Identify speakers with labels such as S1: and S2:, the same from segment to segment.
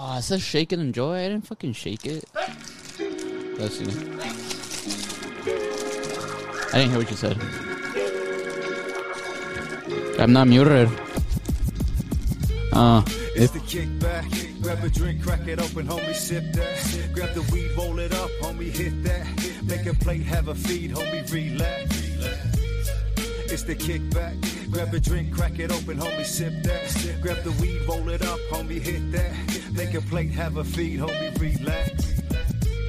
S1: Uh, it says shake it and enjoy. I didn't fucking shake it. Listen. I didn't hear what you said. I'm not muted. Uh,
S2: It's the kickback. Grab a drink, crack it open, homie, sip that. Grab the weed, roll it up, homie, hit that. Make a plate, have a feed, homie, relax. It's the kickback. Grab a drink, crack it open, homie, sip that. Grab the weed, roll it up, homie, hit that. Make a plate, have a feed, homie, relax.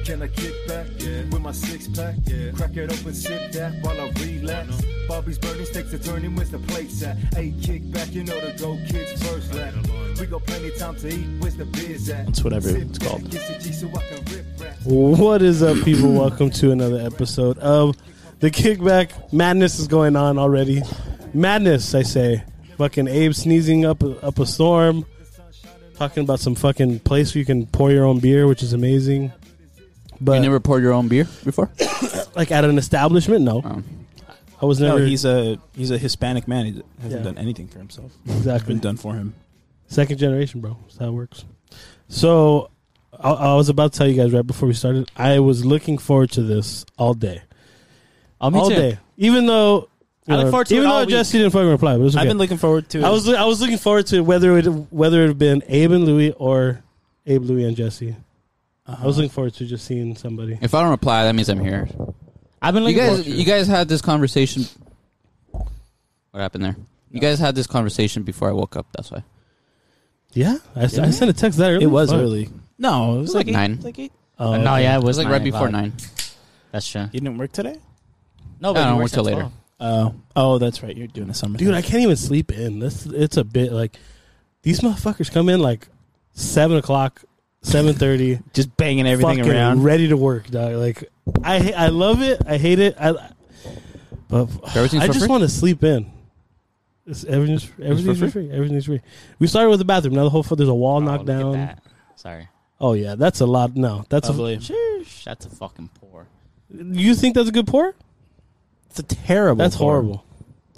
S2: Can I kick back yeah. with my six pack? Yeah. Crack it open, sip that while I relax. Bobby's burning takes a turn and where's the plates at? Hey, kick back, you know the go kids first lap. We got plenty time to eat, where's the biz at?
S3: That's whatever
S2: Sip
S3: it's
S2: that,
S3: called.
S2: get the G so I can rip rap.
S3: What is up, people? Welcome to another episode of the Kickback. Madness is going on already. Madness, I say. Fucking Abe sneezing up up a storm. Talking about some fucking place where you can pour your own beer, which is amazing. But
S1: you never poured your own beer before?
S3: like at an establishment, no.
S1: Um,
S3: I was
S4: No,
S3: never
S4: he's a he's a Hispanic man. He hasn't
S3: Yeah.
S4: done anything for himself. It's
S3: exactly
S4: been done for him.
S3: Second generation, bro. That's how it works. So, I, I was about to tell you guys right before we started. I was looking forward to this all day,
S4: I'll
S3: all day. Even though
S4: Oh,
S3: uh,
S4: I look forward to
S3: even
S4: it all
S3: though
S4: week.
S3: Jesse didn't fucking reply, but it was okay.
S4: I've been looking forward to.
S3: I was I was looking forward to whether it whether it had been Abe and Louie or Abe Louie and Jesse.
S4: Uh-huh.
S3: I was looking forward to just seeing somebody.
S1: if I don't reply, that means I'm here.
S4: I've been
S1: You
S4: looking.
S1: guys, you guys had this conversation. What happened there? You guys had this conversation before I woke up. That's why.
S3: Yeah, I, s- I sent a text that early.
S4: it was
S3: Fuck.
S4: early. No, it was like,
S1: like nine.
S4: Eight, like eight.
S3: Oh,
S5: Uh, no,
S3: okay.
S5: yeah,
S1: It
S5: it was
S1: was like right before
S5: o'clock.
S1: nine.
S5: That's true.
S4: You didn't work today.
S5: No,
S1: I
S5: you
S1: don't
S5: work
S1: work till
S5: at
S1: later.
S5: 12.
S4: Oh, oh, that's right. You're doing a summer,
S3: dude.
S4: thing.
S3: I can't even sleep in. This it's a bit like these motherfuckers come in like seven o'clock, seven thirty.
S4: just banging everything
S3: fucking
S4: around.
S3: ready to work, dog. Like I ha- I love it. I hate it. I but
S1: Everything's
S3: I
S1: for
S3: just
S1: free?
S3: want to sleep in. It's, everything's everything's for
S1: free?
S3: free. Everything's free. We started with the bathroom. Now the whole there's a wall
S5: Oh,
S3: knocked
S5: look at
S3: down.
S5: that. Sorry.
S3: Oh yeah, that's a lot. No, that's a,
S4: Lovely.
S5: Sheesh, that's a fucking pour.
S3: you think that's a good pour?
S4: It's a terrible.
S3: That's
S4: pour.
S3: horrible.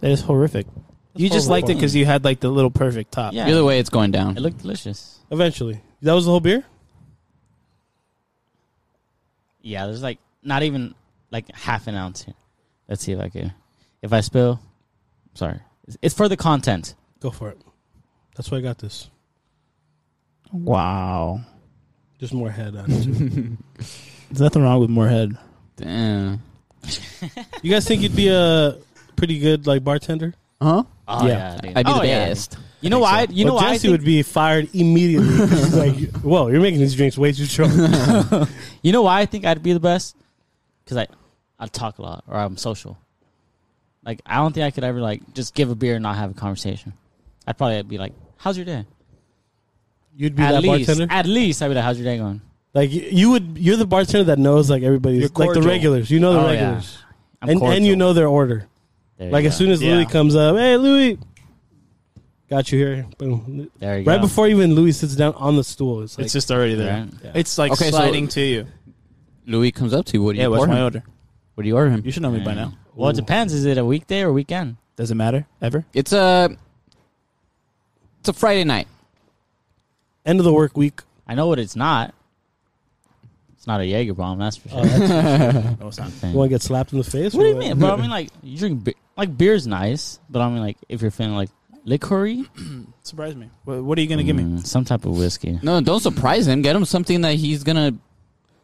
S4: It is horrific. you just
S3: horrible
S4: liked it
S5: pour.
S4: because you had like the little perfect top.
S5: Yeah.
S1: Either way, it's going down.
S5: It looked delicious.
S3: Eventually, that was the whole beer.
S5: Yeah, there's like not even like half an ounce here. Let's see if I can. If I spill, sorry. It's, it's for the content.
S3: Go for it. That's why I got this.
S4: Wow.
S3: Just more head on. it, too.
S4: There's nothing wrong with more head.
S1: Damn.
S3: you guys think you'd be a pretty good like bartender?
S1: Huh?
S5: Oh
S3: Yeah.
S5: yeah, dude.
S1: I'd be
S5: oh,
S1: the
S5: yeah.
S1: best.
S5: You know why? You know
S3: well,
S5: why? I
S3: Jesse
S5: think-
S3: would be fired immediately. He's like, whoa, you're making these drinks way too strong.
S5: You know why I think I'd be the best? Because I, I talk a lot or I'm social. Like I don't think I could ever like just give a beer and not have a conversation. I'd probably be like, "How's your day?"
S3: You'd be
S5: at
S3: that
S5: least,
S3: bartender.
S5: at least I'd be like, "How's your day going?"
S3: Like y- you would, you're the bartender that knows like everybody's
S4: You're
S3: like the
S4: cordial.
S3: regulars. You know the
S5: Oh, yeah.
S3: regulars,
S5: I'm
S3: and and you
S5: cordial.
S3: know their order.
S5: There you
S3: Like
S5: go.
S3: as soon as
S4: Yeah.
S3: Louis comes up, hey Louis, got you here. Boom.
S5: there you
S3: Right
S5: go.
S3: before even Louis sits down on the stool, it's like
S4: it's just already there.
S5: Right.
S3: Yeah.
S4: It's like
S1: Okay, so-
S4: sliding to you.
S1: Louis comes up to you. What do
S4: Yeah,
S1: you
S4: what's
S1: order?
S4: my
S1: him?
S4: order?
S1: What do you order him?
S4: You should know me by now.
S5: Well, it depends. Is it a weekday or weekend?
S4: Does it matter ever?
S1: It's a. It's a Friday night.
S3: end of the work week.
S5: I know what it's not. It's not a Jaeger bomb, that's for sure.
S3: Oh, that's,
S4: No, it's not.
S3: you want to get slapped in the face?
S5: what do
S3: or
S5: you mean? But I mean, like you drink be- like beer's nice, but I mean, like if you're feeling like liquory,
S4: Surprise me. What, what are you gonna give me?
S5: Mm, some type of whiskey.
S1: No, don't surprise him. Get him something that he's gonna.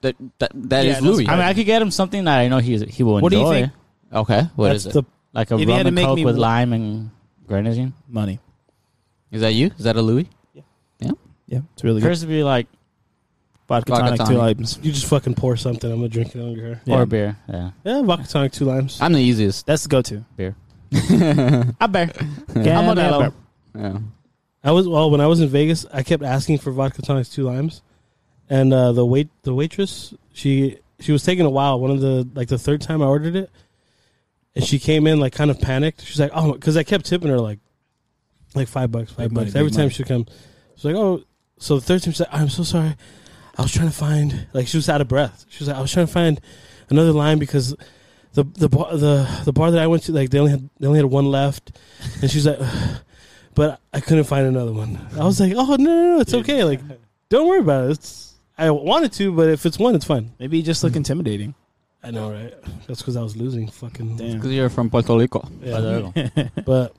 S1: That that that
S4: Yeah,
S1: is
S4: don't
S1: Louis.
S5: I mean, I could get him something that I know he he will enjoy.
S4: What do you think?
S1: okay, what
S3: That's
S1: is it? Is
S3: the
S5: Like a
S4: If you
S5: rum
S4: had to
S5: and
S4: make
S5: coke
S4: me
S5: with
S4: one-
S5: lime and grenadine.
S4: Money.
S1: that you? Is that a Louis?
S4: Yeah, it's really good.
S5: Chris would be like
S4: Vodka,
S1: Vodka
S4: tonic,
S1: tonic.
S4: two items.
S3: you just fucking pour something. I'm gonna drink it under her.
S4: Yeah.
S5: or a beer. Yeah,
S3: Yeah, vodka tonic, two limes.
S1: I'm the easiest.
S4: That's the go-to.
S5: beer.
S4: I bear.
S3: I'm on that
S1: Yeah.
S3: I was well when I was in Vegas. I kept asking for vodka tonics two limes, and uh, the wait the waitress she she was taking a while. One of the like the third time I ordered it, and she came in like kind of panicked. She's like, "Oh," because I kept tipping her like like five bucks, five
S4: Big money,
S3: bucks
S4: big
S3: every time
S4: money.
S3: she come. She's like, "Oh," so the third time she's like, "I'm so sorry, I was trying to find like she was out of breath. She was like, I was trying to find another line because." The, the bar the the bar that I went to like they only had they only had one left, and she's like, but I couldn't find another one. I was like, oh no, no, no, it's okay. Like, Don't worry about it. It's, I wanted to, but if it's one, it's fine.
S4: Maybe you just look intimidating.
S3: I know, right? That's because I was losing. Fucking
S4: Damn.
S1: Because you're from Puerto Rico.
S3: Yeah. But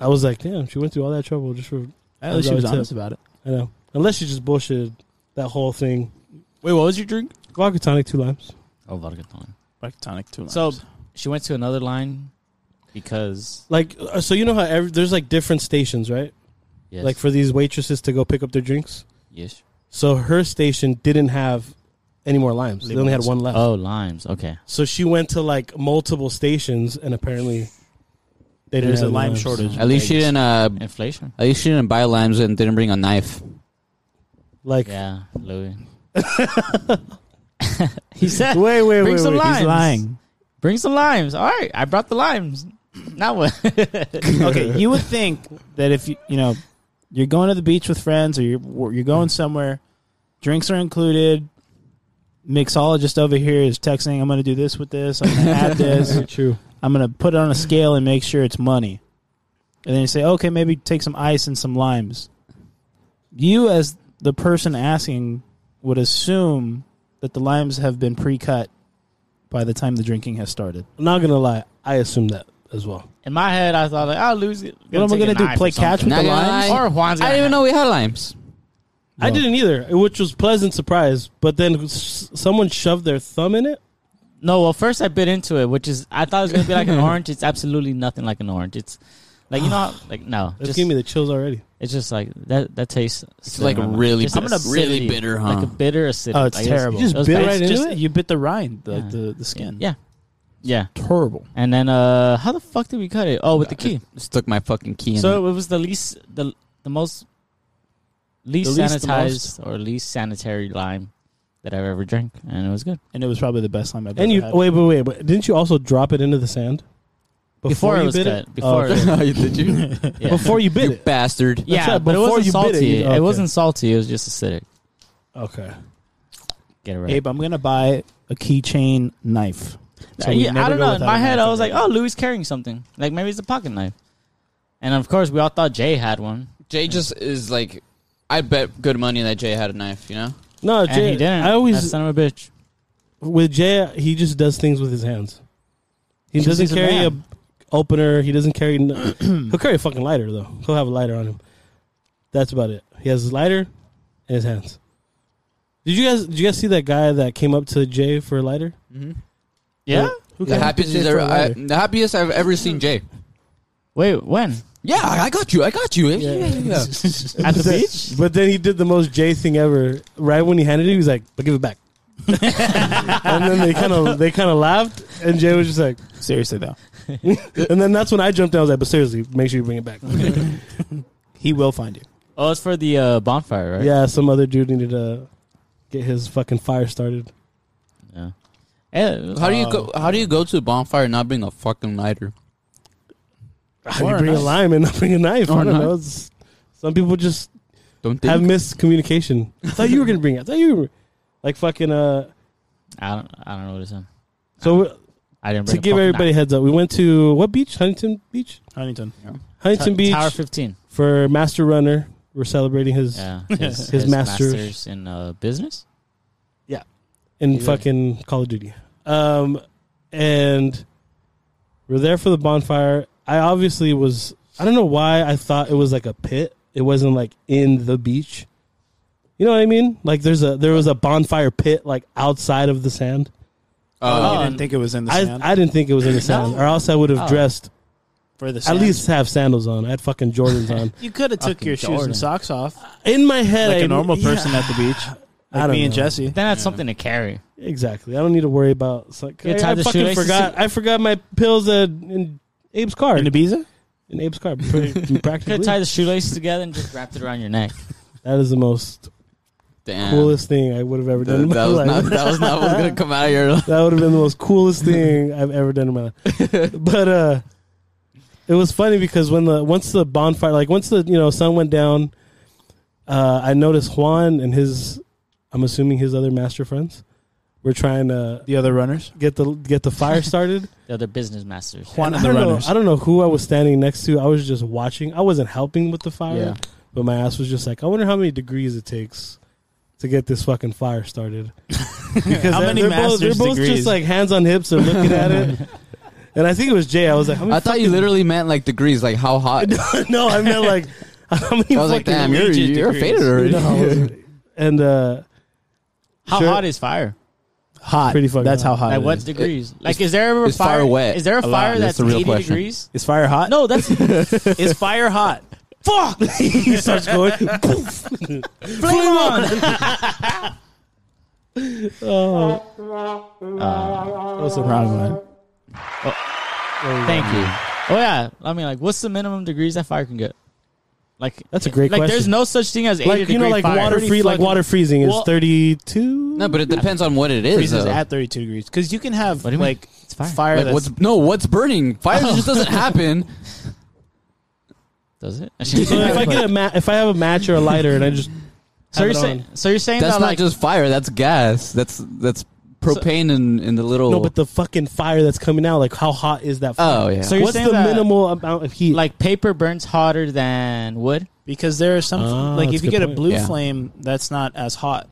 S3: I was like, damn, she went through all that trouble just for.
S4: At least she was honest about it.
S3: I know. Unless she just bullshitted that whole thing.
S4: Wait, what was your drink?
S3: Vodka tonic, two limes.
S5: Oh, vodka tonic.
S4: Black tonic too.
S5: So she went to another line because
S3: Like, uh, so you know how every, there's like different stations, right?
S5: yes,
S3: Like for these waitresses to go pick up their drinks.
S5: yes.
S3: So her station didn't have any more limes. They only had one left.
S5: Oh, limes. Okay.
S3: So she went to like multiple stations, and apparently they didn't
S4: there's a
S3: have
S4: lime
S3: limes.
S4: shortage.
S1: At least she didn't. Uh,
S5: Inflation.
S1: at least she didn't buy limes and didn't bring a knife.
S3: Like,
S5: Yeah, Louis. he said,
S3: wait, wait,
S5: Bring
S3: wait,
S5: some
S3: wait.
S5: limes.
S4: He's lying.
S5: "Bring some limes." All right, I brought the limes. Now what?
S4: okay, you would think that if you you know you're going to the beach with friends or you're you're going somewhere, drinks are included. Mixologist over here is texting. I'm going to do this with this. I'm going to add this.
S3: Very true.
S4: I'm going to put it on a scale and make sure it's money. And then you say, okay, maybe take some ice and some limes. You, as the person asking, would assume that the limes have been pre cut by the time the drinking has started.
S3: I'm not gonna lie. I assume that as well.
S5: In my head, I thought, like, "Oh, "I'll lose it."
S4: What am I
S5: take
S4: going
S5: a
S4: to do?
S5: knife
S4: Play
S5: or something.
S4: catch with
S1: Not
S4: the
S1: gonna
S4: limes?
S1: lie.
S5: Or Juan's.
S1: I didn't
S5: gonna
S1: even
S5: have
S1: know we had limes.
S3: I didn't either, which was pleasant surprise. But then s- someone shoved their thumb in it.
S5: it. No, well, first I bit into it, which is I thought it was going to be like an orange. It's absolutely nothing like an orange. It's like you know, how- like no,
S3: That
S5: just-
S3: gave me the chills already.
S5: It's just like that. That tastes.
S1: It's like really,
S5: Just
S1: bitter.
S5: an
S1: really
S5: acidity.
S1: bitter, huh?
S5: like a bitter acidity.
S4: Oh, it's terrible.
S3: You just
S5: It was
S3: bit
S5: bad.
S3: right
S4: It's
S3: into
S4: just
S3: it?
S4: you bit the rind, the,
S5: Yeah.
S4: the, the skin.
S5: Yeah, yeah.
S4: Horrible.
S5: And then, uh how the fuck did we cut it? Oh, with the key.
S1: Stuck my fucking key in.
S5: So it was the least, the the most least
S4: The least, the
S5: sanitized or least sanitary lime that I've ever drank, and it was good.
S4: And it was probably the best lime I've
S3: And
S4: ever
S3: you
S4: had.
S3: wait, but wait, but didn't you also drop it into the sand
S5: Before,
S3: you
S5: it was
S3: bit
S5: cut.
S3: it?
S5: Before.
S3: Oh, okay.
S5: it-
S1: did you?
S5: yeah.
S3: before you bit
S1: you
S3: it.
S1: bastard.
S5: Yeah,
S3: right,
S5: but it
S3: before
S5: wasn't
S3: you bit it,
S5: salty.
S3: you- okay.
S5: It wasn't salty. It was just acidic.
S3: Okay.
S5: Get it right.
S4: Abe, I'm going to buy a keychain knife. So we
S5: yeah, I
S4: never
S5: don't
S4: go
S5: know. In
S4: without
S5: my
S4: a
S5: head,
S4: knife
S5: I was
S4: ever.
S5: like, oh, Louis carrying something. Like maybe it's a pocket knife. And of course, we all thought Jay had one.
S1: Jay just is like, I bet good money that Jay had a knife. You know,
S3: No,
S5: And
S3: Jay.
S5: he didn't.
S3: I
S5: that
S3: always
S5: son of a bitch.
S3: with Jay. He just does things with his hands. He
S4: He's-
S3: doesn't
S4: he's a
S3: carry a,
S4: man.
S3: opener. He doesn't carry. n- he'll carry a fucking lighter though. He'll have a lighter on him. That's about it. He has his lighter and his hands. Did you guys? Did you guys see that guy that came up to Jay for a lighter?
S5: Yeah.
S3: Who
S1: the
S3: came up to
S1: happiest
S3: Jay
S1: is
S3: for
S1: ever,
S3: a
S1: I,
S3: lighter?
S1: the happiest I've ever seen Jay.
S5: Wait, when?
S1: Yeah, I got you. I got you. eh? Yeah.
S5: At the
S3: But then-
S5: beach?
S3: But then he did the most Jay thing ever. Right when he handed it, he was like, "But give it back." and then they kind of they kind of laughed, and Jay was just like,
S4: Seriously, though.
S3: and then that's when I jumped. out. I was like, "But seriously, make sure you bring it back."
S4: He will find you.
S5: Oh, it's for the uh, bonfire, right?
S3: Yeah, some other dude needed to get his fucking fire started.
S5: Yeah. Eh, it was-
S1: How do you go?
S3: Um,
S1: How do you go to a bonfire and not bring a fucking lighter?
S3: How do
S4: Or
S3: you
S4: a
S3: bring a
S4: knife.
S3: lime and not bring a knife?
S1: Or
S3: I
S1: a
S3: don't
S1: knife.
S3: know. It's, some people just
S1: Don't
S3: have
S1: think.
S3: miscommunication. I thought you were gonna bring it. I thought you were like fucking. Uh,
S5: I don't. I don't know what it's on.
S3: so
S5: I didn't
S3: to
S5: bring a
S3: give
S5: fucking
S3: everybody a heads up, we went to what beach? Huntington Beach.
S4: Huntington.
S5: knife.
S3: Huntington
S5: Ta-
S3: Beach
S5: Tower 15.
S3: for Master Runner. We're celebrating his
S5: Yeah. His,
S3: His master's.
S5: in uh, business.
S3: in
S1: Yeah.
S3: fucking Call of Duty. Um, and we're there for the bonfire. I obviously was. I don't know why I thought it was like a pit. It wasn't like in the beach. You know what I mean? Like there's a there was a bonfire pit like outside of the sand.
S4: you
S3: Oh,
S1: Uh,
S4: didn't think it was in the sand?
S3: Um, I I didn't think it was in the sand, or else I would have
S5: Oh.
S3: dressed
S4: for the
S3: at least have sandals on. I had fucking Jordans on.
S4: You could have took
S5: Fucking
S4: your shoes
S5: Jordan.
S4: and socks off
S3: In my head,
S4: like
S3: I-
S4: a normal
S3: yeah,
S4: person at the beach.
S3: I
S4: Like
S3: don't
S4: me and
S3: know.
S4: Jesse.
S5: Then that's something to carry.
S3: Exactly. I don't need to worry about. It's like,
S5: You
S3: I,
S5: tied
S3: I
S5: the
S3: fucking
S5: shoelaces?
S3: forgot. I forgot my pills uh, in Abe's car.
S4: In Ibiza?
S3: in Abe's car. pretty-
S5: You
S3: Practically,
S5: could tie the shoelaces together and just wrap it around your neck.
S3: that is the most
S1: damn.
S3: coolest thing I would have ever done.
S1: That,
S3: in my
S1: that was
S3: life.
S1: not. That was not what was gonna come out of your.
S3: that would have been the most coolest thing I've ever done in my life. But uh, it was funny because when the once the bonfire, like once the you know sun went down, uh, I noticed Juan and his, I'm assuming his other master friends, were trying to
S4: The other runners?
S3: get the get the fire started.
S5: The other business masters.
S4: Juan
S3: And
S4: and
S3: I
S4: the
S3: don't know-
S4: runners.
S3: I don't know who I was standing next to. I was just watching. I wasn't helping with the fire,
S1: Yeah.
S3: but my ass was just like, I wonder how many degrees it takes to get this fucking fire started. Because they're-
S4: How many
S3: they're both, they're
S4: master's
S3: both
S4: degrees?
S3: just like hands on hips and looking at it. And I think it was Jay. I was like, how many
S1: I thought you literally meant like degrees, like how hot. I
S3: fucking- no, I meant like, how many
S1: was like,
S3: fucking
S1: damn, you're
S4: legit
S1: you're
S4: degrees.
S1: faded already.
S3: No, I wasn't. and uh,
S5: How
S3: Sure.
S5: hot is fire?
S4: hot.
S3: Pretty fucking
S4: that's
S3: hot.
S4: how hot.
S5: Like
S4: it
S5: what
S4: is.
S5: degrees? like is there a
S1: is fire
S5: fire
S1: wet?
S5: Is there
S1: A
S5: a
S1: lot.
S5: fire
S1: That's
S5: that's,
S1: the real
S5: eighty
S1: question.
S5: degrees?
S4: Is fire hot?
S5: No, that's
S4: is fire hot?
S5: fuck.
S3: he starts going. poof.
S5: Flame on.
S3: Oh,
S4: What's the wrong one?
S5: Thank you. Oh yeah. I mean, like, what's the minimum degrees that fire can get? Like
S4: That's a great
S5: like,
S4: question.
S5: there's no such thing as eighty
S3: like you know,
S5: degree
S3: like
S5: fire.
S3: water free, like water freezing is
S4: Well-
S3: thirty-two.
S1: No, but it depends on what it is.
S4: Reasons
S1: Though.
S4: at 32 degrees because you can have
S5: do you mean?
S4: like
S5: It's fire.
S4: fire
S1: Like,
S4: that's
S1: what's no? What's burning? Fire just doesn't happen.
S5: Does it?
S3: So if I get a ma- if I have a match or a lighter and I just
S5: so
S3: have
S5: you're
S3: it
S5: saying
S3: on.
S5: so you're saying
S1: That's
S5: that
S1: not
S5: like
S1: just fire. That's gas. That's that's propane in in the little.
S3: no, but the fucking fire that's coming out, like how hot is that? Fire?
S1: oh yeah.
S5: So you're
S3: What's
S5: saying
S3: the
S5: that-
S3: minimal amount of heat?
S5: like paper burns hotter than wood.
S4: because there are some
S3: Ah,
S4: like
S3: that's
S4: if
S3: a
S4: you
S3: good
S4: get a
S3: point.
S4: blue
S1: Yeah.
S4: flame that's not as hot.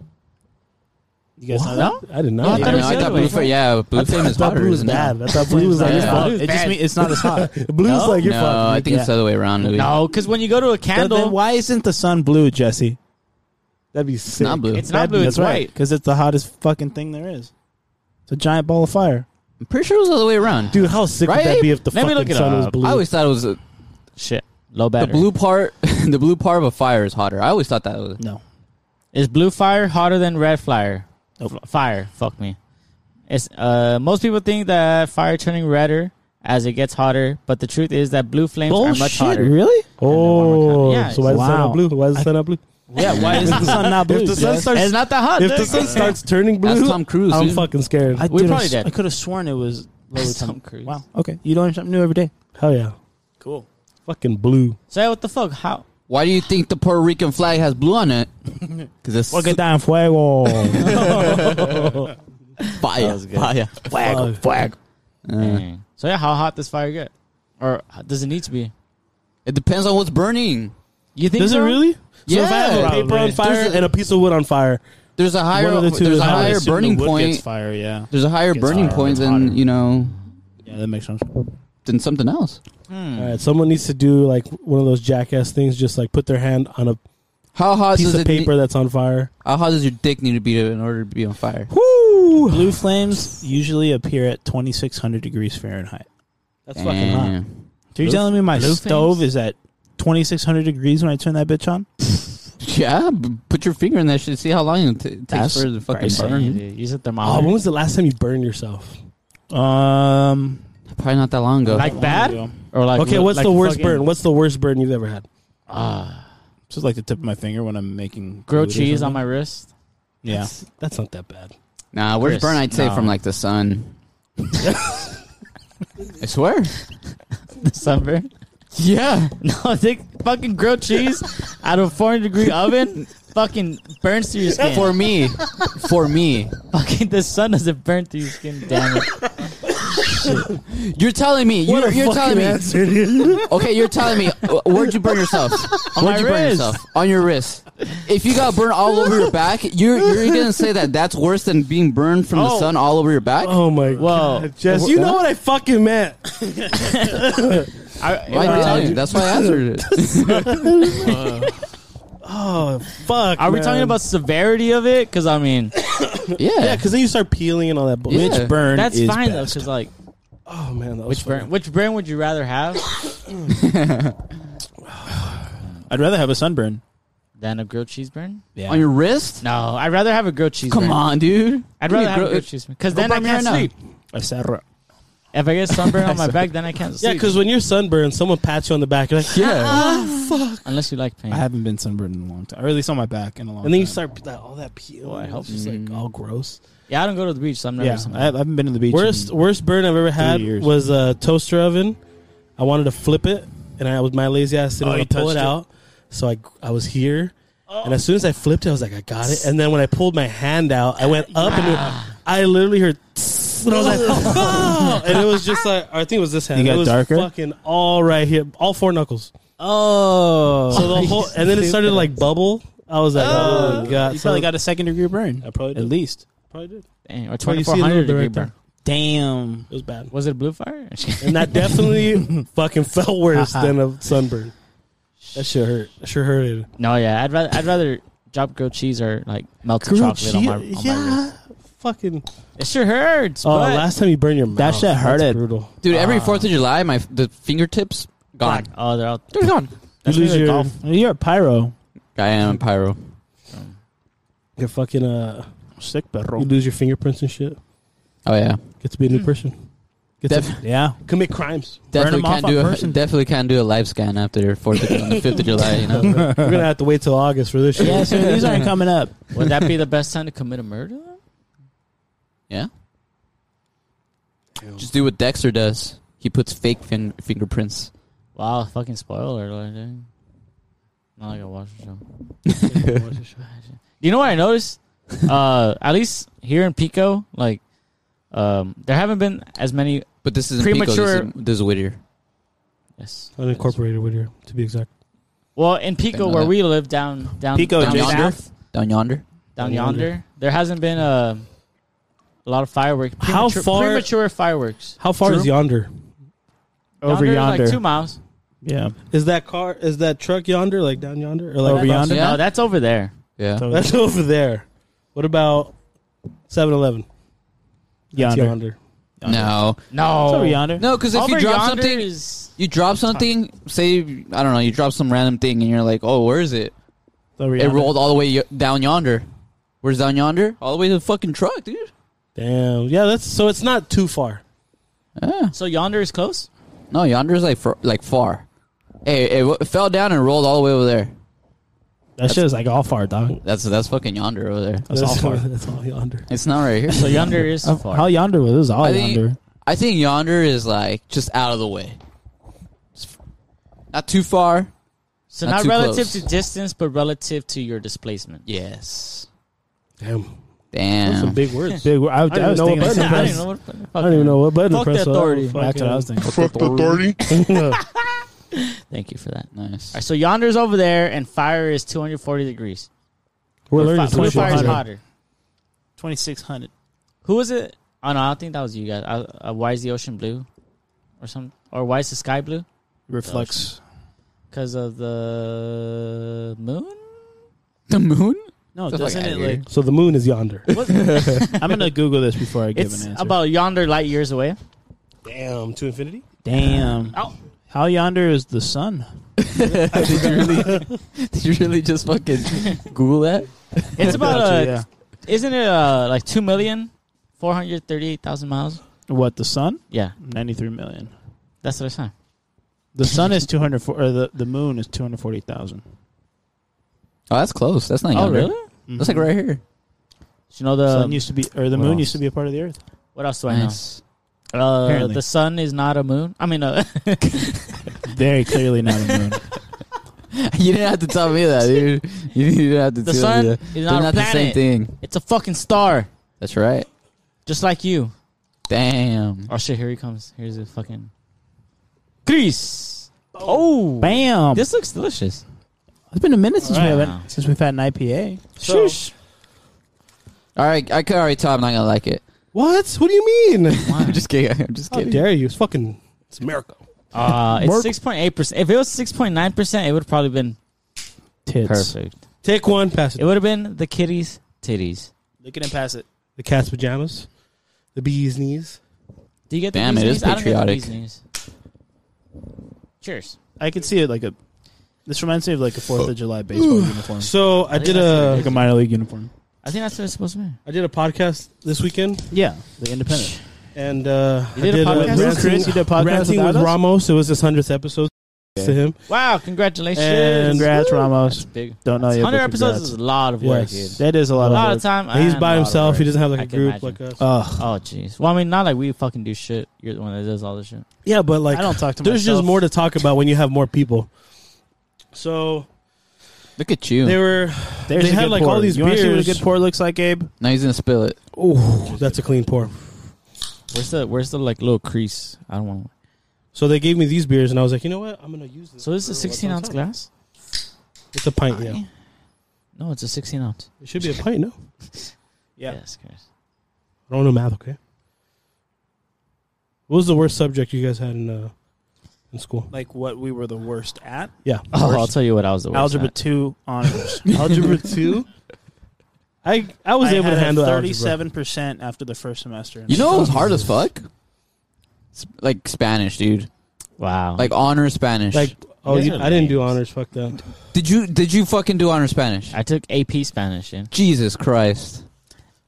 S4: You guys
S3: What?
S4: know that?
S3: I did
S5: No, I
S3: not.
S1: I,
S5: thought
S1: know,
S5: it was
S1: I
S5: the
S1: thought
S5: other
S1: blue
S5: way.
S1: fire. Yeah, blue flame is
S3: I thought
S1: hotter.
S3: blue was
S1: isn't it?
S3: bad. I thought blue was like
S4: Yeah.
S3: you're
S1: Yeah.
S3: fucked.
S4: It just
S5: Bad.
S4: mean it's not as hot.
S3: Blue is
S4: No?
S3: like you're
S1: No,
S3: fucked.
S1: I think
S4: yeah.
S1: it's the other way around, Louis.
S5: No, because when you go to a
S4: But
S5: candle,
S4: then why isn't the sun blue, Jesse?
S3: That'd be sick.
S1: not blue.
S5: it's not blue, it's white.
S4: because it's the hottest fucking thing there is. It's a giant ball of fire.
S1: I'm pretty sure it was the other way around.
S3: Dude, how sick
S1: Right?
S3: would that be if the
S5: Let me
S3: fucking
S5: look it
S3: sun was
S5: up.
S3: blue?
S1: I always thought it was uh,
S5: Shit, low
S1: the
S5: battery.
S1: blue part. the blue part of a fire is hotter. I always thought that was.
S4: No,
S5: Is blue fire hotter than red fire? F- Fire, fuck me. It's uh, most people think that fire turning redder as it gets hotter, but the truth is that blue flames are much hotter.
S4: really?
S3: oh,
S5: Yeah,
S3: so why is the sun
S4: wow.
S3: not blue? Why is the sun not blue?
S4: Yeah. Why isn't the sun not blue?
S3: If the sun
S4: Jess?
S3: starts,
S5: It's not that hot.
S3: if the
S5: dude.
S3: sun starts turning blue,
S1: That's Tom Cruise.
S3: I'm
S1: dude.
S3: fucking scared.
S4: I
S5: We
S4: did
S5: probably
S4: s-
S5: did.
S4: I could have sworn it was lower
S5: Tom
S4: than-
S5: Cruise.
S4: Wow. Okay. You learn something new every day.
S3: Hell yeah,
S4: Cool.
S3: fucking blue.
S5: so yeah, what the fuck? How?
S1: Why do you think the Puerto Rican flag has blue on it? Because it's
S4: Fuck it down, fuego.
S1: fire. Fire.
S4: Fuego. Fuego.
S1: Uh,
S5: Dang. So yeah, how hot does fire get, or h- does it need to be?
S1: it depends on what's burning.
S5: You think
S3: Does it
S5: so?
S3: really? So if I
S1: Yeah.
S3: have a paper on
S4: Probably.
S3: fire
S1: There's a-
S3: and a piece of wood on fire,
S1: There's a higher.
S3: of the two
S1: there's
S3: is
S1: a
S3: hotter.
S1: higher
S3: Assume
S1: burning point.
S4: fire. Yeah.
S1: There's a higher
S4: gets
S1: burning
S4: hotter,
S1: point
S4: it's
S1: than
S4: hotter.
S1: you know
S4: Yeah, that makes sense.
S1: than something else.
S5: Hmm.
S3: All right, someone needs to do like one of those jackass things, just like put their hand on a
S1: How hot
S3: piece
S1: does
S3: of
S1: Oh, it? ne-
S3: paper that's on fire.
S1: how hot does your dick need to be to, in order to be on fire?
S3: Woo!
S4: Blue flames usually appear at 2600 degrees Fahrenheit.
S3: That's fucking hot.
S1: Damn.
S4: So you're
S1: Blue-
S4: telling me my
S5: blue
S4: stove
S5: flames?
S4: is at 2600 degrees when I turn that bitch on?
S1: Yeah, b- put your finger in that shit. See how long it t- takes
S4: That's
S1: for the fucking
S4: crazy.
S5: Damn,
S1: burn.
S5: dude, Use a
S3: Oh, when
S5: thermometer.
S3: was the last time you burned yourself?
S4: Um,
S1: Probably not that long ago.
S5: Like
S4: long
S5: bad?
S4: ago.
S5: or like
S3: okay,
S5: look-
S3: what's
S5: like
S3: the worst
S5: fucking-
S3: burn? What's the worst burn you've ever had?
S5: Ah,
S4: just like the tip of my finger when I'm making
S5: grilled
S4: food or
S5: cheese on
S4: something.
S5: my wrist.
S4: Yeah.
S3: That's, that's not that bad.
S1: nah, where's
S5: Chris,
S1: burn? I'd say
S5: no.
S1: from like the sun. I swear.
S5: Sunburn.
S1: Yeah.
S5: No, think fucking grilled cheese out of a 400 degree oven fucking burns through your skin.
S1: For me. For me.
S5: fucking the sun doesn't burn through your skin, damn it.
S1: You're telling me. You're, you're telling me. Okay, you're telling me. wh- Where'd you burn yourself? On
S5: my
S1: Where'd you burn
S5: wrist.
S1: yourself? On your wrist. If you got burned all over your back, you're you're gonna say that that's worse than being burned from the
S5: Oh.
S1: sun all over your back?
S3: Oh my
S5: Whoa.
S3: god, Jess, you know what I fucking meant.
S5: I,
S1: Well, I did tell you. That's why I answered it.
S3: Oh fuck.
S5: are we
S3: man.
S5: talking about severity of it? Because, I mean,
S3: Yeah, because then you start peeling and all that bullshit.
S1: Yeah.
S4: Which burn
S5: that's
S4: is
S5: fine, though,
S4: best?
S5: because, like,
S3: Oh man, that was
S5: which burn, which burn would you rather have
S4: I'd rather have a sunburn.
S5: than a grilled cheese burn?
S4: Yeah.
S1: On your wrist?
S5: No, I'd rather have a grilled cheese
S1: Come
S5: burn.
S1: on, dude.
S5: I'd
S1: Give me
S5: rather have a
S1: gro-
S5: grilled cheese burn. Because
S1: Go
S5: then I
S1: burn me right
S5: can't
S1: now.
S5: sleep. If I get sunburn on my back, then I can't
S3: Yeah,
S5: sleep.
S3: because when you're sunburned, someone pats you on the back. You're like,
S1: Yeah.
S5: Unless you like pain.
S4: I haven't been sunburned in a long time, or at least on my back in a long time.
S3: and then you start that, all that peel.
S5: Boy, I
S3: and
S5: hope
S3: it's just like all gross.
S5: yeah, I don't go to the beach, so I'm never
S4: Yeah, I, I
S5: sunburned.
S4: haven't been to the beach.
S3: Worst
S4: in-
S3: worst burn I've ever had
S4: years.
S3: was a toaster oven. I wanted to flip it, and I was my lazy ass didn't
S4: Oh,
S3: want
S4: you
S3: to pull it,
S4: touched it? Oh.
S3: out. So I I was here, and as soon as I flipped it, I was like, I got it. And then when I pulled my hand out, I went up and it- I literally heard. And I was like, "Oh!" and it was just like I think it was this hand.
S4: You got
S3: it was
S4: darker?
S3: fucking all right here, all four knuckles.
S5: Oh.
S3: So the whole and then it started to like bubble, I was like, oh, my god,
S4: You
S3: so
S4: probably got a second degree burn.
S3: I probably
S4: At
S3: did.
S4: least.
S3: Probably did.
S5: Dang, or
S3: Well,
S5: twenty
S3: you see
S5: four
S3: a little
S5: hundred
S3: bit
S5: degree
S3: right there.
S5: burn.
S4: Damn.
S3: It was bad,
S5: Was it a blue fire?
S3: and that definitely fucking felt worse than a sunburn. That shit hurt. That sure hurted.
S5: no, yeah, I'd rather I'd rather drop grilled cheese or like melted chocolate on my on my wrist.
S3: yeah, fucking.
S5: It sure hurts.
S3: Oh,
S5: but
S3: last time you burned your mouth,
S4: That shit
S3: that's
S4: hurted.
S3: Brutal.
S1: Dude, every Fourth of July, my f- the fingertips gone.
S5: Fuck. Oh, they're all.
S1: They're gone.
S3: You
S5: That's
S3: lose
S5: really
S3: your
S5: golf.
S4: You're a pyro.
S1: I am pyro.
S3: your fucking uh,
S4: Sick
S3: you
S4: perro.
S3: lose your fingerprints and shit.
S1: Oh yeah,
S3: Get to be a new person. Get
S1: Def-
S3: to
S4: Yeah.
S3: commit crimes.
S1: definitely
S4: them off
S1: can't
S4: on
S1: do a
S4: person.
S1: definitely can't do a live scan after Fourth of July, Fifth of July. You know,
S3: We're gonna have to wait till August for this shit.
S4: Yeah, so these aren't coming up.
S5: Would that be the best time to commit a murder?
S1: yeah. Just do what Dexter does. He puts fake fin- fingerprints.
S5: Wow, fucking spoiler alert, dude. Not like I watched the show. you know what I noticed? uh, at least here in Pico, like, um, there haven't been as many.
S1: But this isn't Pico, this is
S5: Premature-
S1: This is Whittier.
S5: Yes.
S3: Unincorporated Whittier, to be exact.
S5: Well, in Pico,
S1: Didn't know
S5: where
S1: that.
S5: we live down down
S4: Pico,
S5: down
S1: Jason.
S5: south,
S1: down yonder.
S5: down
S3: Down
S5: yonder,
S3: yonder.
S5: there hasn't been uh, a lot of fireworks.
S3: How
S5: Premature-
S3: far-
S5: premature fireworks?
S3: How far
S4: True.
S3: is yonder?
S4: Over
S5: is
S4: yonder.
S5: like two miles.
S4: Yeah.
S3: Is that car? Is that truck yonder? Like down yonder, or like
S4: Over
S3: across-
S4: yonder?
S1: Yeah.
S5: No, that's over there.
S1: Yeah.
S4: So
S3: That's over there. What about 7-Eleven? It's
S4: yonder.
S3: yonder.
S1: No.
S5: No,
S4: It's over yonder.
S1: No, because if
S5: Over
S1: you drop
S5: yonder
S1: something,
S5: is-
S1: you drop something. Say I don't know. You drop some random thing, and you're like, "Oh, where is it?
S4: It's over
S1: It
S4: yonder.
S1: rolled all the way y- down yonder. Where's down yonder? All the way to the fucking truck, dude.
S3: Damn. Yeah, that's so it's not too far.
S1: Yeah.
S5: so yonder is close.
S1: No, yonder's like far, like far. Hey, it w- fell down and rolled all the way over there.
S4: That shit is like all far, dog.
S1: That's that's fucking yonder over there.
S4: That's all far.
S3: That's all yonder.
S1: It's not right here.
S5: So yonder is far.
S4: How yonder was? It was all
S1: I think-
S4: yonder.
S1: I think yonder is like just out of the way. It's f- Not too far.
S5: So
S1: Not
S5: not,
S1: too
S5: relative
S1: close.
S5: to distance, but relative to your displacement.
S1: Yes.
S3: Damn. Those are
S1: Damn.
S3: big words.
S4: Big. I, I,
S3: don't
S4: was
S3: know what
S4: thinking.
S3: button
S5: I
S3: to
S4: something
S3: press.
S4: else.
S5: don't even know what the fuck
S3: I don't even know what button to
S5: Fuck
S3: press.
S5: the
S3: so
S5: authority.
S3: fucking-
S4: That's what I was thinking.
S6: Fuck the authority.
S5: Thank you for that. All
S1: Nice.
S5: right, so yonder's over there, and fire is 240 degrees.
S3: We're
S5: Blue
S3: learning
S5: fi-
S3: some
S5: blue
S3: shit.
S5: fire is
S3: today.
S5: hotter.
S4: Twenty six hundred.
S5: Who was it? Oh no, I don't think that was you guys. Uh, uh, why is the ocean blue, or something? Or why is the sky blue?
S4: Reflects.
S5: Because of the moon.
S1: The moon?
S4: No,
S1: The fuck
S4: doesn't
S1: outta
S4: it
S1: here.
S4: like?
S3: So the moon is yonder.
S4: I'm gonna Google this before I give
S5: It's
S4: an answer.
S5: about yonder light years away.
S3: Damn, to infinity?
S4: Damn.
S5: Oh.
S4: How yonder is the sun?
S1: did you really? did you really just fucking Google that?
S5: It's about uh,
S4: Gotcha,
S5: isn't it uh like two million four hundred thirty-eight thousand miles?
S4: yeah. What the sun?
S5: Yeah,
S4: Ninety three million.
S5: that's what I saw.
S4: The sun is two hundred four. Or the the moon is two hundred forty thousand.
S1: Oh, that's close. That's not
S5: Oh
S1: yonder.
S5: really?
S1: That's like right here.
S5: you know the
S4: sun Mm-hmm. used to be, or the
S5: what
S4: moon
S5: else?
S4: used to be a part of the earth.
S5: what else do I know?
S1: Nice.
S5: Uh,
S4: Apparently.
S5: the sun is not a moon. I mean, uh,
S4: Very clearly not a moon.
S1: you didn't have to tell me that, dude. You didn't have to
S5: the
S1: tell
S5: sun
S1: me
S5: is
S1: that. They're
S5: not a
S1: not the
S5: planet.
S1: same thing.
S5: It's a fucking star,
S1: That's right.
S5: just like you.
S1: Damn.
S5: Oh shit! Here he comes. Here's a fucking Chris. Oh,
S4: Bam!
S5: this looks delicious.
S4: it's been a minute since we
S5: Wow.
S4: haven't since we've had an IPA.
S5: Shush.
S1: All right, I could already tell I'm not gonna like it.
S3: What? What do you mean?
S1: I'm just kidding. I'm just
S5: Oh,
S3: How
S1: kidding.
S3: dare you? It's fucking it's America.
S5: Uh, it's
S4: Mark-
S5: six point eight percent. If it was six point nine percent, it would probably been
S4: Tits.
S5: perfect.
S3: Take one, pass it.
S5: It would have been the kitties' titties.
S4: Look at him pass it.
S3: The cat's pajamas. The bee's knees.
S5: Do you get the
S1: Damn,
S5: bee's
S1: it is
S5: knees? I don't get the
S1: patriotic.
S5: bee's knees. Cheers.
S4: I could see it like a. This reminds me of like a Fourth of July baseball uniform,
S3: So I
S5: think
S3: did
S5: that's
S3: a
S5: what
S4: Oh. like a minor league uniform.
S5: I think that's what it's supposed to be.
S3: I did a podcast this weekend,
S4: Yeah, the Independent.
S3: and uh,
S5: You did
S3: I
S5: a
S3: uh,
S5: podcast?
S3: ranting-
S4: Chris, you did a podcast
S3: ranting
S4: without
S3: with
S4: us?
S3: Ramos. It was his hundredth episode. To him,
S5: Wow! Congratulations.
S3: And
S4: Congrats,
S5: That's
S4: Ramos.
S5: big.
S4: Don't know you. but
S5: Hundred episodes
S4: congrats.
S5: is a lot of work,
S3: Yes.
S5: dude.
S4: That is a
S5: A
S4: lot,
S5: lot
S4: of.
S5: of time.
S3: he's
S5: and
S3: by
S5: a lot of
S3: himself. He
S5: work.
S3: doesn't have like
S5: I
S3: a
S5: can
S3: group
S5: imagine.
S3: like us.
S4: Ugh.
S5: Oh jeez. Well, I mean, not like we fucking do shit. You're the one that does all this shit.
S3: yeah, but like
S4: I don't talk to
S3: there's
S4: myself.
S3: just more to talk about when you have more people. So
S1: Look at you.
S3: they were.
S4: There's
S3: They
S4: a
S3: had,
S4: good
S3: like,
S4: pour.
S3: all these
S4: You wanna see what a
S3: beers.
S4: good pour looks like, Abe?
S1: now he's gonna spill it.
S3: Oh, that's a clean pour.
S5: Where's the Where's the like little crease? I don't want.
S3: So they gave me these beers, and I was like, you know what? I'm gonna use this.
S5: So this is
S3: for
S5: a 16
S3: what's
S5: ounce
S3: on top.
S5: glass.
S3: It's a pint, yeah.
S5: No, it's a 16 ounce.
S3: It should be a pint, no? Yeah.
S5: Yes, Christ.
S3: I don't know math, okay? What was the worst subject you guys had in uh, in school?
S4: Like what we were the worst at?
S3: Yeah.
S5: Oh, I'll tell you what I was the worst
S4: algebra
S5: at.
S4: two honors.
S3: algebra 2? I I was able to handle algebra.
S4: thirty-seven percent after the first semester.
S1: You know, it was hard as fuck. S- Like Spanish, dude.
S5: Wow.
S1: Like honor Spanish.
S3: Like, oh,
S5: You guys
S3: you,
S5: are
S3: I didn't do
S5: lame.
S3: honors. Fuck that.
S1: did you did you fucking do honor Spanish?
S5: I took AP Spanish, dude.
S1: Jesus Christ.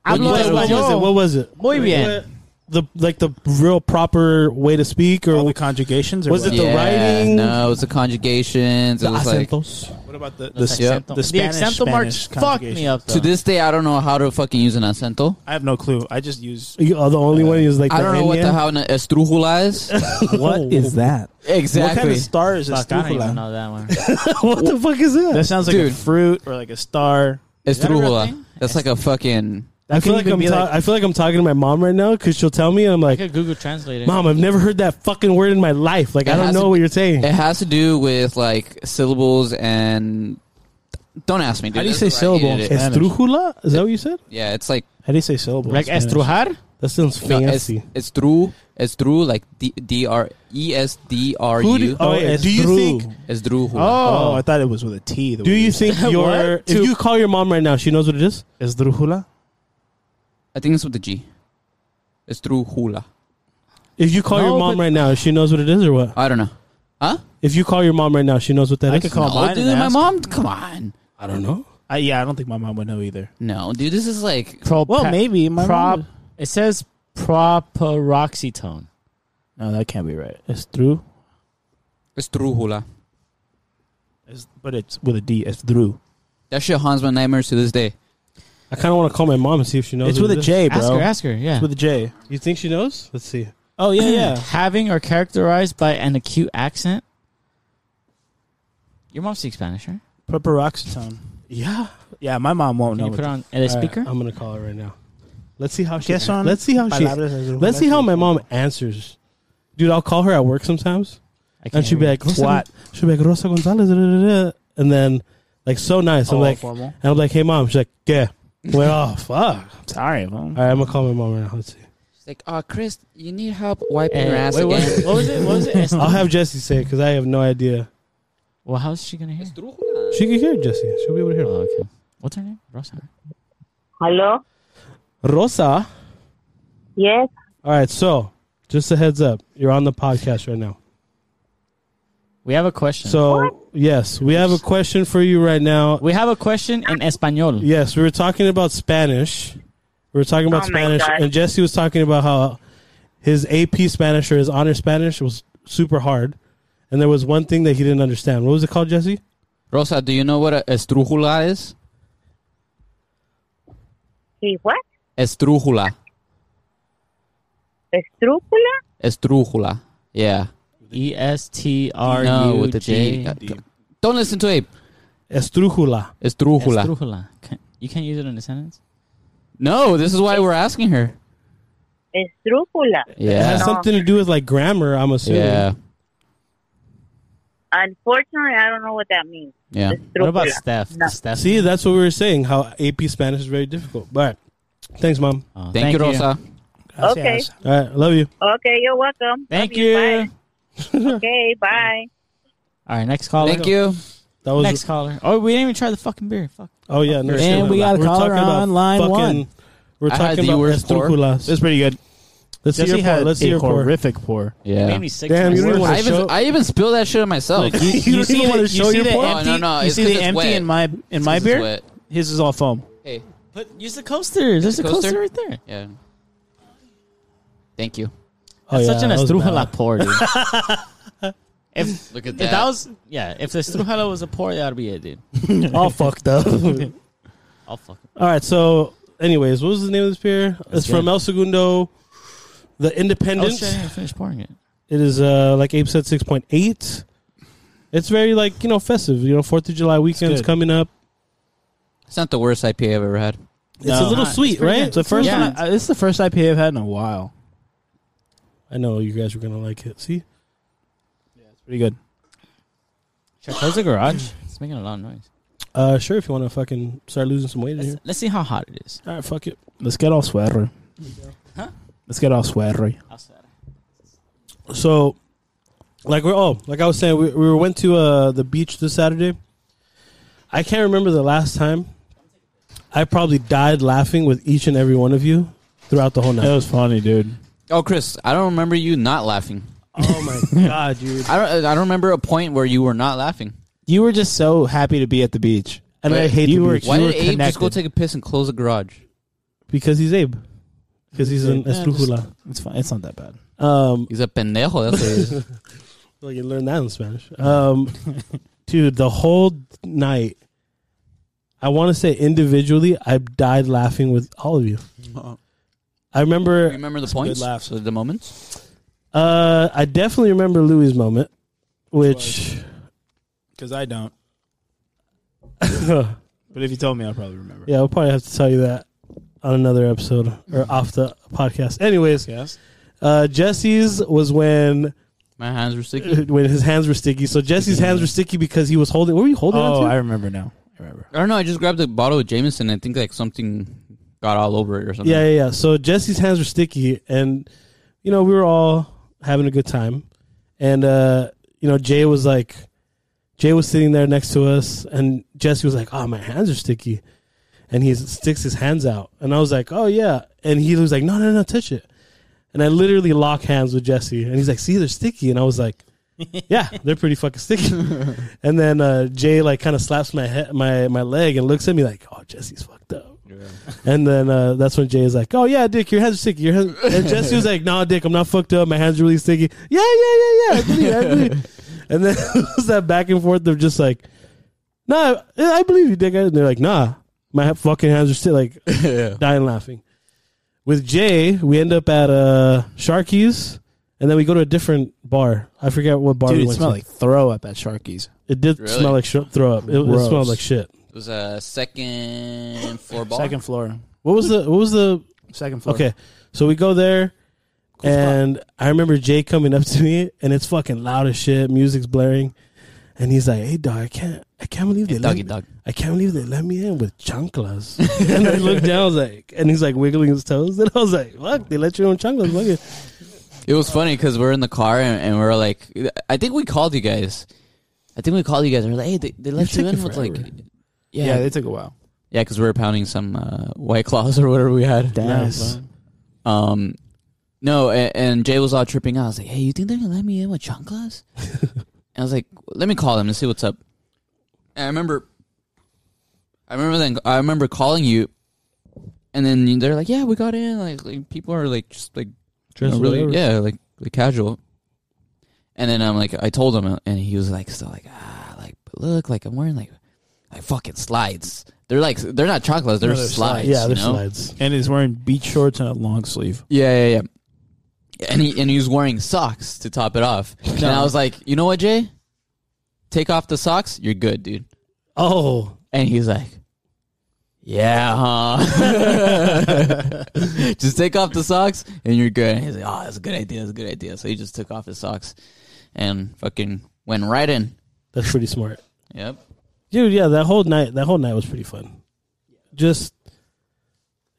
S5: I'm
S1: When you
S5: not
S1: said-
S3: what was it? What was it?
S5: Oh. Muy bien.
S3: What- The like the real proper way to speak, or
S1: Oh,
S4: all the conjugations. Or
S3: Was it
S4: what?
S3: the
S1: yeah,
S3: writing?
S1: No, it was the conjugations. It was like
S4: What about the,
S5: The,
S4: the,
S1: yep.
S5: accento-
S4: the Spanish-
S5: the accento marks
S4: Spanish
S5: fucked
S4: conjugation.
S5: me up. Though.
S1: to this day I don't know how to fucking use an acento.
S4: I have no clue. I just use
S3: You are the only one who's like.
S1: I
S3: the
S1: don't know what the
S3: Indian?
S1: how an estrujula is.
S3: What is
S4: that? What kind
S1: exactly.
S4: of star is a
S5: Fuck, I don't even
S4: strugula?
S5: know that one.
S3: what the fuck is
S4: That
S3: that?
S4: sounds like a
S1: Dude.
S4: fruit or like a star.
S5: Is that a real
S1: Estrujula.
S5: thing?
S1: That's like a fucking
S3: I feel like I'm. Ta- I feel like I'm talking to my mom right now because she'll tell me, and I'm
S5: I
S3: like,
S5: could Google Translate it.
S3: "Mom, I've never heard that fucking word in my life. Like,
S1: It
S3: I don't
S1: has
S3: know
S1: to-
S3: what you're saying."
S1: It has to do with like syllables and don't ask me. Dude.
S4: How do you
S1: That's what
S4: say
S1: I
S4: syllable?
S1: hated it.
S4: Spanish.
S3: Estrujula? Is that what you said?
S1: Yeah, it's like
S4: How do you say syllable?
S5: like estrujar?
S3: That sounds
S1: no, it's,
S3: fancy.
S1: it's true. It's true. Like D D R E S D R
S3: Who do-
S1: U.
S3: Oh, yeah. Do you think-
S1: It's true.
S4: Oh, I thought it was with a T.
S3: Do you think your if
S4: Two.
S3: you call your mom right now, she knows what it is?
S4: esdrújula?
S1: I think it's with the G. It's true hula.
S3: If you call
S4: No,
S3: your mom
S4: but-
S3: right now, she knows what it is or what?
S1: I don't know. Huh?
S3: If you call your mom right now, she knows what that is.
S4: I could call- Oh,
S1: No,
S4: mine
S1: dude,
S4: and
S1: my
S4: ask.
S1: mom. Come on.
S3: I don't know.
S4: I, yeah, I don't think my mom would know either.
S1: No, dude, this is like
S5: Pro-
S4: Well,
S5: pa-
S4: maybe my
S5: prop.
S4: mom.
S5: It says proparoxetone.
S4: No, that can't be right. It's through,
S1: it's true hula.
S4: but it's with a D. It's through.
S1: That shit haunts my nightmares to this day.
S3: I kind of want to call my mom and see if she knows.
S4: It's
S3: what
S4: with
S3: it
S4: a
S3: is.
S4: J, bro.
S5: Ask her. Ask her. Yeah.
S4: It's with a J.
S3: You think she knows? Let's see.
S4: Oh yeah, yeah.
S5: Having or characterized by an acute accent. Your mom speaks Spanish, right?
S4: Preparoxetone.
S3: Yeah,
S4: Yeah, my mom won't
S5: Can
S4: know.
S5: you put it
S4: what
S5: on at a
S3: All right,
S5: speaker?
S3: I'm gonna call her right now. Let's see how she.
S4: Guess on-
S3: let's see how she.
S4: Palabras
S3: Let's see how my mom answers. Dude, I'll call her at work sometimes,
S5: I
S3: and
S5: can't
S3: she'll be
S5: read.
S3: like, Rosa,
S4: Twat.
S3: She'll be like Rosa Gonzalez, da, da, da, da," and then like so nice. I'm
S4: Oh,
S3: like,
S4: formal.
S3: and I'm like, hey mom. She's like, yeah. Well, oh, fuck.
S4: Sorry, mom.
S3: All right, I'm gonna call my mom right now. Let's see.
S1: She's like, oh, Chris, you need help wiping
S5: Eh,
S1: your ass
S5: wait, what,
S1: again.
S5: was it? what was it? What was it? Est-
S3: I'll have Jesse say it because I have no idea.
S5: well, how's she gonna hear?
S3: She can hear Jesse. She'll be able to hear.
S5: Oh, okay. What's her name? Rosa.
S6: Hello?
S3: Rosa.
S6: Yes?
S3: All right, so just a heads up, you're on the podcast right now.
S5: We have a question.
S3: So yes, we have a question for you right now.
S5: we have a question in español.
S3: Yes, we were talking about Spanish. We were talking about
S6: Oh my
S3: Spanish,
S6: God.
S3: and Jesse was talking about how his AP Spanish or his honor Spanish was super hard, and there was one thing that he didn't understand. What was it called, Jesse?
S1: Rosa, do you know what a estrujula is?
S6: Sí, what?
S1: Estrujula.
S6: Estrúcula?
S1: Estrujula. Yeah.
S5: E S T R
S1: no,
S5: U
S1: with the D.
S5: J.
S1: Uh, d- Don't listen to Abe.
S3: Estrujula.
S1: Estrujula.
S5: Estrujula. Can- You can't use it in a sentence.
S1: no, this is why we're asking her.
S6: Estrúcula.
S3: It
S1: Yeah.
S3: has something to do with like grammar, I'm assuming.
S1: Yeah.
S6: Unfortunately, I don't know what that means.
S1: Yeah.
S6: Estrúcula.
S5: What about Steph?
S6: No.
S5: Steph.
S3: See, that's what we were saying. How AP Spanish is very difficult. But thanks, mom.
S5: Oh,
S1: Thank, you, Rosa.
S6: Okay.
S3: All right, love you.
S6: Okay, you're welcome.
S5: Thank
S6: Love you.
S5: you.
S6: Bye. okay, bye.
S5: All right, next caller.
S1: Thank you.
S3: That was
S5: Next caller. Oh, we didn't even try the fucking beer. Fuck.
S3: Oh yeah, no
S5: And
S3: shit.
S4: we got a
S3: We're
S4: caller
S3: talking about
S4: on line
S3: fucking-
S4: one.
S3: We're
S1: I had
S3: talking
S1: the
S3: about
S1: worst pour.
S3: estruculas.
S4: It's pretty good.
S3: Let's see your
S4: Jesse
S3: pour.
S4: had
S3: Let's
S4: a
S3: see your pour.
S4: horrific pour.
S1: Yeah.
S5: Made me sick.
S3: Damn,
S5: to
S3: you
S5: my
S3: didn't
S5: stomach.
S3: want
S1: I
S3: to
S1: even,
S3: show.
S1: I even spilled that shit on myself.
S4: You,
S3: You don't
S4: see
S3: even wanna
S4: the,
S3: show
S4: you see
S3: your
S4: the
S3: pour.
S4: empty,
S1: Oh, no, no,
S4: you
S1: it's
S4: see
S1: 'cause
S4: the
S1: it's
S4: empty
S1: wet.
S4: in my in my
S1: It's
S4: beer.
S1: wet.
S4: His is all foam.
S1: Hey.
S5: Put, use the coaster. There's a
S1: the
S5: coaster?
S1: coaster?
S5: right there.
S1: Yeah. Thank you.
S3: Oh,
S5: That's
S3: yeah,
S5: such an
S3: that was
S5: estrujula
S3: bad.
S5: pour, dude. if,
S1: Look at
S5: if
S1: that.
S5: that was yeah, if the estrujula was a pour, that would be it, dude.
S3: all fucked up. all
S5: I'll fuck.
S3: right, so anyways, what was the name of this beer? it's
S5: good. Oh,
S3: from El Segundo, the
S5: I was
S3: Independent.
S5: trying to finish pouring it.
S3: It is uh like Abe said, six point eight. It's very like you know festive. You know Fourth of July weekend's
S4: good.
S3: coming up.
S1: It's not the worst IPA I've ever had.
S3: It's
S4: No.
S3: a little
S5: It's
S3: sweet,
S5: pretty
S3: right?
S5: good.
S3: It's the first
S5: Yeah.
S3: one.
S4: I- I- it's the first IPA I've had in a while.
S3: I know you guys were gonna like it. See,
S4: It's pretty good.
S5: Should I close the garage? It's making a lot of noise.
S3: Uh, sure, if you want to fucking start losing some weight in
S5: Let's,
S3: here.
S5: let's see how hot it is.
S3: All right, fuck it.
S4: Let's get all sweatery.
S5: Huh?
S4: Let's get all sweatery.
S3: So, like we're oh, like I was saying, we, we went to uh, the beach this Saturday. I can't remember the last time. I probably died laughing with each and every one of you throughout the whole
S4: That
S3: night.
S4: was funny, dude.
S1: Oh, Chris, I don't remember you not laughing.
S3: Oh my god, dude!
S1: I don't. I don't remember a point where you were not laughing.
S4: You were just so happy to be at the beach.
S3: And I
S1: Wait,
S3: hate
S4: you
S3: the
S4: were-
S3: beach
S1: Why
S4: You
S1: did Abe just go
S4: connected.
S1: take a piss and close the garage?
S3: because he's Abe, because he's an
S4: Yeah, just-
S3: estrujula.
S4: It's fine. It's not that bad.
S3: Um,
S1: He's a pendejo. That's what he is.
S3: Well, you learn that in Spanish. Um, dude, the whole night, I want to say individually, I died laughing with all of you.
S4: Uh-huh.
S3: I
S1: You
S3: remember,
S1: remember the points?
S3: laughs.
S1: The moments?
S3: uh, I definitely remember Louis' moment, which
S4: Because I don't. But if you told me, I'll probably remember.
S3: yeah, we'll probably have to tell you that on another episode or off the podcast. Anyways,
S4: Yes.
S3: uh, Jesse's was when
S1: My hands were sticky.
S3: when his hands were sticky. So Jesse's hands were sticky because he was holding. What were you holding?
S4: Oh,
S3: on to?
S4: I remember now. I remember.
S1: I don't know. I just grabbed a bottle of Jameson. and I think like something got all over it or something.
S3: Yeah, yeah, yeah. So Jesse's hands were sticky, and you know we were all having a good time, and uh, you know Jay was like, Jay was sitting there next to us, and Jesse was like, "Oh, my hands are sticky," and he sticks his hands out, and I was like, "Oh yeah," and he was like, "No, no, no, touch it," and I literally lock hands with Jesse, and he's like, "See, they're sticky," and I was like. yeah, they're pretty fucking sticky. and then uh, Jay like kind of slaps my head, my my leg, and looks at me like, "Oh, Jesse's fucked up." And then uh, that's when Jay is like, "Oh yeah, Dick, your hands are sticky." Your hands... And Jesse was like, "No, Dick, I'm not fucked up. My hands are really sticky." Yeah, yeah, yeah, yeah. I believe, I believe. and then it was that back and forth. They're just like, "Nah, yeah, I believe you, Dick." And they're like, "Nah, my ha- fucking hands are still like dying laughing." With Jay, we end up at uh, Sharky's, and then we go to a different bar. I forget what bar we
S4: Dude, it
S3: went
S4: smelled
S3: to.
S4: like throw up at Sharky's.
S3: it did
S1: Really?
S3: smell like sh- throw up. It, it
S4: Gross.
S3: smelled like shit.
S1: It was a second floor ball.
S4: Second floor.
S3: What was the what was the
S4: Second floor.
S3: Okay, so we go there, and I remember Jay coming up to me, and it's fucking loud as shit. Music's blaring, and he's like, "Hey, dog, I can't, I can't believe they let
S1: Doggy
S3: me,
S1: dog.
S3: I can't believe they let me in with chanclas." and I looked down, I was like, and he's like wiggling his toes, and I was like, "Fuck, they let you in with chanclas." Look at
S1: It was funny because we're in the car and, and we're like, I think we called you guys. I think we called you guys. and We're like, hey, they, they let
S3: You're
S1: you in
S3: taking
S1: with like,
S3: forever.
S1: yeah,
S4: Yeah,
S1: yeah,
S4: they took a while.
S1: because we were pounding some uh, white claws or whatever we had.
S3: Nice.
S4: Damn,
S1: Um, no, and, and Jay was all tripping out. I was like, hey, you think they're gonna let me in with chanclas? and I was like, let me call them and see what's up. And I remember, I remember then I remember calling you, and then they're like, yeah, we got in. Like, like people are like just like you know,
S3: Oh,
S1: really yeah like like casual. And then I'm like, I told him, uh, and he was like, still like ah like but look like I'm wearing like like fucking slides. They're like they're not chocolates, they're,
S4: No, they're
S1: slides.
S4: slides.
S3: yeah,
S1: you
S3: they're
S1: know?
S3: slides.
S4: And he's wearing beach shorts and a long sleeve.
S1: Yeah, yeah, yeah. And he and he was wearing socks to top it off. And I was like, you know what, Jay? Take off the socks, you're good, dude.
S3: Oh,
S1: And he's like, yeah, huh? just take off the socks and you're good. And he's like, oh, that's a good idea. That's a good idea. So he just took off his socks and fucking went right in.
S3: that's pretty smart,
S1: Yep.
S3: dude. Yeah, that whole night, that whole night was pretty fun. Just,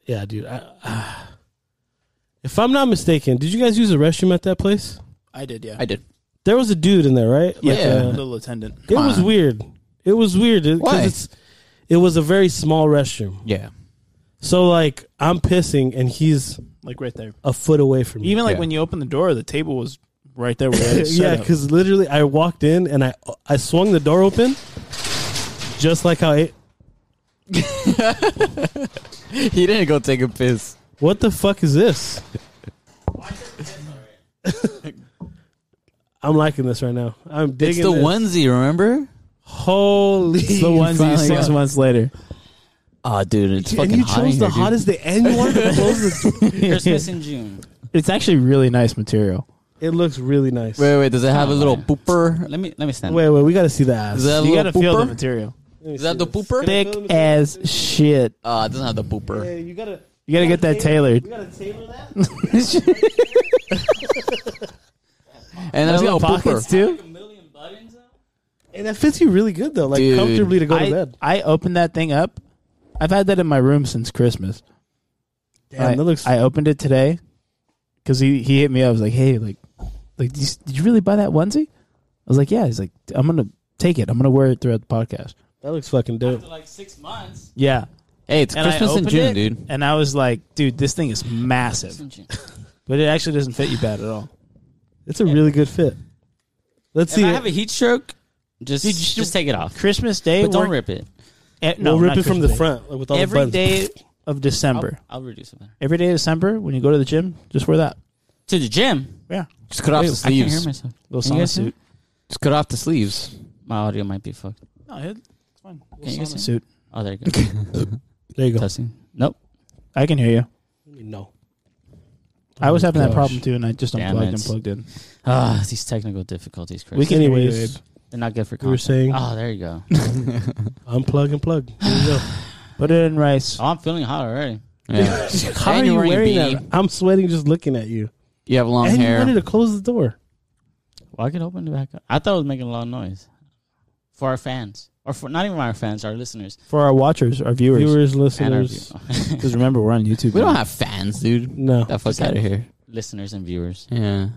S3: yeah, dude. I, if I'm not mistaken, did you guys use the restroom at that place?
S4: I did, yeah.
S1: I did.
S3: There was a dude in there, right? Like,
S1: Yeah.
S3: uh,
S4: little attendant.
S3: it was
S1: on.
S3: weird. It was weird. It, 'cause
S1: Why?
S3: It's, it was a very small restroom.
S1: Yeah.
S3: So like I'm pissing and he's
S4: Like right there.
S3: a foot away from me.
S4: Even like
S1: Yeah.
S4: when you open the door, the table was right there. Where it
S3: yeah, because literally I walked in and I I swung the door open, just like how it.
S1: He didn't go take a piss.
S3: What the fuck is this? I'm liking this right now. I'm
S1: It's
S3: digging
S1: the
S3: this.
S1: onesie, remember?
S3: Holy,
S4: it's the onesie
S1: finally
S4: six
S1: got-
S4: months later.
S1: Oh, dude, it's
S3: and
S1: fucking
S3: you
S1: hot in
S3: chose
S1: here,
S3: the
S1: dude.
S3: hottest day, and you wanted to close the.
S5: Christmas in June.
S4: It's actually really nice material.
S3: It looks really nice.
S1: Wait, wait, does it have a little
S5: man.
S1: pooper?
S5: Let me let me stand.
S3: Wait, wait, we gotta see the ass.
S1: Oh, Does it have a
S4: You
S1: little
S4: gotta feel the
S1: pooper?
S4: material.
S1: Is that the pooper?
S4: Thick as shit.
S1: Uh, it doesn't have the pooper.
S3: you gotta,
S4: You gotta get that tailored.
S3: gotta tailor that.
S1: And there's a
S4: It's
S1: little
S4: got pockets
S1: pooper.
S4: too.
S3: And that fits you really good though, like
S1: Dude.
S3: comfortably to go to
S4: I,
S3: bed.
S4: I opened that thing up. I've had that in my room since Christmas.
S3: Damn,
S4: I,
S3: that looks.
S4: I opened it today because he, he hit me up. I was like, hey, like, like did you, did you really buy that onesie? I was like, yeah. He's like, I'm gonna take it. I'm gonna wear it throughout the podcast.
S3: that looks fucking dope.
S5: like six months.
S4: Yeah.
S1: Hey, it's
S4: And I
S1: Christmas in
S4: opened
S1: June,
S4: it,
S1: dude.
S4: And I was like, dude, this thing is massive, but it actually doesn't fit you bad at all.
S3: It's a really good fit. Let's
S5: If
S3: see.
S5: I have a heat stroke, just
S4: Dude, you should-
S5: just take it off.
S4: Christmas Day.
S5: But don't
S4: work-
S5: rip it.
S4: eh,
S3: we'll
S4: no,
S3: rip
S4: not
S3: it from
S4: Christmas
S3: the
S4: Day.
S3: front, like with all the
S4: Every
S3: buttons.
S4: day of
S5: I'll,
S4: December.
S5: I'll reduce it then.
S4: Every day of December, when you go to the gym, just wear that.
S5: To the gym.
S4: Yeah.
S1: Just cut off the
S5: Wait, I can't hear
S1: sleeves.
S5: myself.
S4: Little
S5: Can you
S4: sauna
S5: guys hear
S4: suit.
S1: Just cut off the sleeves.
S5: My audio might be fucked.
S4: No, it's fine.
S5: Can you guys
S4: Little
S5: hear?
S4: sauna suit.
S5: Oh, there you go.
S3: There you go.
S5: Testing. Nope.
S4: I can hear you.
S3: No. Oh
S4: I was having that
S3: gosh.
S4: problem too, and I just
S5: Damn
S4: unplugged
S5: it.
S4: and plugged in.
S5: Ah, these technical difficulties, Chris.
S4: We can hear you,
S3: Anyways.
S4: Abe.
S5: They're not good for content.
S3: We were saying-
S5: Oh, there you go.
S3: Unplug and plug. There you go.
S4: Put it in rice.
S5: Oh, I'm feeling hot already.
S1: Yeah.
S3: How are
S1: And
S3: you
S1: you're wearing a
S3: wearing that?
S1: beanie.
S3: I'm sweating just looking at you.
S1: you have long
S3: and you
S1: hair.
S3: wanted to close the door.
S5: Well, I could open it back up. I thought it was making a lot of noise for our fans, or for not even our fans, our listeners.
S4: For our watchers, our viewers,
S3: Viewers,
S5: And our
S3: listeners.
S5: view-
S4: because remember we're on YouTube.
S1: we
S4: now.
S1: don't have fans, dude.
S3: No.
S1: That fuck out of here.
S5: listeners and viewers.
S1: Yeah.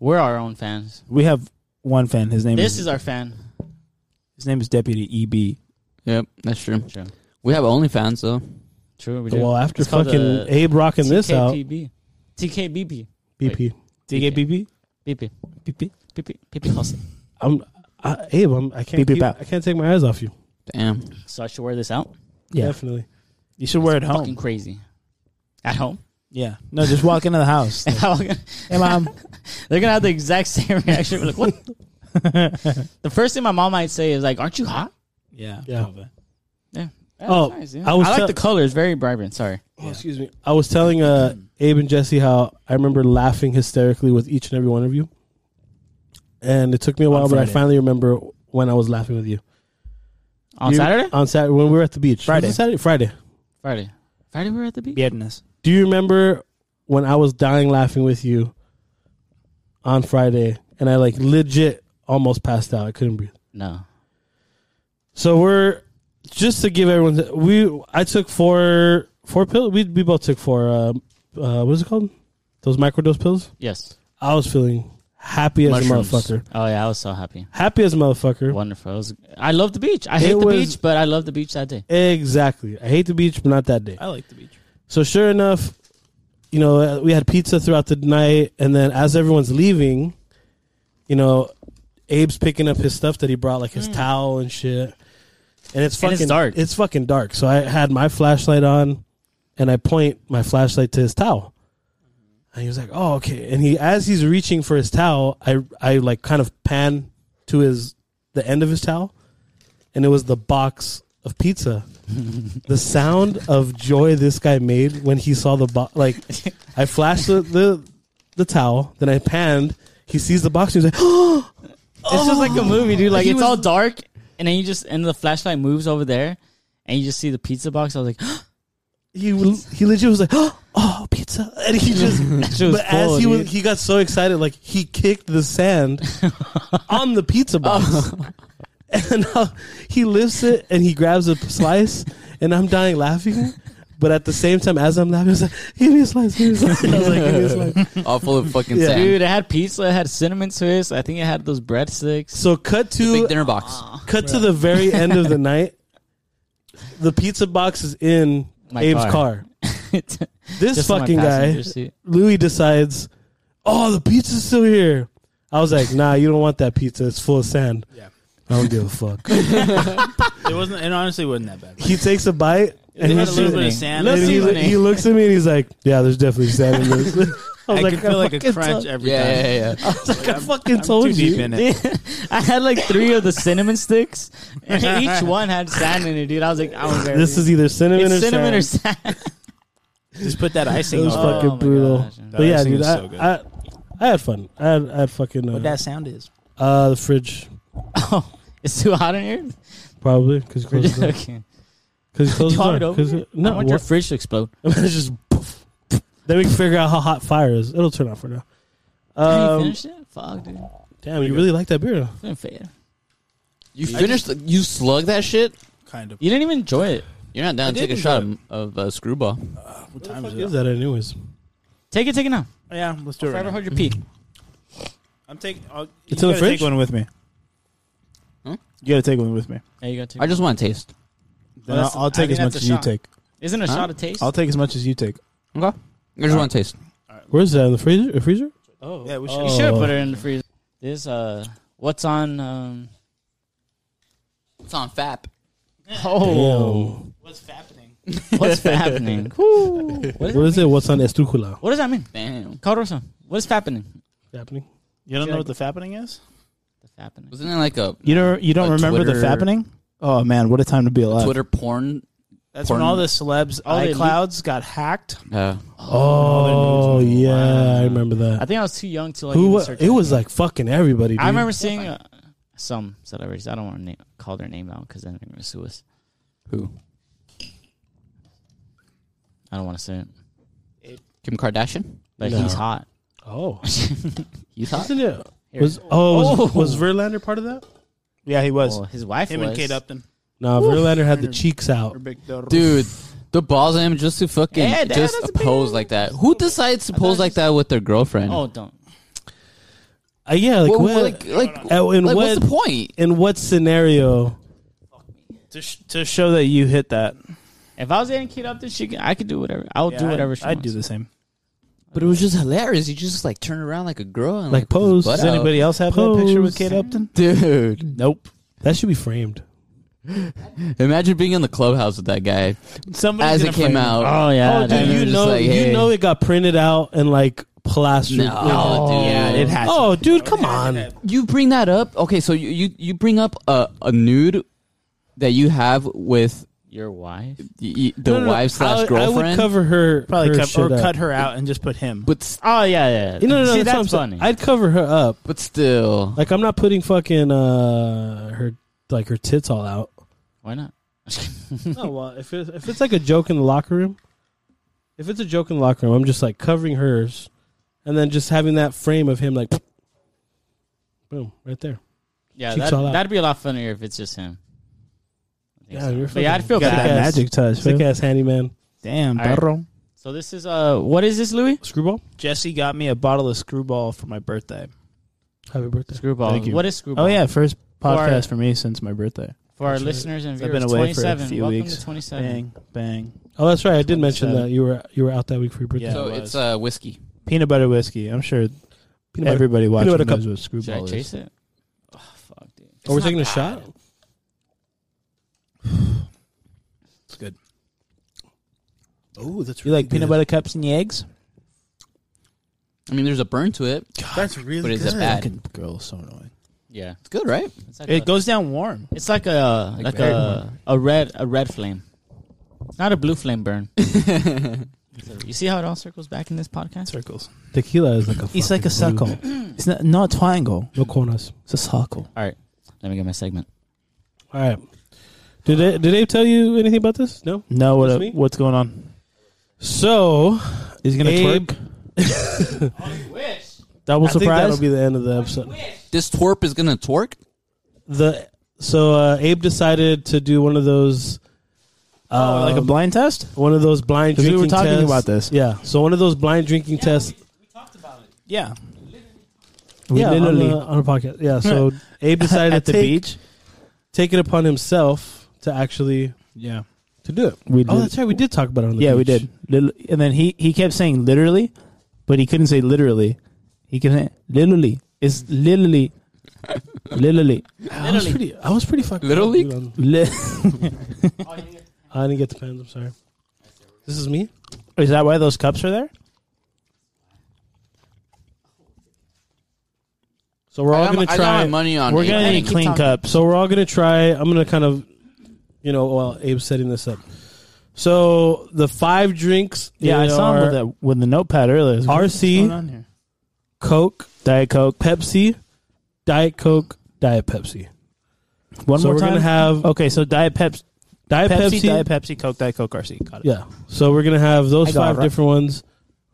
S5: We're our own fans.
S4: we have one fan. His name
S5: This
S4: is,
S5: is our fan.
S4: his name is Deputy E B.
S1: Yep, that's true.
S5: True.
S1: We have OnlyFans though.
S5: True. We do.
S3: Well, after
S5: It's called,
S3: fucking
S5: uh,
S3: Abe rocking this out,
S5: TKPB. TKBP.
S3: BP.
S4: DKBB?
S5: BP.
S4: BP?
S5: BP. BP. Jose.
S3: I'm I, Uh, Abe. I'm, I can't.
S4: Beep, beep,
S3: keep-
S4: bap.
S3: I can't take my eyes off you.
S1: Damn.
S5: So I should wear this out.
S4: Yeah.
S3: Definitely.
S4: You should wear it home.
S5: Fucking crazy. At home.
S4: yeah. No, just walk into the house. Like, hey, mom.
S5: They're gonna have the exact same reaction. We're like, what? the first thing my mom might say is like, "Aren't you hot?"
S4: Yeah.
S3: Yeah.
S4: probably.
S5: Yeah,
S3: Oh,
S5: it's yeah.
S3: I
S5: I,
S3: was
S5: like
S3: tell-
S5: the colors. Very vibrant. Sorry.
S3: Oh, excuse me. I was telling uh, Abe and Jesse how I remember laughing hysterically with each and every one of you, and it took me a while, but I
S4: Friday.
S3: finally remember when I was laughing with you
S5: On
S3: You-
S5: Saturday.
S3: On Saturday, when we were at the beach, Was it
S4: Friday.
S3: Saturday, Friday.
S5: Friday. Friday we were at the beach.
S4: Viernes.
S3: Do you remember when I was dying laughing with you on Friday, and I like legit almost passed out. I couldn't breathe.
S5: No.
S3: So we're just to give everyone we I took four four pills. We we both took four. Uh, uh, what is it called? Those microdose pills.
S5: Yes.
S3: I was feeling happy as
S1: Mushrooms.
S3: a motherfucker.
S5: Oh yeah, I was so happy.
S3: Happy as a motherfucker.
S5: Wonderful. It was, I love the beach. I hate
S3: It
S5: the
S3: was-
S5: beach, but I love the beach that day.
S3: Exactly. I hate the beach, but not that day.
S4: I like the beach.
S3: So sure enough, you know, uh, we had pizza throughout the night, and then as everyone's leaving, you know, Abe's picking up his stuff that he brought, like his towel and shit. Mm. And it's
S5: And
S3: fucking
S5: it's dark.
S3: It's fucking dark. So I had my flashlight on, and I point my flashlight to his towel, and he was like, "Oh, okay." And he, as he's reaching for his towel, I, I like kind of pan to his the end of his towel, and it was the box of pizza. the sound of joy this guy made when he saw the box, like I flashed the, the the towel, then I panned. He sees the box. And he's like, "Oh,
S5: It's just like a movie, dude. Like
S3: He
S5: it's
S3: was-
S5: all dark, and then you just and the flashlight moves over there, and you just see the pizza box. I was like,
S3: he he legit was like, oh, pizza!" And he just,
S5: Shit was
S3: but as
S5: full,
S3: he
S5: dude.
S3: was, he got so excited, like he kicked the sand on the pizza box,
S5: Oh.
S3: and uh, he lifts it and he grabs a slice, and I'm dying laughing. But at the same time, as I'm laughing, I was like, "Give me a slice, give me a slice." I was like, "Give me a slice."
S1: All full of fucking
S3: Yeah.
S1: sand.
S5: dude, it had pizza, it had cinnamon twists. I think it had those breadsticks.
S3: So cut to
S1: Big dinner box.
S3: cut to the very end of the night. The pizza box is in
S5: My
S3: Abe's
S5: car.
S3: car.
S5: Just
S3: This
S5: on my
S3: fucking guy,
S5: passenger seat.
S3: Louis decides, "Oh, the pizza's still here." I was like, "Nah, you don't want that pizza. It's full of sand."
S4: Yeah.
S3: I don't give a fuck.
S4: It wasn't. It honestly wasn't that bad.
S3: he takes a bite and
S4: It
S3: he,
S4: had a little bit
S3: looks-
S4: of sand.
S3: and
S4: in
S3: he,
S4: it.
S3: he looks at me and he's like, "Yeah, there's definitely sand in this." I was
S4: I
S3: like,
S4: could feel like a
S3: fucking
S4: crunch
S3: told-
S4: every
S1: Yeah,
S4: time.
S1: yeah, yeah.
S3: I was like, "I fucking
S4: I'm
S3: told
S4: too
S3: you."
S4: deep in it.
S5: I had like three of the cinnamon sticks, and each one had sand in it, dude. I was like, I don't care.
S3: This is either cinnamon or
S5: it's cinnamon
S3: sand.
S5: or sand. Oh
S4: Just put that icing
S3: It was
S4: on.
S3: fucking
S5: my
S3: brutal.
S5: gosh.
S3: But yeah,
S4: icing
S3: dude,
S4: is
S3: I,
S4: so good.
S3: I I had fun. I had, I had fucking uh,
S4: What that sound is.
S3: uh, the fridge
S5: Oh, it's too hot in here.
S3: probably because he closed the door.
S5: okay.
S3: Because he
S5: Do
S3: closed
S5: you
S3: the
S5: want it
S3: door.
S5: over?
S3: 'Cause
S5: here?
S3: it- No,
S5: I want your
S3: what-
S5: fridge to explode.
S3: it's just. poof, poof. Then we can figure out how hot fire is. It'll turn off for now.
S5: Can you
S3: Um,
S5: finish it? Fuck, dude.
S3: damn, you really like that beer.
S5: Couldn't fit.
S1: You finished. the- you slug that shit.
S7: kind of.
S5: You didn't even enjoy it.
S1: You're not down to take a
S7: did
S1: shot
S7: enjoy
S1: of, of uh, screwball.
S7: What time
S3: What
S7: is
S3: the fuck
S7: it?
S3: is that anyways?
S5: Take it, take it now. Mm-hmm.
S4: Yeah, let's do it.
S5: Forever hold your pee.
S7: I'm taking.
S2: uh,
S7: I'll,
S3: in
S4: It's
S3: the
S4: you gotta
S3: fridge?
S4: take one with me.
S1: Huh?
S4: You gotta take one with me.
S5: Yeah, you got to.
S1: I just want to taste.
S4: Then
S7: that's-
S4: I'll, I'll
S7: I
S4: take
S7: think
S4: as much
S7: that's a
S4: as you
S7: shot.
S4: take.
S5: Isn't a
S1: Huh?
S5: shot a taste?
S4: I'll take as much as you take.
S1: Okay. I just want to taste.
S3: Where's that in the freezer? A freezer?
S5: oh,
S4: Yeah, we should-
S5: You should
S3: Oh.
S5: put it in the freezer. This uh, what's on? Um,
S1: It's on FAP.
S5: oh,
S4: What's happening?
S5: what's happening? Woo. What, is,
S3: What is it? What's on estrucula?
S5: what does that mean?
S1: Damn.
S5: Korosan, what is happening?
S3: Happening?
S4: You don't know what the fappening is?
S5: What's happening?
S1: Wasn't it like a
S4: You don't. You don't
S1: A
S4: remember the
S1: Twitter-
S4: fappening? Oh man, what a time to be alive!
S1: Twitter porn?
S4: That's
S1: porn-
S4: when all the celebs
S5: all the
S4: iClouds got hacked.
S1: Uh,
S3: Oh, yeah, I remember that.
S5: I think I was too young to like.
S3: Who?
S5: even
S3: wa-
S5: search
S3: It
S5: that.
S3: was like fucking everybody. Dude.
S5: I remember seeing uh, some celebrities. I don't want to name, call their name out because then they're gonna sue us.
S1: who?
S5: I don't want to say it.
S1: Kim Kardashian?
S5: But
S3: No.
S5: he's hot.
S3: Oh,
S1: You thought?
S3: isn't it?
S5: Here.
S3: Was oh, was,
S5: Oh.
S3: was Verlander part of that?
S4: Yeah, he was.
S1: Oh,
S5: Well, his wife
S4: Him
S5: was.
S4: and Kate Upton.
S3: No, Verlander had the cheeks out.
S1: Dude, the balls in him just to fucking
S5: Yeah, that-
S1: just
S5: that's a
S1: pose like that. Who decides to pose like that with their girlfriend?
S5: Oh, don't.
S3: Uh, yeah, like
S1: What-
S3: what?
S1: like, like,
S3: Uh, in
S1: like,
S3: what-
S1: what's the point?
S3: in what scenario?
S4: to, sh- to show that you hit that.
S5: If I was dating Kate Upton, she could, I could do whatever. I would do whatever she
S4: I'd,
S5: wants.
S4: do the same.
S1: But it was just hilarious. You just like turn around like a girl and
S3: Like,
S1: put his
S3: pose.
S1: butt
S4: Does
S1: out.
S4: anybody else have that picture with
S3: Pose.
S4: Kate Upton?
S1: Dude,
S4: Nope.
S3: That should be framed.
S1: imagine being in the clubhouse with that guy
S4: Somebody
S1: as it came out.
S5: Oh yeah.
S3: oh,
S5: that-
S3: dude,
S1: and
S3: you
S1: it's
S3: know,
S1: like,
S3: you
S1: hey.
S3: know, it got printed out and like plastered.
S1: No, dude.
S4: Yeah, it had.
S3: Oh, dude, come on.
S1: You bring that up. Okay, so you you, you bring up a, a nude that you have with
S5: Your wife?
S1: y- y- the
S3: No, no, no.
S1: wife
S3: I-
S1: slash
S3: I would
S1: girlfriend.
S3: cover her,
S4: probably
S3: her
S4: cut,
S3: shit
S4: or
S3: up.
S4: cut her out and just put him.
S1: but s-
S5: Oh yeah, yeah.
S3: You know, no, no,
S5: See,
S3: that's, what I'm
S5: that's
S3: saying.
S5: funny.
S3: I'd cover her up.
S1: but still,
S3: Like I'm not putting fucking uh her like her tits all out.
S5: Why not?
S3: no, well, if it's, if it's like a joke in the locker room, if it's a joke in the locker room, I'm just like covering hers, and then just having that frame of him like, boom, right there.
S5: Yeah,
S3: Cheeks
S5: that,
S3: all out.
S5: that'd be a lot funnier if it's just him. I
S3: Yeah,
S5: think so.
S3: you're
S5: but yeah, I'd
S3: fucking-
S5: feel
S4: got
S5: bad.
S4: that
S3: ass.
S4: magic touch.
S3: Sick
S4: fam.
S3: ass handyman.
S4: Damn,
S5: All right.
S4: perro.
S5: So this is uh, what is this, Louis?
S3: Screwball.
S4: Jesse got me a bottle of Screwball for my birthday.
S3: Happy birthday.
S5: Screwball.
S4: Thank you.
S5: What is screwball?
S4: Oh yeah, first podcast
S5: podcast
S4: for, me since my birthday.
S5: For our
S3: That's right.
S5: listeners and
S4: I've
S5: viewers,
S4: been away for a
S5: 27.
S4: few
S5: Welcome
S4: weeks.
S5: to 27.
S4: Bang, bang.
S3: Oh, that's right. I did mention
S4: 27.
S3: that you were you were out that week for your birthday.
S4: Yeah,
S1: so
S4: it was.
S1: it's uh, whiskey.
S4: Peanut butter whiskey. I'm sure
S3: Peanut butter.
S4: everybody watching
S3: butter cup.
S4: knows what
S5: Should I
S4: Screwball
S5: chase
S4: is.
S5: it? Oh, fuck, dude.
S3: Oh, we're taking a shot.
S4: It's good.
S7: Oh, that's
S4: You
S7: really
S4: like peanut
S7: good.
S4: butter cups and the eggs?
S1: I mean, there's a burn to it.
S7: That's really
S1: But is
S7: good.
S1: it bad?
S4: Fucking girl, is so annoying.
S5: Yeah.
S1: It's good, right?
S5: It's like,
S4: It
S5: a,
S4: goes down warm.
S5: it's like a like,
S1: very
S5: a a red a red flame. It's not a blue flame burn. you see how it all circles back in this podcast?
S4: Circles.
S3: Tequila is like a.
S4: It's like a
S3: fucking
S4: circle.
S3: blue.
S4: it's not not a triangle.
S3: No corners.
S4: It's a circle.
S5: All right. Let me get my segment.
S3: All right. Did they, did Abe tell you anything about this? No.
S4: No, what
S3: Just
S4: up-
S3: me?
S4: what's going on?
S3: So
S4: Is he gonna
S3: Abe-
S4: twerk?
S3: I
S4: Double
S3: think that'll
S4: surprise.
S3: be the end of the episode.
S1: This twerp is gonna torque.
S3: The so uh, Abe decided to do one of those.
S4: Oh, like a
S3: um,
S4: blind test?
S3: one of those blind
S4: 'Cause we
S3: drinking
S4: were talking
S3: tests.
S4: about this.
S3: Yeah. So one of those blind drinking tests.
S4: Yeah. We
S3: yeah, uh,
S4: literally
S3: on a, on a podcast. Yeah. So Abe decided
S4: at
S3: to
S4: the
S3: take,
S4: beach.
S3: take it upon himself to actually
S4: Yeah.
S3: to do it.
S4: We did.
S3: Oh, that's right. We did talk about it on the
S4: yeah, we
S3: beach.
S4: did. Lit- And then he he kept saying literally, but he couldn't say literally. He kept saying literally. It's literally, literally.
S3: I was pretty. I was pretty fucking.
S1: Little
S3: up,
S1: league?
S3: dude, on-
S4: Li-
S3: I didn't get the pens. I'm sorry. This is me.
S4: Is that why those cups are there?
S3: So we're
S1: I
S3: all
S1: got
S3: gonna
S1: my- I
S3: try.
S1: got my money on.
S4: We're
S1: Abe.
S4: gonna need
S5: keep
S4: clean
S5: talking.
S4: cups.
S3: So we're all gonna try. I'm gonna kind of, you know, while Abe's setting this up. So the five drinks.
S4: Yeah, I
S3: they
S4: saw him
S3: are
S4: with the with the notepad earlier. What's
S3: RC.
S4: going on here?
S3: Coke,
S4: Diet Coke.
S3: Pepsi, Diet Coke, Diet Pepsi.
S4: One
S3: so
S4: more
S3: we're
S4: time.
S3: gonna have
S4: okay, so Diet Peps,
S3: Diet
S4: Pepsi,
S3: Pepsi.
S4: Diet Pepsi, Coke, Diet Coke, RC. Got it.
S3: yeah. So we're gonna have those
S4: I got it
S3: five
S4: right.
S3: different ones.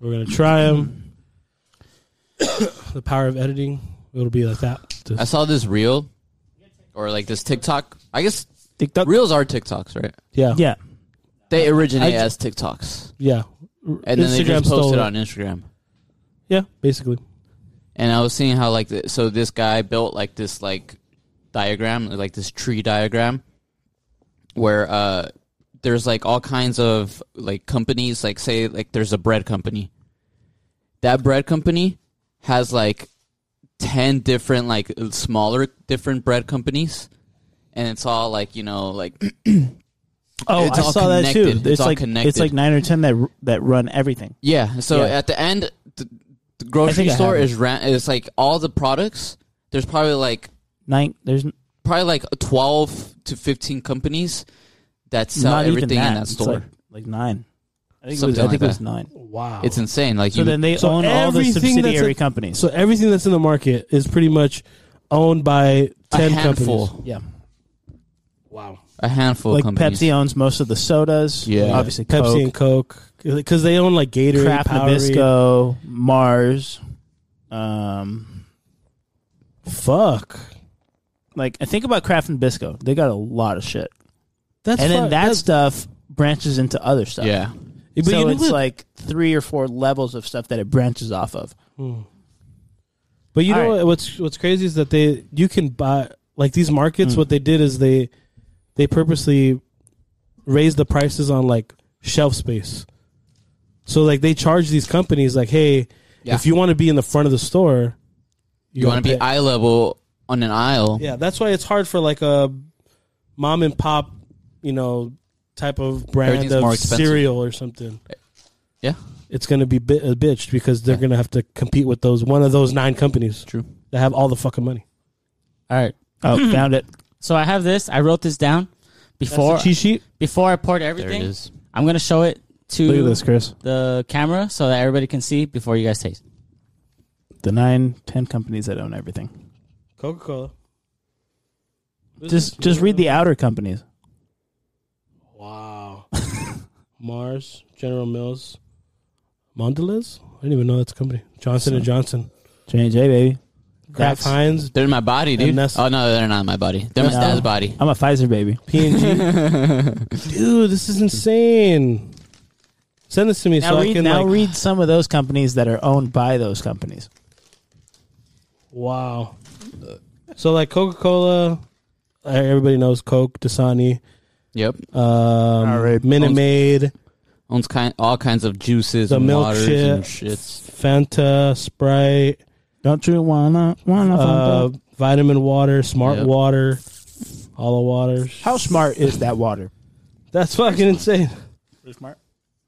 S3: We're gonna try them. the power of editing. It'll be like that.
S1: I saw this reel or like this TikTok. I guess
S4: TikTok.
S1: reels are TikToks, right?
S3: Yeah.
S4: Yeah.
S1: They originate
S4: I-
S1: as TikToks,
S3: Yeah.
S1: and then they just
S3: stole
S1: post it
S3: it.
S1: on Instagram.
S3: Yeah, basically.
S1: And I was seeing how like the, so this guy built like this like diagram, like this tree diagram, where uh there's like all kinds of like companies, like say like there's a bread company. That bread company has like ten different like smaller different bread companies, and it's all like you know like
S4: Oh,
S1: It's
S4: I
S1: all
S4: saw that too.
S1: connected.
S4: It's,
S1: It's all
S4: like it's
S1: connected.
S4: like nine or ten that that run everything.
S1: Yeah. So
S4: Yeah.
S1: at the end, the, the
S4: I
S1: grocery
S4: think I
S1: store
S4: have it.
S1: is ran. It's like all the products. There's probably like
S4: Nine. There's n-
S1: probably like twelve to fifteen companies that sell
S4: not even
S1: everything
S4: that.
S1: in that
S4: It's
S1: store.
S4: like, like nine. I think, it was,
S1: Something
S4: I think
S1: like
S4: it was
S1: that.
S4: nine.
S3: Wow.
S1: it's insane. Like
S4: So
S1: you,
S4: then they
S3: So
S4: own all the
S3: everything that's
S4: subsidiary
S3: a-
S4: companies.
S3: so everything that's in the market is pretty much owned by
S1: a
S3: 10
S1: handful,
S3: companies.
S4: yeah,
S3: Wow.
S1: a handful
S4: like
S1: of companies.
S4: Pepsi owns most of the sodas.
S1: Yeah.
S4: obviously
S3: Pepsi
S4: Coke,
S3: and Coke because they own like Gatorade,
S4: Kraft
S3: Powerade.
S4: Nabisco, Mars. Um,
S3: Fuck.
S4: like I think about Kraft Nabisco. They got a lot of shit,
S3: That's
S4: and
S3: fuck-
S4: then that
S3: that's-
S4: stuff branches into other stuff.
S1: Yeah.
S3: but
S4: so
S3: you know
S4: it's
S3: what?
S4: like three or four levels of stuff that it branches off of.
S3: But you know
S4: All right.
S3: what, what's what's crazy is that they you can buy like these
S1: Hmm.
S3: markets. What they did is they they purposely raised the prices on like shelf space. So like they charge these companies like, hey,
S1: Yeah.
S3: if you want to be in the front of the store,
S1: You want to be
S3: gotta pay.
S1: eye level on an aisle.
S3: yeah. That's why it's hard for like a mom and pop, you know, type of brand
S1: Everything's more
S3: of
S1: expensive.
S3: cereal or something.
S1: Yeah.
S3: It's gonna be bi- uh, bitched because they're gonna have to compete with those one of those nine companies
S1: True.
S3: that have all the fucking money.
S5: All right.
S4: Oh, found it.
S5: So I have this. I wrote this down before
S3: cheat sheet.
S5: before I poured
S1: There
S5: everything.
S1: it is.
S5: I'm gonna show it
S4: Look at
S5: to
S4: this, Chris.
S5: the camera so that everybody can see before you guys taste.
S4: The nine, ten companies that own everything.
S3: Coca Cola.
S4: Just, just read the outer companies.
S3: Wow. Mars, General Mills, Mondelez. I didn't even know that's a company. Johnson and Johnson,
S4: J and J, baby.
S3: Kraft Heinz,
S1: They're in my body, dude.
S3: And that's-
S1: oh no, they're not in my body. They're my
S4: No.
S1: dad's body.
S4: I'm a Pfizer baby.
S3: P and G. Dude, this is insane. Send this to me
S4: Now,
S3: so I
S4: read,
S3: can
S4: now
S3: like.
S4: read some of those companies that are owned by those companies.
S3: Wow. So like Coca Cola, everybody knows Coke, Dasani,
S1: Yep.
S3: um,
S4: right.
S3: Minute Maid,
S1: Owns kind all kinds of juices
S3: the
S1: and
S3: milk
S1: waters
S3: shit,
S1: and shits.
S3: Fanta, Sprite,
S4: Don't you wanna wanna?
S3: uh, vitamin water, Smart
S1: Yep.
S3: Water, all the waters.
S4: How smart is that water?
S3: That's fucking insane.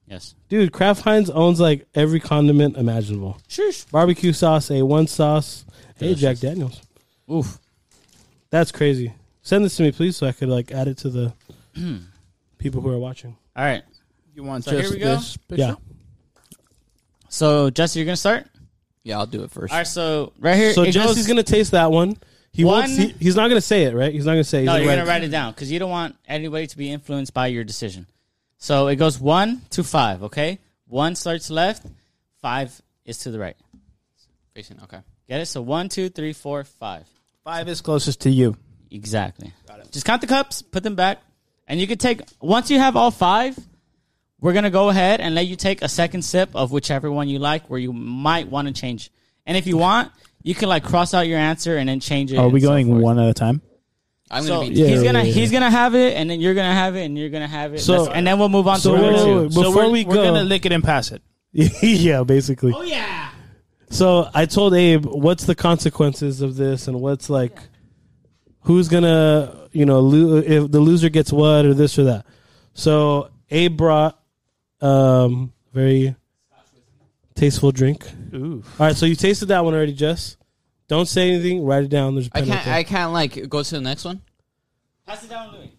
S5: Yes.
S3: Dude, Kraft Heinz owns like every condiment imaginable.
S5: Shush.
S3: Barbecue sauce, A1 sauce. Hey, Jack Daniels.
S5: Oof.
S3: That's crazy. Send this to me, please, so I could like add it to the
S5: Hmm.
S3: people who are watching.
S5: All right.
S4: You want
S5: So here we go.
S3: Yeah.
S5: So Jesse, you're gonna start.
S1: Yeah, I'll do it first.
S5: All right. So right here.
S3: So
S5: it
S3: Jesse's
S5: goes-
S3: gonna taste that one. He won't.
S5: One-
S3: See, he's not gonna say it, right? He's not gonna say. He's
S5: No, you're gonna write it down because you don't want anybody to be influenced by your decision. So it goes one to five. Okay. One starts left. Five is to the right.
S1: Facing- Okay.
S5: Get it? So one, two, three, four, five.
S4: Five is closest to you.
S5: Exactly. Just count the cups, put them back, and you can take. Once you have all five, we're gonna go ahead and let you take a second sip of whichever one you like, where you might want to change. And if you want, you can like cross out your answer and then change it.
S4: Are we
S5: and so
S4: going
S5: forth.
S4: one at a time?
S1: I'm
S5: So
S1: gonna be.
S3: Yeah,
S5: he's
S3: yeah,
S5: gonna
S3: yeah,
S5: he's
S3: yeah.
S5: gonna have it, and then you're gonna have it, and you're gonna have it.
S3: So-
S5: That's- and then we'll move on
S3: So
S5: to
S3: wait,
S5: round
S3: wait,
S5: two.
S3: wait, before
S4: we're,
S3: we
S4: we're
S3: go,
S4: gonna lick it and pass it.
S3: yeah, basically.
S5: Oh yeah.
S3: So I told Abe, what's the consequences of this, and what's like, who's gonna, you know, lo- if the loser gets what or this or that. So Abe brought um very tasteful drink.
S4: Ooh.
S3: All right, so you tasted that one already, Jess. Don't say anything. Write it down. There's a
S1: I
S3: pen right
S1: can't.
S3: there.
S1: I can't like go to the next one.
S5: Pass it down, Louis.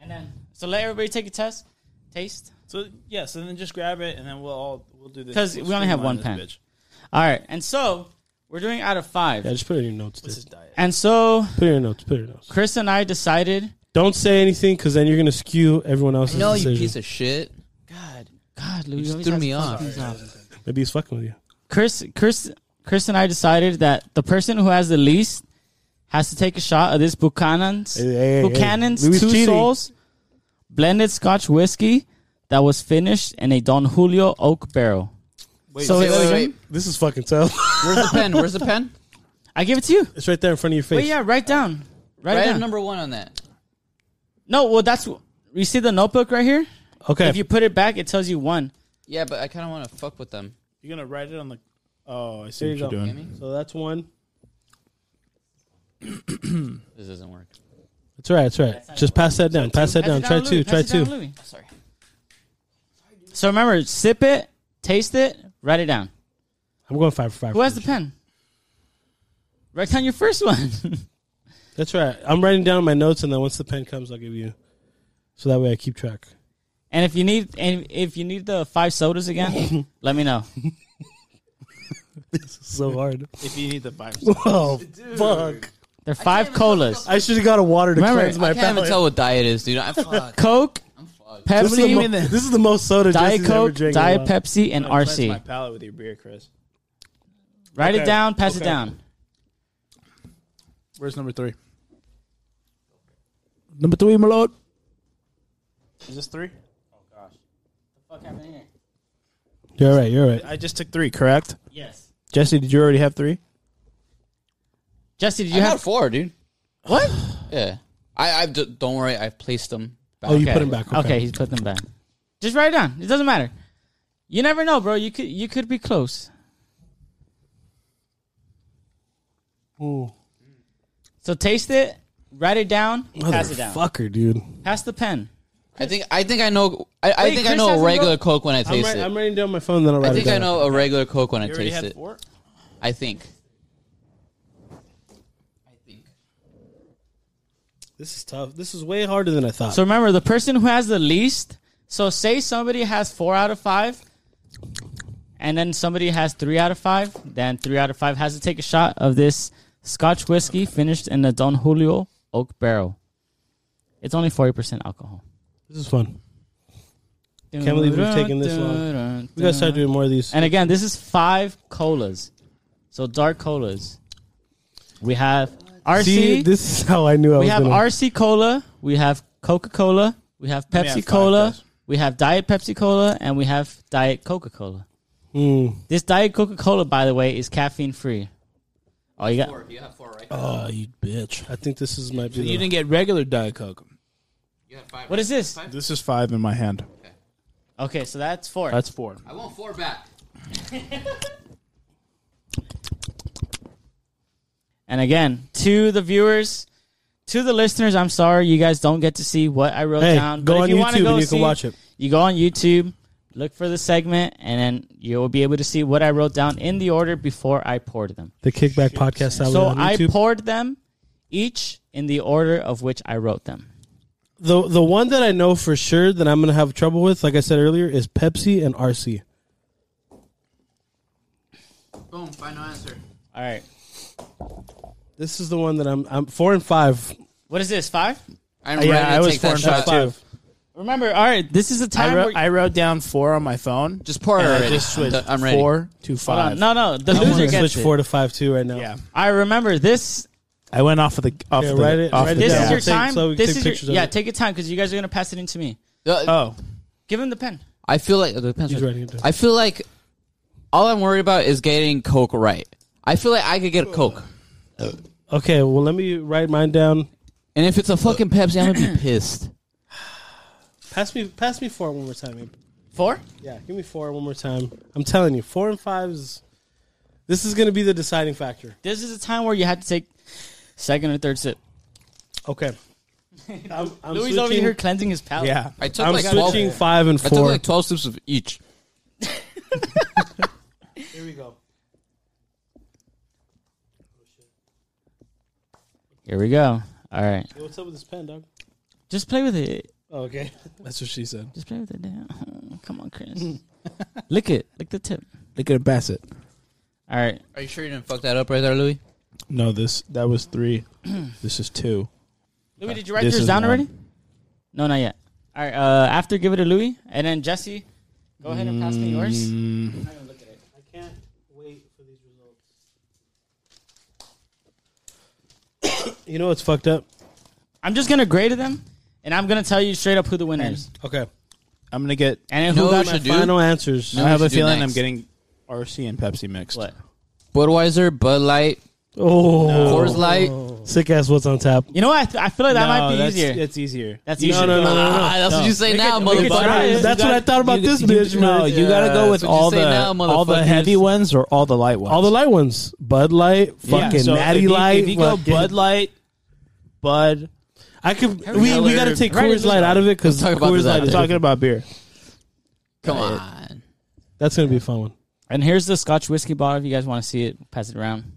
S5: And then so let everybody take a test, taste.
S7: So yeah, so then just grab it, and then we'll all we'll do this
S5: 'Cause
S7: We'll
S5: we only have
S7: streamline
S5: one
S7: this
S5: pen.
S7: bitch.
S5: All right, and so we're doing out of five.
S3: yeah, just put it in your notes. Dude.
S7: This is diet.
S5: And so
S3: Put it in your notes. Put it in your notes.
S5: Chris and I decided.
S3: Don't say anything because then you're gonna skew everyone else's
S1: No, you
S3: decision.
S1: piece of shit.
S5: God, God, Louis,
S1: just
S5: always
S1: threw
S5: has
S1: me
S5: to
S1: off.
S5: fuck these up.
S3: Maybe he's fucking with you.
S5: Chris, Chris, Chris and I decided that the person who has the least has to take a shot of this Buchanan's
S3: Hey, hey, hey.
S5: Buchanan's
S3: Louis
S5: Two
S3: cheating.
S5: Souls blended Scotch whiskey that was finished in a Don Julio oak barrel. so
S1: wait, wait, wait.
S3: This is fucking tough.
S1: Where's the pen? Where's the pen?
S5: I give it to you.
S3: it's right there in front of your face.
S5: Wait, yeah, write down. Write,
S1: Right
S5: down.
S1: number one on that.
S5: No, well, that's you see the notebook right here.
S3: Okay.
S5: If you put it back, it tells you one.
S1: Yeah, but I kind of want to fuck with them.
S7: You're gonna write it on the.
S3: oh, I see what
S4: you
S3: you're
S4: go.
S3: doing.
S1: Amy?
S3: So that's one.
S1: This doesn't work.
S3: That's right. That's right. Just pass that down. Pass that down. Try two. Try two.
S1: Sorry.
S5: So remember, sip it, taste it, write it down.
S3: I'm going five for five.
S5: Who has the pen? Write down your first one.
S3: That's right. I'm writing down my notes, and then once the pen comes, I'll give you. So that way I keep track.
S5: and if you need, and if you need the five sodas again, let me know.
S3: So hard.
S7: If you need the virus,
S3: oh fuck!
S5: There are five colas,
S3: I should have got a water to
S5: Remember,
S3: cleanse
S1: I
S3: my
S1: can't even
S3: palate.
S1: tell what diet is, dude. I fuck.
S5: Coke,
S3: This is, the mo-
S5: Pepsi,
S3: this is the most soda
S5: Diet
S3: Jesse's ever
S5: Coke,
S3: drank. in a
S5: Diet
S3: while.
S5: Pepsi, and
S7: Cleanse my
S5: RC.
S7: palate with your beer, Chris.
S5: Write it
S7: Okay.
S5: down, pass it
S7: Okay.
S5: down.
S7: Where's number three?
S4: Number three, my lord.
S7: Is this three?
S3: You're right. You're right.
S7: I just took three, correct?
S5: Yes.
S4: Jesse, did you already have three?
S5: Jesse, did
S1: I
S5: you
S1: had
S5: have?
S1: four, dude.
S5: What?
S1: Yeah. I, I don't worry. I've placed them. Back.
S3: Oh, you
S5: Okay.
S3: put him back.
S5: Okay. he's put them back. Just write it down. It doesn't matter. You never know, bro. You could you could be close.
S3: Ooh.
S5: So taste it, write it down, pass it down.
S3: Fucker, dude.
S5: Pass the pen.
S1: I think I think I know. I, I
S5: Wait,
S1: think I
S5: Chris
S1: know a
S5: hasn't
S1: regular
S5: wrote-
S1: Coke when I
S3: I'm,
S1: taste
S3: write,
S1: it.
S3: I'm writing down my phone, then I'll write
S1: I
S3: it
S1: think
S3: down.
S1: I know a regular Coke when I
S7: You already
S1: taste
S7: had
S1: it.
S7: four.
S1: I think. I think.
S3: This is tough. This is way harder than I thought.
S5: So remember, the person who has the least. So say somebody has four out of five, and then somebody has three out of five. Then three out of five has to take a shot of this Scotch whiskey finished in a Don Julio oak barrel. It's only forty percent alcohol.
S3: this is fun. Can't believe we've taken this long. We gotta start
S5: Uh-huh.
S3: doing more of these.
S5: And again, this is five colas. So dark colas. We have RC.
S3: See, this is how I knew I
S5: we
S3: was
S5: have
S3: gonna.
S5: RC Cola. We have Coca Cola. We have
S7: me
S5: Pepsi
S7: have five,
S5: Cola.
S7: guys.
S5: We have Diet Pepsi Cola. And we have Diet Coca Cola.
S3: Mm.
S5: This Diet Coca Cola, by the way, is caffeine free. Oh, you got.
S1: You have four, right?
S4: Oh, you bitch.
S3: I think this is might be.
S4: You
S3: the-
S4: didn't get regular Diet Coke.
S1: You have five.
S5: What is this?
S7: This is five in my hand.
S5: Okay, so that's four.
S4: That's four.
S1: I want four back.
S5: and again, to the viewers, to the listeners, I'm sorry you guys don't get to see what I wrote
S3: Hey,
S5: down.
S3: go on
S5: if you wanna
S3: YouTube
S5: go
S3: and you can
S5: see-
S3: watch it.
S5: You go on YouTube, look for the segment, and then you'll be able to see what I wrote down in the order before I poured them.
S3: The Kickback Podcast outlet
S5: So
S3: on
S5: I
S3: YouTube.
S5: poured them each in the order of which I wrote them.
S3: the the one that I know for sure that I'm gonna have trouble with, like I said earlier, is Pepsi and RC.
S1: Boom. Final answer.
S5: All right.
S3: This is the one that I'm. I'm four and five.
S5: What is this? Five?
S1: I'm
S4: yeah,
S1: ready to
S4: I was
S1: take
S4: four
S1: that
S4: and
S1: shot.
S4: five, too.
S3: Five.
S5: Remember, all right, this is a time
S4: I wrote,
S5: where
S4: I wrote down four on my phone.
S1: Just pour it
S4: and I
S1: already.
S4: just switched
S1: I'm do- I'm ready.
S4: four to
S5: Hold
S4: five.
S5: on. No, no, the
S3: I'm
S5: loser
S3: gonna
S5: gets
S3: switch
S5: it.
S3: four to five too right now.
S4: Yeah.
S5: I remember this.
S4: I went off of the off
S3: Yeah,
S4: the
S3: write it-
S4: off
S3: write
S4: the
S3: it
S5: This
S3: Yeah.
S5: is your
S3: We'll take-
S5: time.
S3: so we can
S5: this
S3: take
S5: is
S3: pictures
S5: your,
S3: of
S5: yeah.
S3: it.
S5: Take your time because you guys are gonna pass it into me.
S1: The-
S4: Oh,
S5: Give him the pen.
S1: I feel like the pen's
S3: He's
S1: right.
S3: writing it down.
S1: I feel like all I'm worried about is getting Coke right. I feel like I could get a Coke,
S3: Okay. Well, let me write mine down.
S1: and if it's a fucking Pepsi, I'm gonna be pissed.
S3: Pass me. Pass me four one more time. Abe.
S5: Four.
S3: Yeah. Give me four one more time. I'm telling you, four and five is. This is gonna be the deciding factor.
S5: This is a time where you had to take second or third sip.
S3: Okay. I'm, I'm
S5: Louis
S3: switching,
S5: over here cleansing his palate.
S4: yeah.
S1: I took
S3: I'm
S1: like
S3: switching
S1: twelve.
S3: five and
S1: I took
S3: four.
S1: like twelve sips of each.
S3: Here we go.
S5: Here we go. All right.
S3: Yo, what's up with this pen, dog?
S5: Just play with it.
S3: Oh, okay.
S4: That's what she said.
S5: Just play with it. Damn. Come on, Chris. Lick it. Lick the tip.
S4: They could pass it.
S5: All right.
S1: Are you sure you didn't fuck that up right there, Louis?
S4: No, this that was three. this is two.
S5: Louis, did you write
S4: This
S5: yours
S4: is
S5: down
S4: one.
S5: already? No, not yet. All right. Uh, after, give it to Louis, and then Jesse. Go ahead and pass me yours.
S3: I can't wait for these results. You know what's fucked up?
S5: I'm just gonna grade them, and I'm gonna tell you straight up who the winner is.
S3: Okay.
S4: I'm gonna get.
S5: And
S1: You
S5: who
S1: know what we
S5: got my
S1: should do?
S3: Final answers.
S1: No.
S4: I have
S1: we
S4: a
S1: should do
S4: feeling I'm
S1: next?
S4: getting RC and Pepsi mixed.
S5: what?
S1: Budweiser, Bud Light,
S3: Oh,
S1: Coors Light.
S3: sick ass. What's on tap?
S5: You know what? I, th- I feel like that
S4: No,
S5: might be
S4: Oh, that's,
S5: easier.
S4: That's easier.
S5: that's
S3: No,
S5: easier.
S3: no, no, no, no.
S1: Ah, that's what you say now,
S5: we could try
S1: motherfucker.
S5: it.
S3: That's what I thought about
S8: You-
S3: this
S8: you-
S3: bitch.
S8: No,
S3: man.
S8: you gotta go with
S1: That's what you
S8: all
S1: say
S8: the
S1: now,
S8: all the
S1: motherfuckers.
S8: heavy ones or all the light ones.
S3: all the light ones. Bud Light,
S8: Yeah,
S3: fucking
S8: so
S3: Natty
S8: if you,
S3: Light.
S8: If you go
S3: fucking-
S8: Bud Light, Bud,
S3: I could. We, we gotta take
S1: Right,
S3: Coors Light out of it because
S1: Let's talk about
S3: Coors
S1: this
S3: Light.
S1: after.
S3: Is
S4: Talking about beer.
S1: Come on.
S3: That's gonna be a fun one.
S5: And here's the Scotch whiskey bottle. If you guys want to see it, pass it around.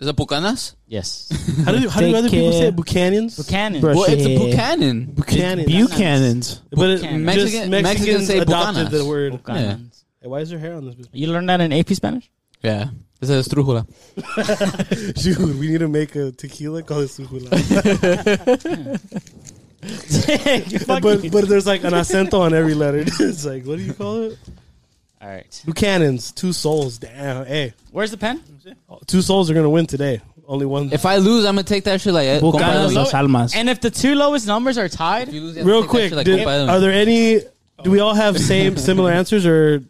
S1: Is it Bucanas?
S5: Yes,
S3: How do how do
S8: Take
S3: other people
S8: care.
S3: say it? Buchanan's?
S5: Buchanan.
S8: Brush
S1: Well, it's a
S8: it.
S1: Buchanan.
S3: Buchanan.
S8: Buchanan's.
S3: But it,
S5: Buchanan.
S3: just
S1: Mexican-
S3: Mexicans,
S1: Mexicans say
S3: adopted
S1: Bucanas.
S3: the word.
S5: Buchanan's.
S3: Hey, why is there hair on this? bitch?
S5: You learned that in AP Spanish?
S1: Yeah. This is Trujula.
S3: Dude, we need to make a tequila called sujula. but but there's like an acento on every letter. it's like what do you call it?
S5: All right.
S3: Buchanan's two souls. Damn. Hey,
S5: Where's the pen?
S3: two souls are gonna win today. Only one.
S1: If I lose, I'm going to take that shit like. eh, compa
S8: Bucanas Los
S1: de Luis.
S8: Almas.
S5: And if the two lowest numbers are tied,
S1: If you lose, you have to
S3: Real
S1: take that
S3: quick,
S1: shit like
S3: did-
S1: compa de Luis.
S3: are there any? Do we all have same similar answers, or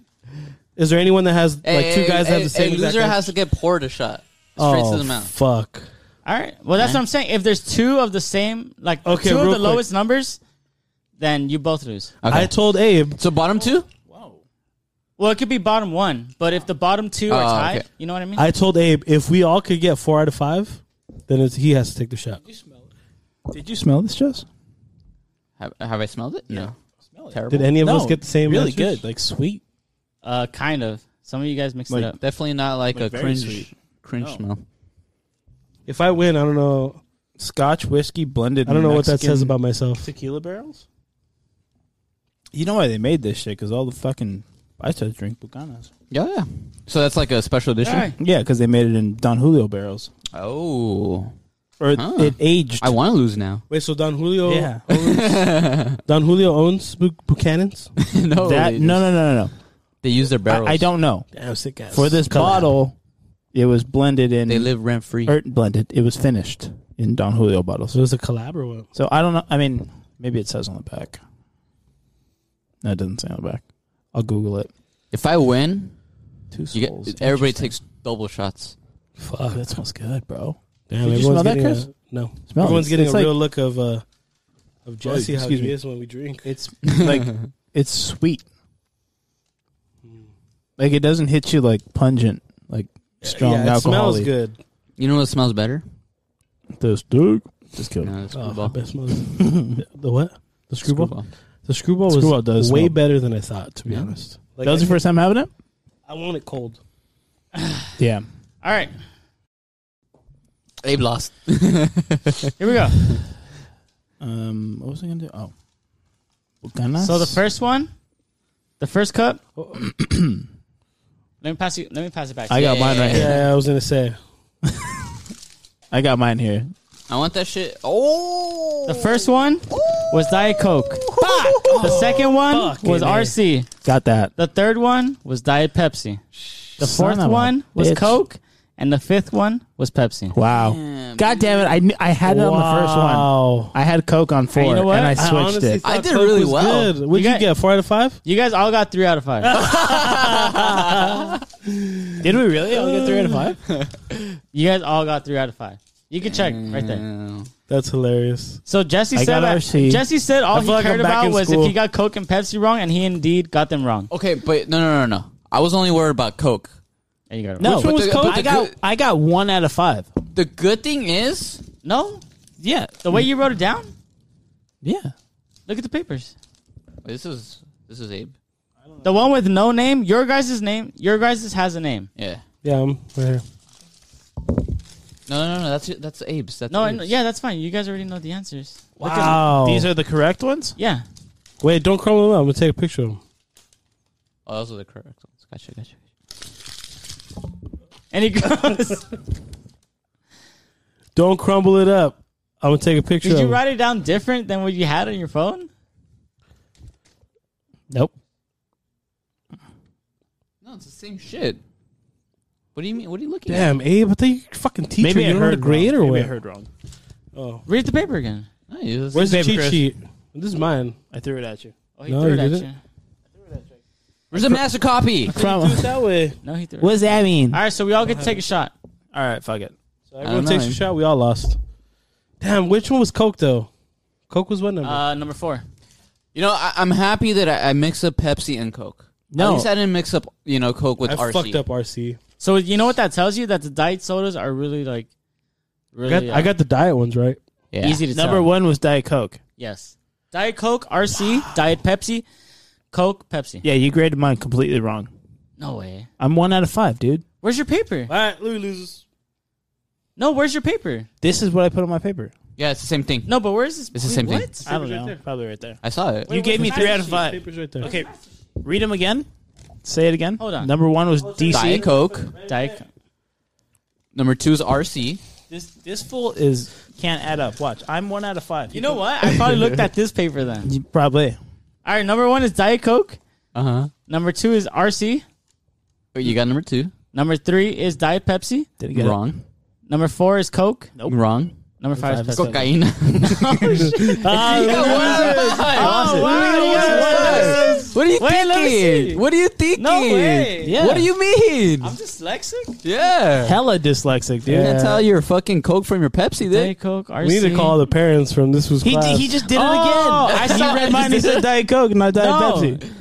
S3: is there anyone that has
S1: Hey,
S3: like two
S1: hey,
S3: guys
S1: hey,
S3: that have the same?
S1: hey,
S3: exact
S1: loser
S3: answer?
S1: has to get poured a shot. Straight
S3: oh
S1: to the mouth.
S3: fuck!
S5: all right. Well, that's what I'm saying. If there's two of the same, like
S3: Okay,
S5: two of
S3: real
S5: the
S3: quick.
S5: lowest numbers, then you both lose.
S1: Okay.
S3: I told Abe.
S1: so bottom two?
S5: Well, it could be bottom one, but if the bottom two are
S1: Oh,
S5: tied,
S1: okay.
S5: you know what I mean?
S3: I told Abe if we all could get four out of five, then it's, he has to take the shot.
S8: Did you smell this, Jess?
S1: Have, have I smelled it? No. Terrible.
S3: Did any of us get the same?
S8: Really
S3: answers?
S8: good, like sweet.
S5: uh, kind of. Some of you guys mixed it up.
S1: Definitely not like, a
S4: very
S1: cringe
S4: sweet.
S1: cringe smell.
S3: If I win, I don't know.
S4: Scotch whiskey blended.
S3: I don't know what that
S4: Mexican
S3: says about myself.
S4: tequila barrels. You know why they made this shit? Because all the fucking I said drink Bucanas.
S1: Yeah, yeah. So that's like a special edition.
S5: All right.
S4: Yeah, because they made it in Don Julio barrels,
S1: Oh,
S4: or
S1: Huh.
S4: it aged.
S1: I want to lose now.
S3: Wait, so Don Julio?
S4: Yeah.
S3: Don Julio owns Bu- Buchanan's.
S1: no,
S4: that
S1: they,
S4: no no no no no.
S1: they use their barrels.
S4: I, I don't know.
S3: Damn, sick ass.
S4: For this bottle, it was blended in.
S1: They live rent free.
S4: or blended. It was finished in Don Julio bottles.
S3: So it was a collab or what?
S4: So I don't know. I mean, maybe it says on the back. No, it doesn't say on the back. I'll Google it.
S1: If I win,
S4: Two
S1: you
S4: souls.
S1: get everybody
S4: Interesting.
S1: takes double shots.
S3: Fuck.
S4: Oh, that smells good, bro.
S3: Damn,
S4: Did you
S3: everyone's
S4: smell that,
S3: getting
S4: Chris?
S3: a- no.
S4: Smell
S3: Everyone's
S4: it.
S3: getting
S4: It's
S3: a
S4: like- Oh,
S3: real look of uh, of Jesse how
S4: excuse
S3: he
S4: me.
S3: is when we drink.
S4: It's like it's sweet.
S3: Hmm.
S4: Like it doesn't hit you like pungent, like strong
S3: yeah, it
S4: alcohol.
S3: smells good.
S1: You know what smells better?
S4: This dude just killed.
S1: No, the
S3: Oh, I
S1: screwball.
S3: bet it smells. the the what? The screwball.
S1: Screwball.
S3: The screwball was
S4: Screwball does
S3: way
S4: smell-
S3: better than I thought. To be
S1: Yeah.
S3: honest, like,
S4: that was
S3: I,
S4: your first time having it.
S3: I want it cold.
S4: Yeah,
S5: All right.
S1: Abe lost.
S5: Here we go.
S4: Um, what was I gonna do? Oh, Bucanas.
S5: So the first one, the first cup. let me pass you. Let me pass it back. To
S4: I
S5: you.
S4: got mine right here.
S3: Yeah, I was gonna say.
S4: I got mine here.
S1: I want that shit. Oh,
S5: The first one was Diet Coke. The second one
S3: Fucking
S5: was
S3: A.
S5: RC.
S4: Got that.
S5: The third one was Diet Pepsi. The fourth one was Coke, and the fifth one was Pepsi.
S4: Wow.
S1: Damn.
S4: God damn it! I knew, I had it on the first one.
S3: Wow.
S4: I had Coke on four,
S5: you know what?
S4: and I
S5: I
S4: switched
S3: honestly
S4: it.
S3: thought
S1: I did
S3: Coke
S1: really
S3: was
S1: well.
S3: good. What'd
S5: You
S3: you,
S5: got-
S3: get? Four out of five.
S5: You guys all got three out of five.
S4: Did we really? Only get three out of five.
S5: you guys all got three out of five. You can check right there.
S3: That's hilarious.
S5: So Jesse
S4: I got
S5: said that-
S4: RC.
S5: Jesse said all
S3: I
S5: he
S3: feel like
S5: cared
S3: I'm back
S5: about
S3: in
S5: was
S3: school.
S5: if he got Coke and Pepsi wrong, and he indeed got them wrong.
S1: Okay, but no, no, no, no. I was only worried about Coke.
S5: And you got it
S4: No,
S1: Which one was
S4: but
S1: Coke?
S4: I got I got one out of five.
S1: The good thing is,
S5: No,
S4: Yeah,
S5: the way you wrote it down.
S4: yeah.
S5: Look at the papers.
S1: this is this is Abe.
S5: The one with no name, your guys' name, your guys' has a name.
S1: Yeah.
S3: Yeah, I'm right here.
S1: No, no, no. That's that's Abe's. That's
S5: No, I
S1: Abe's.
S5: know- yeah, that's fine. You guys already know the answers.
S3: Wow.
S4: These are the correct ones.
S5: Yeah.
S3: Oh. Wait, don't crumble them up. I'm gonna take a picture of them.
S1: Oh, those are the correct ones. Gotcha, gotcha.
S5: And he goes,
S3: Don't crumble it up. I'm gonna take a picture.
S5: Did
S3: of
S5: you
S3: 'em.
S5: write it down different than what you had on your phone?
S4: Nope.
S1: No, it's the same shit. What do you mean? What are you looking at?
S3: Damn, Abe, I thought you fucking teacher.
S4: Maybe
S3: you
S4: I
S3: don't know how
S4: heard
S3: to grade
S4: wrong.
S3: or
S4: Maybe I
S3: what?
S4: heard wrong.
S3: Oh,
S5: Read the paper again.
S1: Nice.
S3: where's the
S4: Paper,
S3: cheat
S4: Chris.
S3: sheet? This is mine.
S4: I threw it at you.
S5: Oh, he
S3: No,
S5: threw it
S3: you
S5: at
S3: didn't.
S5: you.
S1: Where's the master copy?
S3: Do it that way.
S5: No, he threw it.
S4: What does that mean?
S5: All right, so we all get to take a shot.
S4: All right, fuck it.
S3: So everyone
S1: know,
S3: takes a
S1: man.
S3: shot. We all lost. Damn, which one was Coke though? Coke was what number?
S5: Uh, number four.
S1: You know, I, I'm happy that I, I mix up Pepsi and Coke.
S4: No.
S1: At least I didn't mix up, you know, Coke with
S3: I
S1: RC.
S3: fucked up RC.
S5: So you know what that tells you? That the diet sodas are really like
S3: I
S5: really
S3: got,
S5: uh,
S3: I got the diet ones right.
S1: Yeah.
S5: easy to
S4: Number
S5: tell.
S4: one was Diet Coke.
S5: Yes. Diet Coke, RC, Diet Pepsi, Coke, Pepsi.
S4: Yeah, you graded mine completely wrong.
S5: No way.
S4: I'm one out of five, dude.
S5: Where's your paper?
S3: All right, Louis loses.
S5: No, where's your paper?
S4: This is what I put on my paper.
S1: Yeah, it's the same thing.
S5: No, but where's this?
S1: It's the same thing.
S5: what?
S4: I don't
S3: Paper's right
S4: know.
S3: there.
S4: Probably right there.
S1: I saw it.
S4: you gave me three out of five.
S3: Papers right there.
S4: Okay, read them again. Say it again.
S5: Hold on.
S4: Number one was DC.
S1: Diet Coke.
S5: Diet Coke.
S1: Number two is RC.
S4: This this fool is can't add up. Watch, I'm one out of five.
S5: You know what? I probably looked at this paper then.
S4: You probably.
S5: All right, number one is Diet Coke.
S1: Uh
S5: Uh-huh.
S1: huh.
S5: Number two is RC.
S1: You got number two.
S5: Number three is Diet Pepsi.
S4: Didn't get it.
S1: Wrong.
S5: Number four is Coke.
S1: Wrong.
S5: Number five is Pepsi.
S1: Cocaine.
S4: Awesome.
S1: What are you
S5: Wait, let me see.
S1: thinking? What are you thinking?
S5: No way.
S4: Yeah.
S1: What do you mean?
S5: I'm dyslexic.
S1: yeah.
S4: Hella dyslexic, dude.
S1: You can't tell your fucking Coke from your Pepsi, then.
S5: Diet Coke, RC.
S3: We need to call the parents from this was
S4: He,
S3: class.
S4: did, he just did it
S5: Oh,
S4: again.
S5: I
S4: he
S5: saw-
S4: read mine. He said Diet Coke, not Diet Pepsi.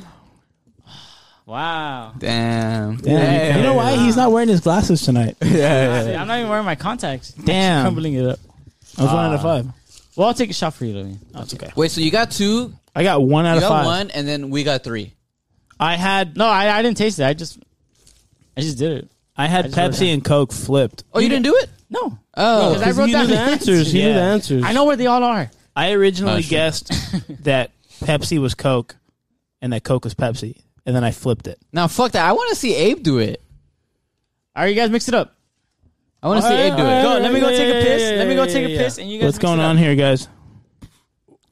S5: Wow.
S1: Damn.
S4: Damn. You know why? He's not wearing his glasses tonight. I was
S5: Dude, I'm not even wearing my contacts.
S4: Damn.
S5: Crumbling it up.
S4: one out of five.
S5: Well, I'll take a shot for you, Louis.
S4: That's okay.
S1: Wait, so you got two,
S4: I got one out
S1: you
S4: of
S1: got
S4: five.
S1: one, and then we got three.
S4: I had
S5: No, I, I didn't taste it. I just, I just did it.
S4: I had
S5: just wrote it
S4: Pepsi and Coke flipped.
S1: Oh, you didn't do it?
S5: No,
S1: Oh.
S5: because I wrote
S3: he knew
S5: down the
S3: the answers. He knew
S4: Yeah.
S3: the answers.
S5: I know where they all are.
S4: I originally
S1: Oh, shit.
S4: guessed that Pepsi was Coke and that Coke was Pepsi, and then I flipped it.
S1: Now, fuck that. I want to see Abe do it.
S5: All right, you guys mix it up.
S1: I want to see Abe do it.
S5: Go. Let me go
S3: Oh, yeah,
S5: take
S3: yeah,
S5: a piss.
S3: yeah,
S5: Let me
S3: yeah,
S5: go
S3: yeah,
S5: take a
S3: yeah.
S5: piss, and you guys.
S4: What's
S5: mix
S4: going
S5: it up.
S4: on here, guys?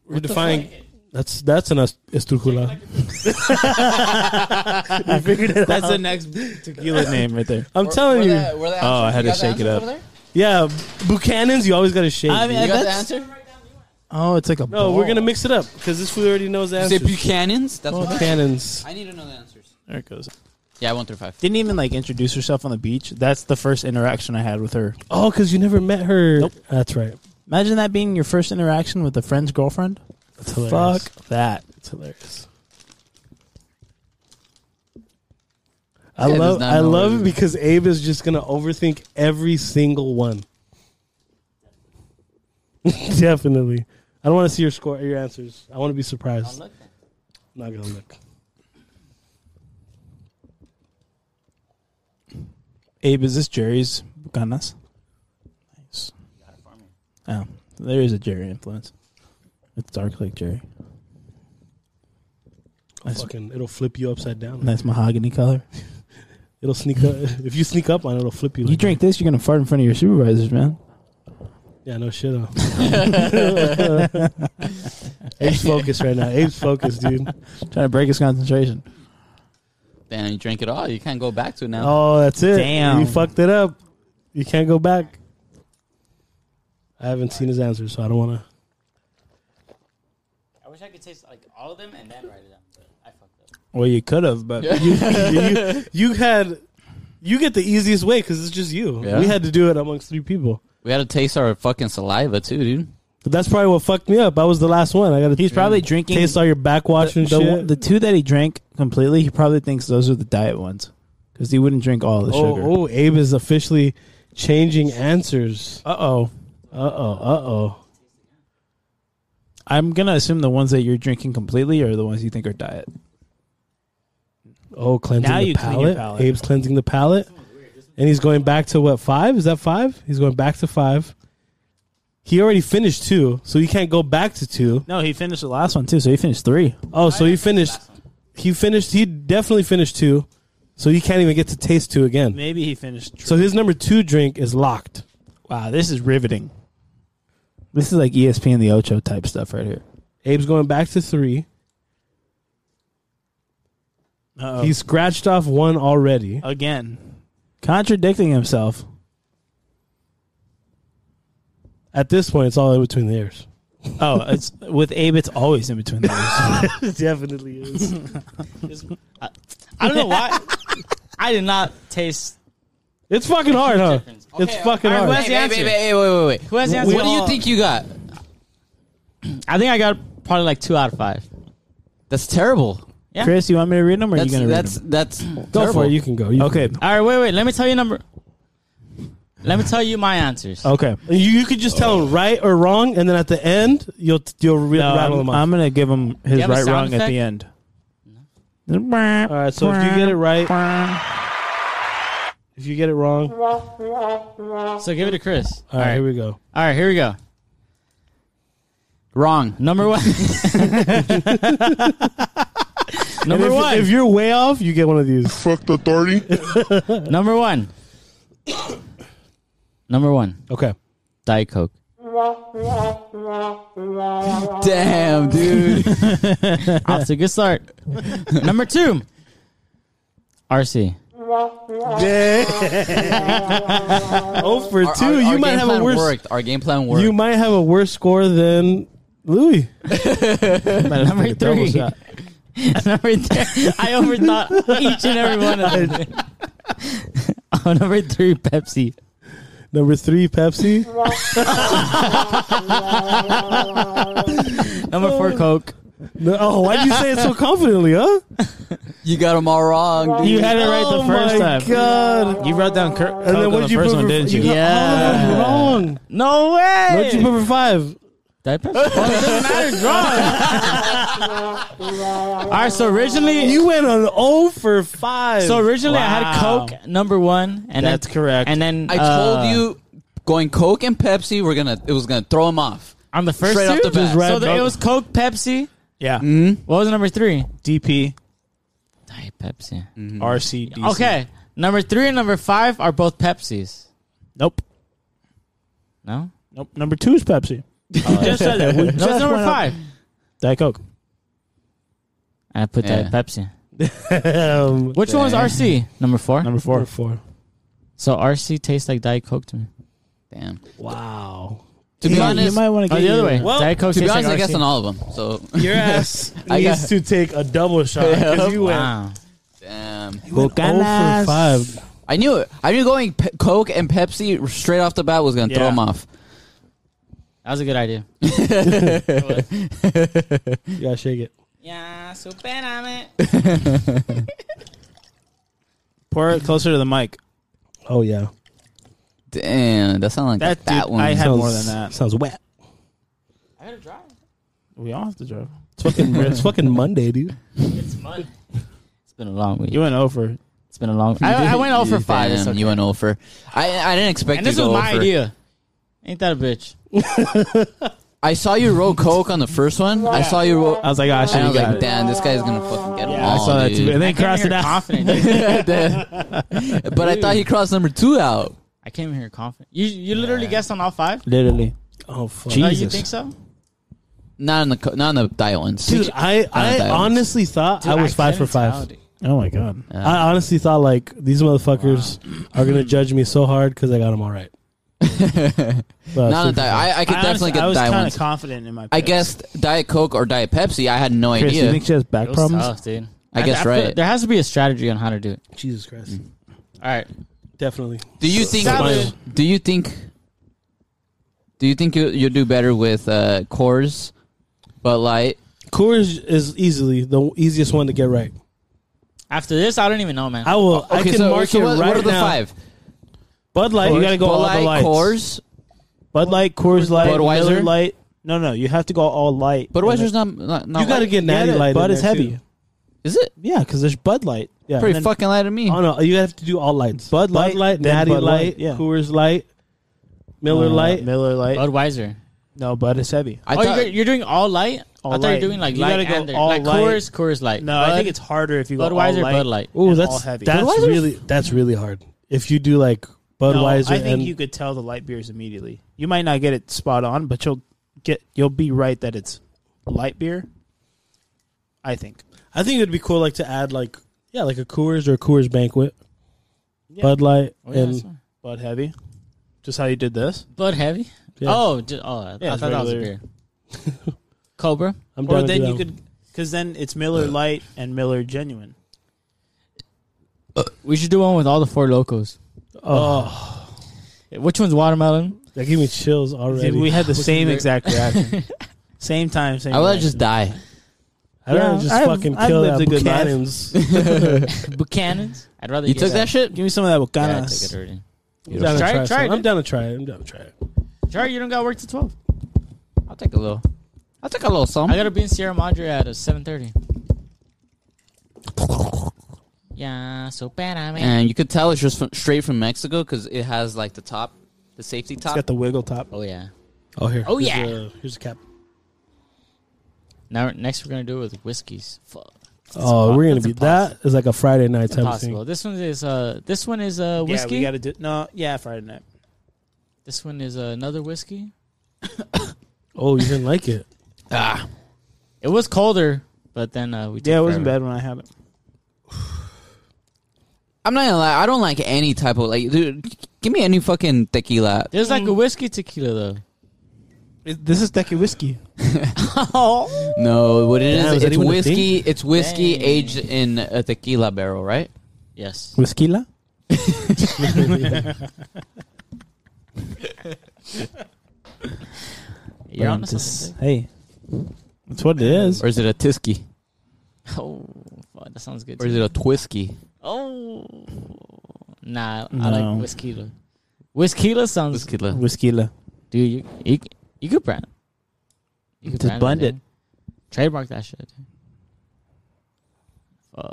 S3: We're defining. That's that's an est- estrujula.
S4: That's the next tequila name right there.
S3: I'm telling you.
S4: Oh, I had to shake it up.
S3: Yeah, Buchanan's. You always got to shake.
S4: I mean,
S1: You got the
S4: that's-
S1: answer?
S4: Oh, it's like a
S3: no,
S4: ball.
S3: we're gonna mix it up because this fool already knows the
S1: You say
S3: answers.
S1: Buchanan's? That's what
S3: Buchanan's.
S1: I need to know the answers.
S4: There it goes.
S1: Yeah, one through five.
S4: Didn't even like introduce herself on the beach. That's the first interaction I had with her.
S3: Oh, because you never met her. That's right.
S4: Imagine that being your first interaction with a friend's girlfriend.
S3: That's hilarious.
S4: Fuck that.
S3: It's hilarious. I
S1: Yeah, does
S3: love
S1: not
S3: I
S1: know
S3: love
S1: what
S3: it because Abe is just gonna overthink every single one. Definitely. I don't want to see your score your answers. I want to be surprised. I'm not gonna look.
S4: Abe, is this Jerry's Bucanas? Nice. Oh, there is a Jerry influence. It's dark like Jerry. Nice,
S3: Fucking it'll flip you upside down.
S4: nice mahogany color.
S3: It'll sneak up if you sneak up on it, it'll flip you.
S4: You
S3: like
S4: drink this, you're gonna fart in front of your supervisors, man.
S3: that. Yeah, no shit. Huh? Abe's focused right now. Abe's focused, dude.
S4: Trying to break his concentration.
S1: Damn, you drank it all. You can't go back to it now.
S3: Oh, that's it.
S4: Damn.
S3: You fucked it up. You can't go back. I haven't seen his answer, so I don't want to.
S5: I wish I could taste like all of them and then write it down. but I fucked up.
S4: Well, you could have, but
S3: you, you had. You get the easiest way because it's just you.
S1: Yeah.
S3: We had to do it amongst three people.
S1: We had to taste our fucking saliva too, dude.
S3: But that's probably what fucked me up. I was the last one. I got to
S4: he's probably drinking
S3: taste all your backwash
S4: the,
S3: and
S4: the,
S3: shit.
S4: one- the two that he drank completely. He probably thinks those are the diet ones because he wouldn't drink all the sugar.
S3: oh, oh, Abe is officially changing answers.
S4: Uh oh.
S3: Uh oh, uh oh.
S4: I'm gonna assume the ones that you're drinking completely are the ones you think are diet.
S3: Oh, cleansing
S4: Now
S3: the
S4: you clean your
S3: palate.
S4: palate.
S3: Abe's cleansing the palate. And he's going back to what, five? Is that five? He's going back to five. He already finished two, so he can't go back to two.
S4: No, he finished the last one too, so he finished three.
S3: Oh, so he finished. He finished. He definitely finished two, so he can't even get to taste two again.
S4: Maybe he finished.
S3: So his number two drink is locked.
S4: wow, this is riveting. This is like E ESP and the Ocho type stuff right here.
S3: Abe's going back to three.
S4: Uh-oh.
S3: He scratched off one already.
S4: again contradicting himself.
S3: At this point, it's all in between the ears.
S4: Oh, it's with Abe. It's always in between the ears.
S3: It definitely is.
S5: I don't know why. I did not taste.
S3: it's fucking hard, huh?
S5: Difference.
S3: It's fucking
S5: all right,
S3: hard.
S5: Who has
S1: Hey,
S5: the
S1: hey, hey, hey,
S5: answer?
S1: hey, wait, wait, wait.
S5: Who has the answer?
S1: What do you think you got?
S5: I think I got probably like two out of five.
S1: That's terrible.
S5: Yeah.
S4: Chris, you want me to read them, or
S1: That's
S4: you gonna read
S1: that's
S4: them?
S1: that's
S3: Go
S1: terrible.
S3: for it. You can go. You
S4: Okay,
S5: All right, wait, wait. Let me tell you number. Let me tell you my answers.
S4: okay.
S3: You, you could just tell him right or wrong, and then at the end, you'll you'll re-
S4: No,
S3: rattle
S4: I'm,
S3: them off.
S4: um, I'm gonna give him his
S5: have a
S4: right
S5: sound
S4: wrong at
S5: effect?
S4: the end.
S3: All right, so if you get it right, if you get it wrong, all
S5: So give it to Chris.
S3: right, here we go.
S5: All right, here we go.
S1: Wrong.
S5: Number one. number
S3: If,
S5: one.
S3: if you're way off, you get one of these.
S5: Number one. number one.
S3: Okay.
S5: Diet Coke.
S1: Damn, dude.
S5: Off to a good start. number two. RC.
S3: Oh, for
S1: Our-
S3: two,
S1: our-
S3: you
S1: our
S3: might
S1: game
S3: have a
S1: plan
S3: worse.
S1: Worked. Our game plan worked.
S3: You might have a worse score than Louis.
S5: Number three. number three. I overthought each and every one of them. oh, number three, Pepsi.
S3: Number three, Pepsi.
S5: Number four, Coke.
S3: No, oh, why'd you say it so confidently, huh?
S1: You got them all wrong, dude.
S4: You had it right
S3: oh
S4: the first
S3: my
S4: time.
S3: God.
S4: You wrote down Kirk.
S3: And then
S4: on the
S3: what'd you
S4: first
S3: put
S4: one,
S3: for,
S4: didn't
S3: you
S4: you?
S3: got all of them
S5: Yeah.
S3: wrong.
S5: No way.
S3: What'd you put for five?
S5: Diet Pepsi. it doesn't matter. It's wrong. All right. So originally,
S3: You went on 0 for five.
S5: so originally I had
S4: Wow.
S5: Coke number one, and
S4: That's
S5: then,
S4: correct.
S5: And then
S1: I
S5: uh,
S1: told you going Coke and Pepsi were gonna it was gonna throw him off.
S5: on the first
S1: Straight
S5: two,
S1: off the bat.
S5: so the, it was Coke, Pepsi.
S4: yeah.
S5: What was number three?
S4: DP,
S5: Mm-hmm. Diet Pepsi.
S4: Mm-hmm. RC, DC.
S5: Okay, number three and number five are both Pepsis.
S4: Nope.
S5: No,
S4: Nope. Number two is Pepsi. just said that. We
S5: no, it's number
S4: went up-
S5: five.
S4: Diet Coke.
S5: I put
S1: Yeah.
S5: Diet Pepsi.
S3: Um,
S5: Which one was
S1: Dang.
S5: RC? Number four.
S4: Number four.
S3: number four.
S5: So RC tastes like Diet Coke to me.
S1: Damn.
S3: Wow.
S1: To be
S4: You might- you
S1: honest,
S4: might want to
S5: Oh,
S4: get
S5: the other
S4: you-
S5: way.
S3: Well,
S5: Diet Coke
S1: to be
S5: tastes
S1: honest, I
S5: like
S1: guessed
S5: RC.
S1: on all of them. So
S3: Your ass
S1: I
S3: needs
S1: got-
S3: to take a double shot because you
S4: Ah.
S3: went
S5: Wow.
S1: damn.
S3: oh for five.
S1: I knew it. I knew going pe- Coke and Pepsi straight off the bat was gonna throw
S4: Yeah.
S1: him off.
S5: That was a good idea.
S3: You gotta shake it.
S5: Yeah, super on
S4: Pour it closer to the mic.
S3: Oh yeah,
S1: Damn, that sounded like
S4: That
S1: a fat
S4: dude,
S1: one.
S4: I had
S3: Sounds-
S4: more than that.
S3: Sounds wet.
S5: I gotta drive.
S4: We all have to drive.
S3: It's fucking it's fucking Monday, dude.
S5: It's Monday. It's been a long week.
S4: You went over.
S5: It's been a long. I, I went out for five.
S1: Damn,
S5: It's okay.
S1: You went over. I I didn't expect
S5: and
S1: you
S5: this
S1: to
S5: was
S1: go
S5: my
S1: over.
S5: idea. Ain't that a bitch?
S1: I saw you roll Coke on the first one. I saw you roll.
S4: I was like, oh, I should
S1: And I
S4: have
S1: was
S4: got
S1: like,
S4: it.
S1: damn, this guy's gonna fucking get them
S4: Yeah, I
S1: all.
S4: saw that too.
S1: dude.
S4: And then cross it
S5: here
S4: out.
S5: Confident. dude.
S1: but I thought he crossed number two out.
S5: I came here confident. You you literally guessed on all five.
S4: Literally.
S3: Oh fuck,
S5: No, you
S4: Jesus.
S5: think so?
S1: Not on the co- not on the diet ones.
S3: dude! I I
S1: that was-
S3: honestly thought I was five for
S5: couldn't
S3: five.
S5: tell, dude.
S4: Oh my god.
S3: I honestly thought like these motherfuckers are gonna judge me so hard because I got them all right. But
S1: not on diet. I, I could definitely get
S4: I
S1: the
S4: was
S1: diet
S4: kind
S1: ones.
S4: of confident in my.
S1: I
S4: picks.
S1: guessed diet Coke or diet Pepsi. I had no
S4: Chris, you
S1: idea.
S4: think she has
S5: It
S4: back
S5: was
S4: problems?
S5: tough, dude.
S1: I guess
S5: feel-
S1: right.
S5: There has to be a strategy on how to do it.
S3: Jesus Christ,
S5: All right.
S3: definitely.
S1: do you think?
S5: Salad.
S1: Do you think? Do you think you you do better with uh, Coors, Bud Light?
S3: Coors is easily the easiest one to get right.
S5: After this, I don't even know, man.
S3: I will. I can
S1: so,
S3: mark
S1: so
S3: it
S1: what,
S3: right
S1: what are the
S3: now.
S1: five?
S4: Bud Light. you
S1: Coors,
S4: got to go
S1: Bud
S4: all the
S1: Light,
S4: lights.
S1: Coors.
S4: Bud Light, Coors Light,
S1: Budweiser?
S4: Miller Light. No, no, you have to go all light.
S1: Budweiser's not not. not
S3: You got to
S1: light.
S3: get
S4: Yeah,
S3: natty
S4: that
S3: light. in
S4: Bud is
S3: there,
S4: heavy.
S3: too.
S1: Is it
S4: Yeah, because there's Bud Light.
S3: Yeah.
S1: pretty
S4: And then-
S1: fucking light to me?
S3: Oh no, you have to do all lights.
S4: Bud Light,
S3: Bud Light,
S4: then
S3: Natty
S4: Bud Light,
S3: Light,
S4: yeah.
S3: Coors Light, Miller
S4: Uh,
S3: Light.
S4: Miller Light.
S5: Budweiser.
S4: no, Bud is heavy.
S1: I
S5: oh,
S1: thought
S5: you're, you're doing all light.
S4: All
S5: I thought
S4: light.
S5: you're doing like
S4: You gotta
S5: light
S4: go
S5: and
S4: all
S5: like
S4: light.
S5: Coors, Coors light.
S4: No, I
S5: Bud-
S4: think it's harder if you go
S5: Budweiser,
S4: all light.
S5: Bud Light.
S3: Ooh,
S4: and
S3: that's
S4: all heavy.
S3: that's
S1: Budweiser's-
S3: really that's really hard. If you do like
S4: No,
S3: Budweiser,
S4: I think
S3: and,
S4: you could tell the light beers immediately. You might not get it spot on, but you'll get you'll be right that it's light beer. I think.
S3: I think it'd be cool like to add like yeah like a Coors or a Coors Banquet, Bud Light
S5: Oh, yeah,
S3: and
S5: that's fine.
S4: Bud heavy. Just how you did this.
S5: Bud heavy.
S3: Yeah.
S5: Oh, ju- oh, I-
S4: Yeah,
S5: I
S4: it's
S5: thought that was a
S4: regular.
S5: beer. Cobra.
S3: I'm
S4: or
S3: done.
S4: then you could, because then it's Miller Light and Miller Genuine.
S5: We should do one with all the four locos.
S3: Oh,
S5: Which one's watermelon?
S3: that gave me chills
S4: See,
S3: already.
S4: we had the same
S5: there.
S4: exact reaction. same time, same.
S1: I would
S4: reaction.
S1: just die.
S3: I don't
S4: Yeah,
S3: just
S4: I've-
S3: fucking
S4: I've
S3: kill
S4: lived
S3: that
S4: a good life.
S3: Buchanan's.
S5: Buchanan's. I'd rather
S1: You took that shit?
S4: give me some of that
S5: Yeah, I
S4: Bacanas.
S5: took it already.
S3: I'm down to
S5: Try it,
S3: try
S5: try
S3: some.
S5: it,
S3: I'm
S5: dude.
S3: down to try it. I'm down to try it.
S5: Sorry, you don't got work till twelve.
S1: I'll take a little. I'll take a little
S5: I
S1: something.
S5: gotta be in Sierra Madre at uh, seven thirty. Yeah, so bad I mean.
S1: And you could tell it's just from, straight from Mexico because it has like the top, the safety
S4: It's
S1: top.
S4: got the wiggle top.
S5: Oh yeah.
S3: Oh here.
S5: Oh,
S3: here's
S5: yeah.
S3: A, here's a cap.
S5: Now next we're gonna do it with whiskeys. Fuck.
S3: Oh, we're gonna
S5: that's
S3: be that is like a Friday night type of
S5: Possible.
S3: thing.
S5: This one is uh this one is uh
S4: Yeah,
S5: whiskey.
S4: we gotta do no. Yeah, Friday night.
S5: this one is uh, another whiskey.
S3: Oh, you didn't like it.
S5: It was colder, but then uh, we took
S4: Yeah, it wasn't
S5: forever.
S4: bad when I had it.
S1: I'm not gonna lie. I don't like any type of like, dude. Give me any fucking tequila.
S5: There's like a whiskey tequila though.
S4: This is Decky whiskey.
S5: Oh.
S1: No, what it is,
S3: Damn, is that
S1: it's
S3: even a
S1: whiskey. It's whiskey
S5: Dang.
S1: aged in a tequila barrel, right?
S5: Yes.
S4: Whiskila.
S5: You're on
S4: Hey, that's what it is.
S1: Or is it a tisky?
S5: Oh, fuck, that sounds good.
S1: Or is it a twisky?
S5: oh, nah, I
S4: No.
S5: like whiskey. Whiskey sounds good,
S1: Whiskey.
S4: Whiskila.
S5: dude. You you, you could brand. You could
S4: Just blend it.
S5: dude. Trademark that shit. dude. Uh,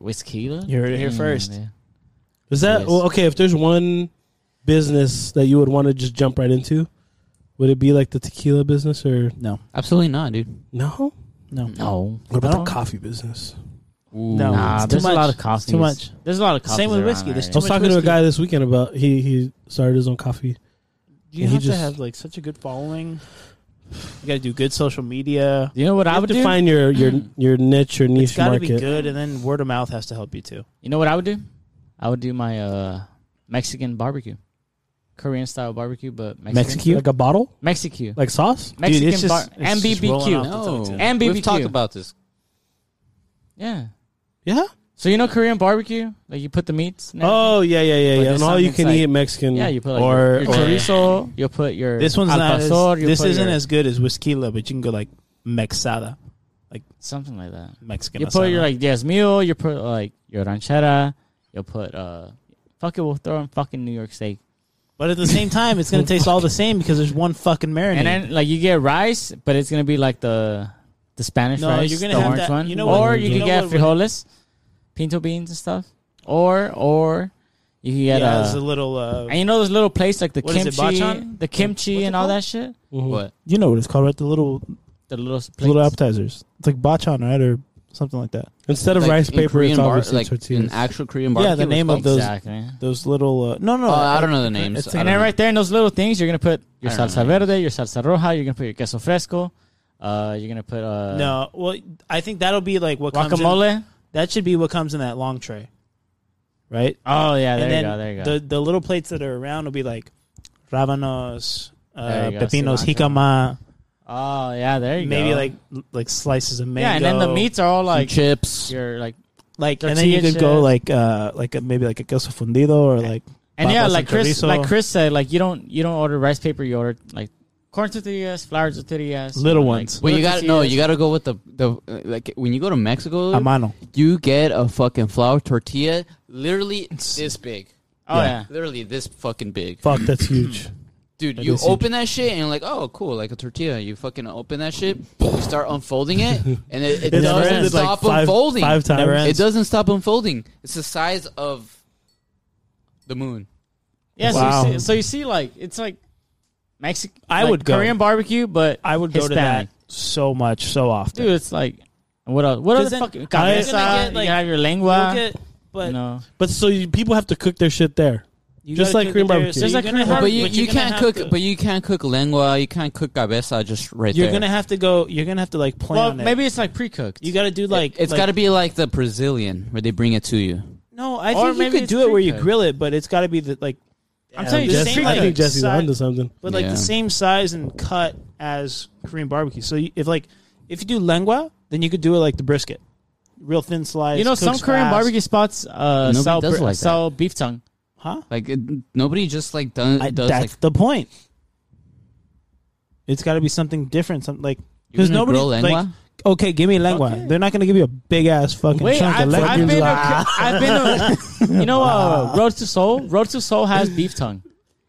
S5: whiskey.
S4: You heard it here first.
S3: Is that
S5: Yes.
S3: well, okay? If there's one business that you would want to just jump right into, would it be like the tequila business or
S4: No,
S1: Absolutely not, dude.
S3: no?
S4: no,
S5: No,
S3: What about
S5: No.
S3: the coffee business?
S4: No.
S5: Nah,
S4: It's too
S5: there's a lot
S4: much.
S5: of coffees.
S4: It's too much.
S5: There's a lot of coffees.
S4: Same with
S5: around
S4: whiskey. There's
S5: already.
S3: I
S4: too
S3: was
S4: much
S3: talking to a
S4: whiskey.
S3: guy this weekend about he he started his own coffee.
S4: You
S3: Yeah, he
S4: have to
S3: just-
S4: have like such a good following. You got to do good social media.
S5: You know what
S3: You
S5: I
S3: have
S5: would
S3: to
S5: do?
S3: find your your your niche or
S4: It's
S3: niche
S4: got to
S3: market.
S4: be good, and then word of mouth has to help you too.
S5: You know what I would do? I would do my uh, Mexican barbecue, Korean style barbecue, but Mexican.
S3: Like a bottle,
S5: Mexican.
S3: like sauce.
S5: Mexican
S4: Dude, it's
S5: bar-
S4: just-
S5: and
S4: it's just rolling
S5: BBQ.
S4: off.
S1: No.
S5: And
S1: We've
S5: BBQ.
S1: talked about this.
S5: Yeah.
S3: Yeah.
S5: So you know Korean barbecue, like you put the meats. and everything?
S3: Oh yeah yeah yeah
S5: But
S3: yeah.
S5: there's
S3: And all
S5: some
S3: you can
S5: that's
S3: eat
S5: like-
S3: Mexican.
S5: yeah, you put like
S4: or-
S5: your, your
S4: or-
S5: chorizo. You put your
S4: This one's
S5: al
S4: not. As,
S5: pastor, you
S4: this
S5: put
S4: isn't
S5: your-
S4: as good as whiskila, but you can go like mexada,
S5: something like that.
S4: Mexican.
S5: You put
S4: asada.
S5: your like Jasmine, you put like your ranchera, you put uh, fuck it, we'll throw in fucking New York steak.
S4: but at the same time, it's gonna taste all the same because there's one fucking marinade.
S5: And then like you get rice, but it's gonna be like the the Spanish
S4: No,
S5: rice,
S4: you're gonna
S5: the
S4: have
S5: orange
S4: that-
S5: one.
S4: you know
S5: or
S4: what-
S5: you
S4: you
S5: can
S4: know
S5: get
S4: what-
S5: frijoles, pinto beans and stuff. Or or you can
S4: yeah,
S5: get
S4: it's
S5: uh,
S4: a little. Uh,
S5: and you know those little places like the
S4: What is it,
S5: kimchi,
S4: bachan?
S5: the kimchi
S4: What's it
S5: and all
S4: called?
S5: that shit.
S3: Mhm.
S1: What?
S4: you know what it's called, right? The little
S5: The little plates.
S4: little appetizers. It's like bachan, right, or something like that.
S3: Instead of
S1: Like,
S3: rice
S1: in
S3: paper,
S1: Korean
S3: it's
S1: bar-
S3: obviously
S1: like an
S3: tortillas.
S1: actual Korean barbecue.
S4: Yeah, the name of
S1: the.
S4: those-
S5: Exactly.
S4: Those little. Uh, no, no,
S1: Oh,
S4: no.
S1: I don't know the names.
S4: It's
S1: I
S5: And
S1: don't
S5: then
S1: know.
S5: right there in those little things, you're gonna put your
S1: I don't
S5: salsa
S1: know.
S5: verde, your salsa roja. You're gonna put your queso fresco. Uh, you're gonna put uh,
S4: No, well, I think that'll be like what comes in-
S5: guacamole.
S4: that should be what comes in that long tray, right?
S5: Oh yeah,
S4: and
S5: there you
S4: then
S5: go, there you go.
S4: the the little plates that are around will be like ravanos, uh,
S5: There you go,
S4: pepinos,
S5: cilantro.
S4: jicama,
S5: oh yeah, there you go.
S4: maybe like like slices of mango.
S5: yeah, and then the meats are all like
S1: chips.
S5: you're like
S4: like, and then you
S5: tortilla
S4: could go
S5: chips.
S4: like uh like a, maybe like a queso fundido or like
S5: and yeah,
S4: papas
S5: like Chris,
S4: chorizo.
S5: like Chris said, like you don't you don't order rice paper, you order like corn tortillas, flour tortillas,
S4: Little
S5: like,
S4: ones.
S1: Well, you
S5: little
S1: gotta no,
S5: tortillas.
S1: you gotta go with the the uh, like when you go to Mexico,
S4: a mano.
S1: you get a fucking flour tortilla, literally this big,
S5: Oh
S4: yeah.
S5: yeah,
S1: literally this fucking big.
S3: Fuck, that's huge.
S1: Dude,
S4: That
S1: you
S4: is huge.
S1: open that shit and you're like, oh, cool, like a tortilla. You fucking open that shit, you start unfolding it, and it, it
S3: It's
S1: doesn't
S3: friends, like,
S1: stop
S3: five-
S1: unfolding.
S3: five times.
S4: Never
S1: It
S4: ends.
S1: doesn't stop unfolding. It's the size of the moon.
S5: yeah. So,
S4: Wow.
S5: you see, so you see, like it's like Mexican.
S4: I would go.
S5: Korean barbecue, but
S4: I would go
S5: Hispanic.
S4: to that so much, so often.
S5: dude, it's like what else? What
S4: 'Cause
S5: other
S4: then
S5: fucking
S4: I-
S5: cabeza?
S4: You're gonna get,
S5: you
S4: like,
S5: have your
S4: You'll
S5: lengua.
S4: get- but
S5: you know,
S3: But so you, people have to cook their shit there.
S4: you
S3: Just like
S4: gotta cook
S3: Korean
S4: it there,
S3: barbecue.
S4: so
S5: Just
S4: you're
S5: like
S4: gonna
S5: Korean
S4: have-
S1: But you, you
S4: you're gonna
S1: can't
S4: have
S1: cook,
S4: to-
S1: but you can't cook lengua. You can't cook cabeza just right
S4: you're
S1: there.
S4: gonna have to go. You're gonna have to like plan.
S5: well,
S4: it.
S5: maybe it's like pre-cooked.
S4: you got to do like
S1: It- it's
S4: like,
S1: got to be like the Brazilian where they bring it to you.
S4: No, I
S5: Or
S4: think you
S5: maybe
S4: could
S5: it's
S4: do it where you
S5: pre-cooked.
S4: grill it, but it's got to be the, like I'm telling you, the
S3: Jesse-
S4: same
S3: I
S4: like,
S3: think Jesse's
S4: si-
S3: onto something.
S4: but like
S1: Yeah.
S4: the same size and cut as Korean barbecue. So you, if like if you do lengua, then you could do it like the brisket, real thin slice.
S5: You know, some
S4: cooks
S5: Korean
S4: fast.
S5: barbecue spots uh,
S1: Nobody
S5: sell
S1: does
S5: br-
S1: like that.
S5: sell beef tongue.
S4: huh?
S1: Like it, nobody just like does,
S4: I,
S1: does
S4: that's
S1: like
S4: the point. It's got to be something different. Something like
S1: you're
S4: because
S1: gonna
S4: nobody
S1: grow
S4: like
S1: lengua?
S4: okay, give me lengua. They're not going to give you a big ass fucking
S5: Wait,
S4: chunk
S5: I've,
S4: of
S5: been-
S4: lengua.
S5: I've been, to, I've been, to, you know, uh, Road to Seoul. Road to Seoul has beef tongue,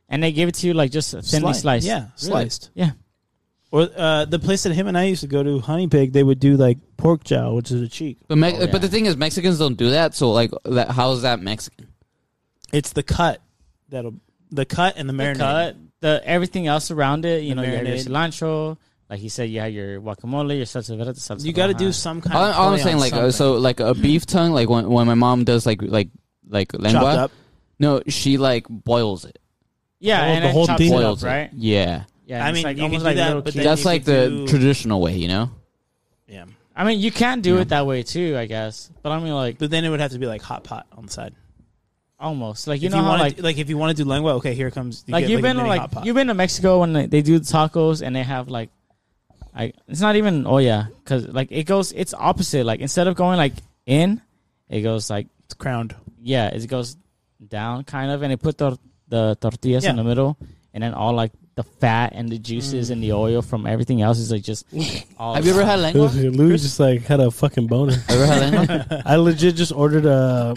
S5: and they give it to you like just thinly
S4: Slice.
S5: sliced.
S4: Yeah, sliced.
S5: Yeah,
S4: Or uh, the place that him and I used to go to, Honey Pig, they would do like pork jowl, which is a cheek.
S1: But Me-
S5: yeah.
S1: but the thing is, Mexicans don't do that. So like, that, how is that Mexican?
S4: It's the cut that'll the cut and the marinade.
S5: the cut, the everything else around it. You
S4: The
S5: know, you have your
S4: marinade.
S5: cilantro. Like you said, you have your guacamole, your salsa verde, salsa.
S4: You got to
S5: roja.
S4: do some kind.
S1: All,
S4: of
S1: all I'm
S4: play
S1: saying,
S4: on
S1: like, uh,
S4: something.
S1: so like a beef tongue, like when when my mom does like like like
S4: chopped
S1: lengua,
S4: up.
S1: no, she like boils it,
S5: yeah,
S3: whole-
S5: and
S3: the
S5: it
S3: whole
S5: chops
S3: thing.
S5: it
S1: boils
S5: up,
S1: it.
S5: right?
S1: Yeah,
S5: Yeah,
S4: I
S5: it's
S4: mean,
S5: like,
S4: you can
S5: almost
S4: do
S5: like
S4: that,
S5: little
S4: but
S5: kids.
S4: then
S1: that's
S4: you
S1: like
S4: could
S1: the
S4: do-
S1: traditional way, you know.
S4: Yeah,
S5: I mean, you can do it that way too, I guess. But I mean, like
S4: but then it would have to be like hot pot on the side.
S5: almost like you
S4: if
S5: know
S4: you
S5: how
S4: want
S5: like
S4: like, like if you want to do lengua, okay, here comes. You
S5: like
S4: get,
S5: you've
S4: a
S5: been
S4: mini
S5: like
S4: hot pot.
S5: you've been to Mexico when they, they do tacos and they have like, I it's not even oh yeah because like it goes it's opposite like instead of going like in, it goes like
S4: It's crowned.
S5: yeah it goes down kind of and they put the the tortillas in
S4: Yeah.
S5: the middle and then all like the fat and the juices and the oil from everything else is like just all
S1: Have you ever had lengua? Have
S3: Louis just like had a fucking boner.
S1: you ever had lengua?
S3: I legit just ordered a,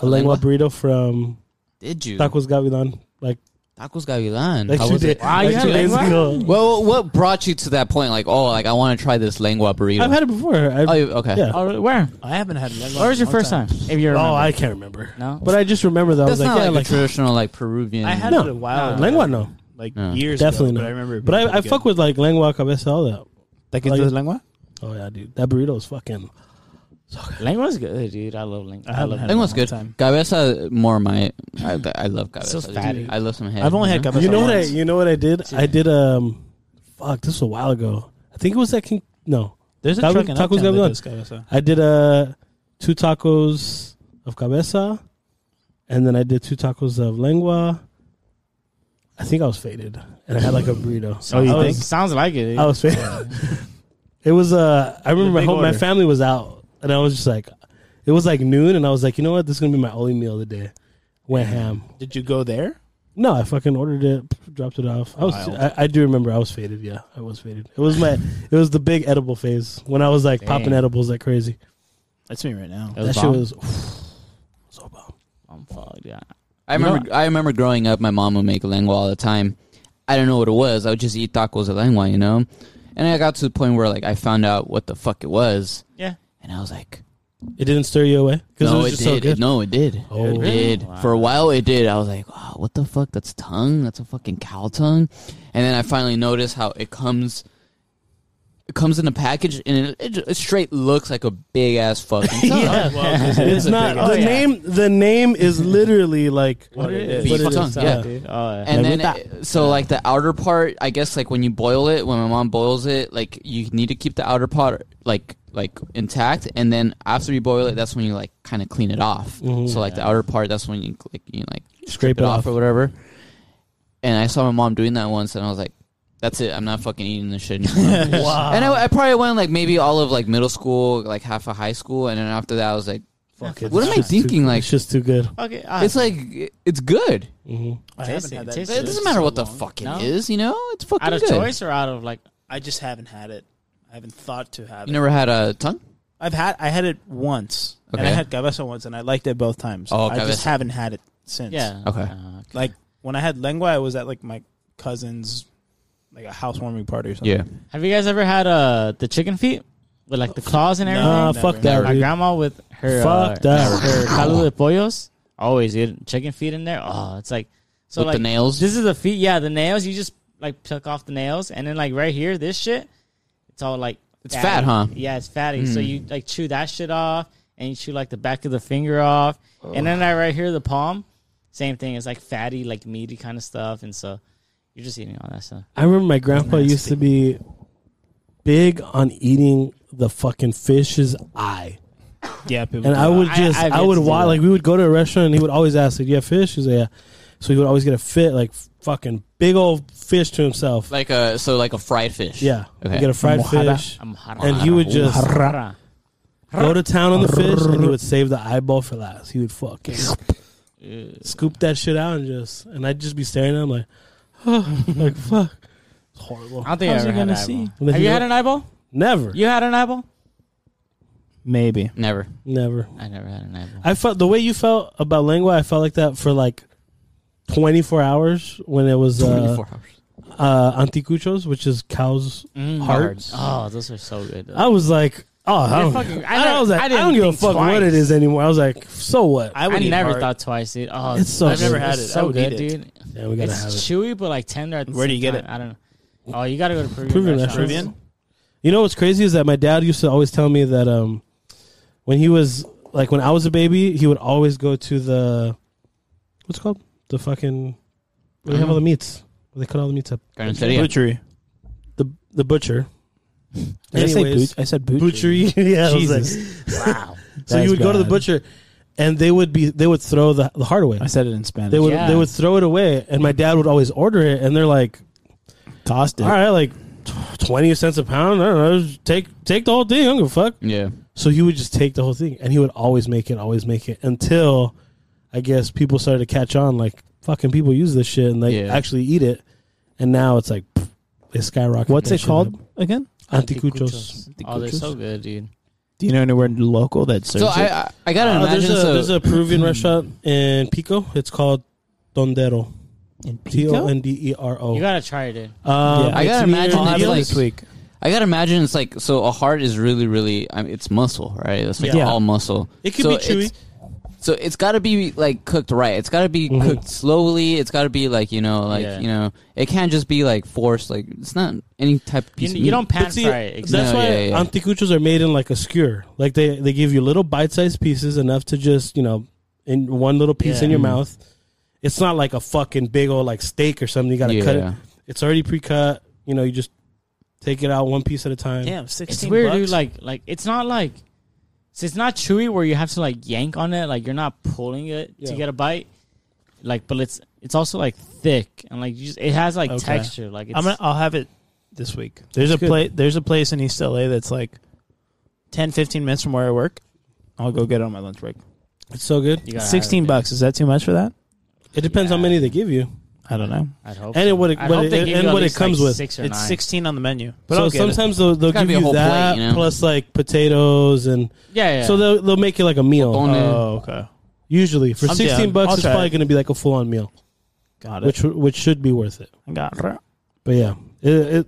S3: a lengua
S1: Lengua?
S3: burrito from
S1: Did you
S3: Tacos Gavilan like
S1: tacos gavilan?
S3: like
S1: How
S3: two,
S1: was
S3: day,
S1: it?
S5: Wow, you
S3: like
S5: had
S3: two days
S5: lengua?
S3: ago.
S1: Well, what brought you to that point? Like, oh, like I want to try this lengua burrito.
S3: I've had it before. I've,
S1: oh, you- okay.
S3: yeah.
S5: Oh, really? where
S4: I haven't had lengua.
S5: where was your first time if you
S3: oh,
S5: remember
S3: I can't remember.
S5: no
S3: But I just remember that. I
S1: That's
S3: was
S1: not
S3: like, yeah,
S1: like,
S3: like,
S1: a traditional like Peruvian.
S4: I had
S3: No.
S4: it a while. ago.
S3: lengua, no.
S4: like
S1: No.
S4: years.
S3: Definitely not.
S4: ago, But I remember. it
S3: But I,
S4: being
S3: I
S4: pretty
S3: fuck
S4: good.
S3: with like lengua cabeza, all that.
S7: That can
S3: Like-
S7: do with lengua?
S3: Oh, yeah, dude. That burrito is fucking.
S5: Lengua's good, dude. I love lengua. I,
S4: haven't
S5: love
S4: had
S1: Lengua's
S4: it in a
S1: good.
S4: long time.
S1: Cabeza more my. I, I love cabeza.
S5: So fatty.
S1: I love some head.
S4: I've only had
S1: you know?
S4: cabeza
S3: you know what I?
S4: once.
S3: You know what I did? I did um, fuck. This was a while ago. I think it was that King. No,
S4: There's a
S3: Taco-
S4: truck in
S3: Tacos
S4: Uptown that
S3: Gavilan.
S4: does cabeza.
S3: I did uh two tacos of cabeza, and then I did two tacos of lengua. I think I was faded, and I had like a burrito.
S5: Oh,
S3: I
S5: you
S3: was,
S5: think? Sounds like it. dude.
S4: Oh,
S3: I was faded. it was uh, I remember my
S4: big
S3: whole, my
S4: order.
S3: family was out, and I was just like, it was like noon, and I was like, you know what? This is gonna be my only meal of the day. Went ham.
S4: Did you go there?
S3: No, I fucking ordered it, dropped it off. I was,
S4: Wild.
S3: I, I do remember I was faded. Yeah, I was faded. It was my, it was the big edible phase when I was like popping edibles like crazy.
S4: That's me right now.
S5: It
S3: that
S5: bomb.
S3: shit was so bomb.
S5: I'm fucked, yeah.
S1: I
S5: You know-
S1: remember. I remember growing up. My mom would make lengua all the time. I don't know what it was. I would just eat tacos of lengua, you know. And I got to the point where like I found out what the fuck it was,
S5: Yeah.
S1: and I was like,
S3: It didn't stir you away because
S1: No,
S3: it was
S1: it,
S3: just
S1: did.
S3: so good.
S1: It- no, it did.
S3: Oh.
S1: It did.
S5: Wow.
S1: For a while, it did. I was like, wow, what the fuck? That's tongue. That's a fucking cow tongue. And then I finally noticed how it comes. It comes in a package, and it, it, ju- it straight looks like a big ass fucking tongue.
S3: yeah, it's not
S5: big-
S3: the
S5: Oh, yeah.
S3: name. The name is literally like
S5: What it is.
S3: what it
S1: Beef
S3: is.
S1: tongue, yeah.
S5: Dude. Oh, yeah.
S1: And
S3: Like,
S1: then, it- so like the outer part, I guess like when you boil it, when my mom boils it, like you need to keep the outer part like like intact, and then after you boil it, that's when you like kind of clean it off.
S3: Mhm.
S1: So like the outer part, that's when you like you like
S3: Scrape
S1: it off or
S3: off.
S1: whatever. And I saw my mom doing that once, and I was like, "That's it. I'm not fucking eating this shit." anymore."
S3: Wow.
S1: and I, I probably went like maybe all of like middle school, like half of high school, and then after that, I was like,
S3: Fuck it,
S1: What
S3: it's
S1: am I
S3: just
S1: thinking,
S3: Too,
S1: like-
S3: it's just too good.
S5: Okay. ah,
S1: "It's like it- it's good.
S3: hmm
S4: I
S5: Tasty,
S4: haven't had that.
S5: tasty.
S1: It
S5: It's
S1: doesn't
S5: been
S1: matter
S5: so
S1: what the
S5: long.
S1: fuck it is,
S5: No.
S1: you know. It's fucking
S5: out of
S1: good."
S5: choice or out of like
S4: I just haven't had it. I haven't thought to have
S1: You
S4: it.
S1: never had a tongue?
S4: I've had I had it once, and I
S1: Okay.
S4: had cabeza once, and I liked it both times.
S1: Oh,
S4: I just
S1: cabeza.
S4: haven't had it since.
S5: yeah.
S1: Okay.
S5: Uh,
S4: like when I had lengua, I was at like my cousin's, like a housewarming party or something.
S5: have you guys ever had uh the chicken feet with like the claws and everything?
S3: Nah,
S4: never.
S3: Uh, fuck that.
S5: My
S3: dude.
S5: grandma with her
S3: Fuck
S5: uh,
S3: that.
S5: her caldo de pollos always dude, chicken feet in there. Oh, it's like so
S1: With
S5: like
S1: the nails.
S5: This is the feet. Yeah, the nails. You just like pluck off the nails, and then like right here, this shit, it's all like
S1: It's fat, huh? Hmm.
S5: Yeah, it's fatty. So you like chew that shit off, and you chew like the back of the finger off, and then I right here the palm, same thing. It's like fatty, like meaty kind of stuff, and so you're just eating all that stuff.
S3: I remember my grandpa used to be big on eating the fucking fish's eye.
S4: Yeah, people
S3: And I would
S5: I-
S3: just,
S5: I've
S3: I,
S5: yet
S3: would
S5: to do
S3: want,
S5: that.
S3: like, we would go to a restaurant and he would always ask, like, do you have fish? He's like, yeah. so he would always get a fit, like fucking big old fish to himself.
S1: Like a so like a fried fish.
S3: yeah,
S1: Okay.
S3: He'd get a fried
S4: Mojada.
S3: fish,
S5: I'm hot.
S3: and he would just go to town on the fish, and he would save the eyeball for last. He would fucking scoop that shit out and just, and I'd just be staring at him like, like fuck, it's horrible.
S5: I don't think
S4: How's
S5: I
S4: he
S5: ever had an
S4: gonna
S5: eyeball.
S4: see?
S3: And then
S5: Have
S3: he
S5: you
S3: would-
S5: had an eyeball?
S3: Never,
S5: You had an eyeball?
S4: Maybe.
S1: Never.
S3: never.
S5: I never had an eyeball.
S3: I felt the way you felt about lengua. I felt like that for like twenty four hours when it was uh,
S1: 24 hours.
S3: uh, anticuchos, which is cows.
S5: Hearts. Oh, those are so good. though.
S3: I was like, oh, I, don't,
S5: fucking- I
S3: I,
S5: never-
S3: was like,
S5: I
S3: I,
S5: didn't
S3: don't give a
S5: think
S3: fuck what it
S5: twice.
S3: is anymore. I was like, so what?
S5: I,
S7: I would eat
S5: never
S7: heart.
S5: thought twice, dude. Oh,
S3: It's so
S5: I've never
S3: good.
S5: had it.
S7: It's
S5: So
S7: so
S5: good,
S7: good.
S5: dude.
S3: yeah, we gotta have
S5: It's
S3: it.
S5: chewy, but like tender. At the
S7: Where do
S5: same
S7: you get
S5: time. I don't know. Oh, you gotta go to Peruvian.
S3: Peruvian
S5: restaurants.
S3: restaurants. You know what's crazy is that my dad used to always tell me that um, when he was like when I was a baby, he would always go to the what's it called the fucking where they have all the meats. Where they cut all the meats up.
S1: Carniceria.
S7: Butchery.
S3: The the butcher.
S4: Did I, say
S3: Anyways.
S4: boot? I said boot.
S3: butchery. yeah, I was like-
S4: Jesus.
S5: Wow.
S3: so you
S4: That's
S3: would go to the
S4: bad.
S3: butcher, and they would be they would throw the the heart away.
S4: I said it in Spanish.
S3: They would
S5: Yeah.
S3: they would throw it away, and my dad would always order it, and they're like,
S4: tossed it.
S3: all right, like tw- twenty cents a pound. I don't know, just take take the whole thing. I don't give a fuck.
S1: Yeah.
S3: So he would just take the whole thing, and he would always make it, always make it, until I guess people started to catch on. Like fucking people use this shit, and they
S1: Yeah.
S3: actually eat it, and now it's like pff, they skyrocket.
S4: What's
S3: that
S4: it
S3: shit
S4: called
S3: up.
S4: again?
S3: Anticuchos.
S5: Oh, they're so good, dude.
S4: Do you know anywhere local that serves
S1: So I
S4: it?
S1: I, I gotta
S3: Uh, there's,
S1: imagine.
S3: a,
S1: so,
S3: there's a Peruvian restaurant in Pico. It's called Tondero.
S4: In
S3: T O
S4: Pico?
S3: N D E R O.
S5: You gotta try it, dude.
S3: Um,
S4: Yeah. I
S3: it's
S1: gotta
S3: near
S1: imagine
S4: uh, I'll have it
S1: like-
S4: this week.
S1: I gotta imagine it's like so a heart is really really I mean, it's muscle right? It's like
S4: Yeah.
S1: all muscle.
S3: It could
S1: So
S3: be chewy.
S1: it's- so it's got to be like cooked right. It's got to be cooked slowly. It's got to be like you know, like
S5: Yeah.
S1: you know, it can't just be like forced. Like it's not any type. Of
S5: You,
S1: piece of
S5: you
S1: meat.
S5: don't pan
S3: But see,
S5: fry it. Exactly.
S3: That's
S1: No,
S3: why
S1: yeah, yeah.
S3: anticuchos are made in like a skewer. Like they, they give you little bite sized pieces, enough to just, you know, in one little piece in
S5: Yeah.
S3: your mouth. It's not like a fucking big old like steak or something. You gotta cut
S1: Yeah.
S3: it. It's already pre cut. You know, you just take it out one piece at a time.
S4: Damn, sixteen.
S5: It's weird, dude. Like, like it's not like so it's not chewy where you have to like yank on it. Like you're not pulling it to
S3: Yeah.
S5: get a bite. Like, but it's it's also like thick and like you just it has like
S4: Okay.
S5: texture. Like it's,
S4: I'm gonna, I'll have it this week. There's a place. There's a place in East LA that's like 10, 15 minutes from where I work. I'll go get it on my lunch break.
S3: It's so good.
S5: you gotta have
S4: Sixteen
S5: it, dude.
S4: bucks. Is that too much for that?
S3: It depends
S5: Yeah.
S3: how many they give you.
S4: I don't know.
S5: I'd hope.
S3: And it what it,
S5: I
S3: what
S5: hope
S3: it-
S5: they give
S3: and
S5: you at
S3: what it
S5: least,
S3: comes
S5: like,
S3: with.
S5: six or
S4: It's
S5: nine.
S4: sixteen on the menu. But
S3: so
S4: I'll get it.
S3: sometimes they'll they'll
S1: It's gotta
S3: give
S1: be a
S3: you
S1: whole plate,
S3: that
S1: you know?
S3: plus like potatoes and
S5: Yeah, yeah.
S3: so they'll they'll make it like a meal.
S1: Bon-
S4: Oh, okay.
S3: Usually for
S4: I'm
S3: sixteen
S4: down.
S3: bucks,
S4: I'll
S3: it's
S4: try
S3: probably
S4: it.
S3: going to be like a full on meal,
S4: Got it.
S3: which which should be worth it.
S4: I got it.
S3: But yeah, it, it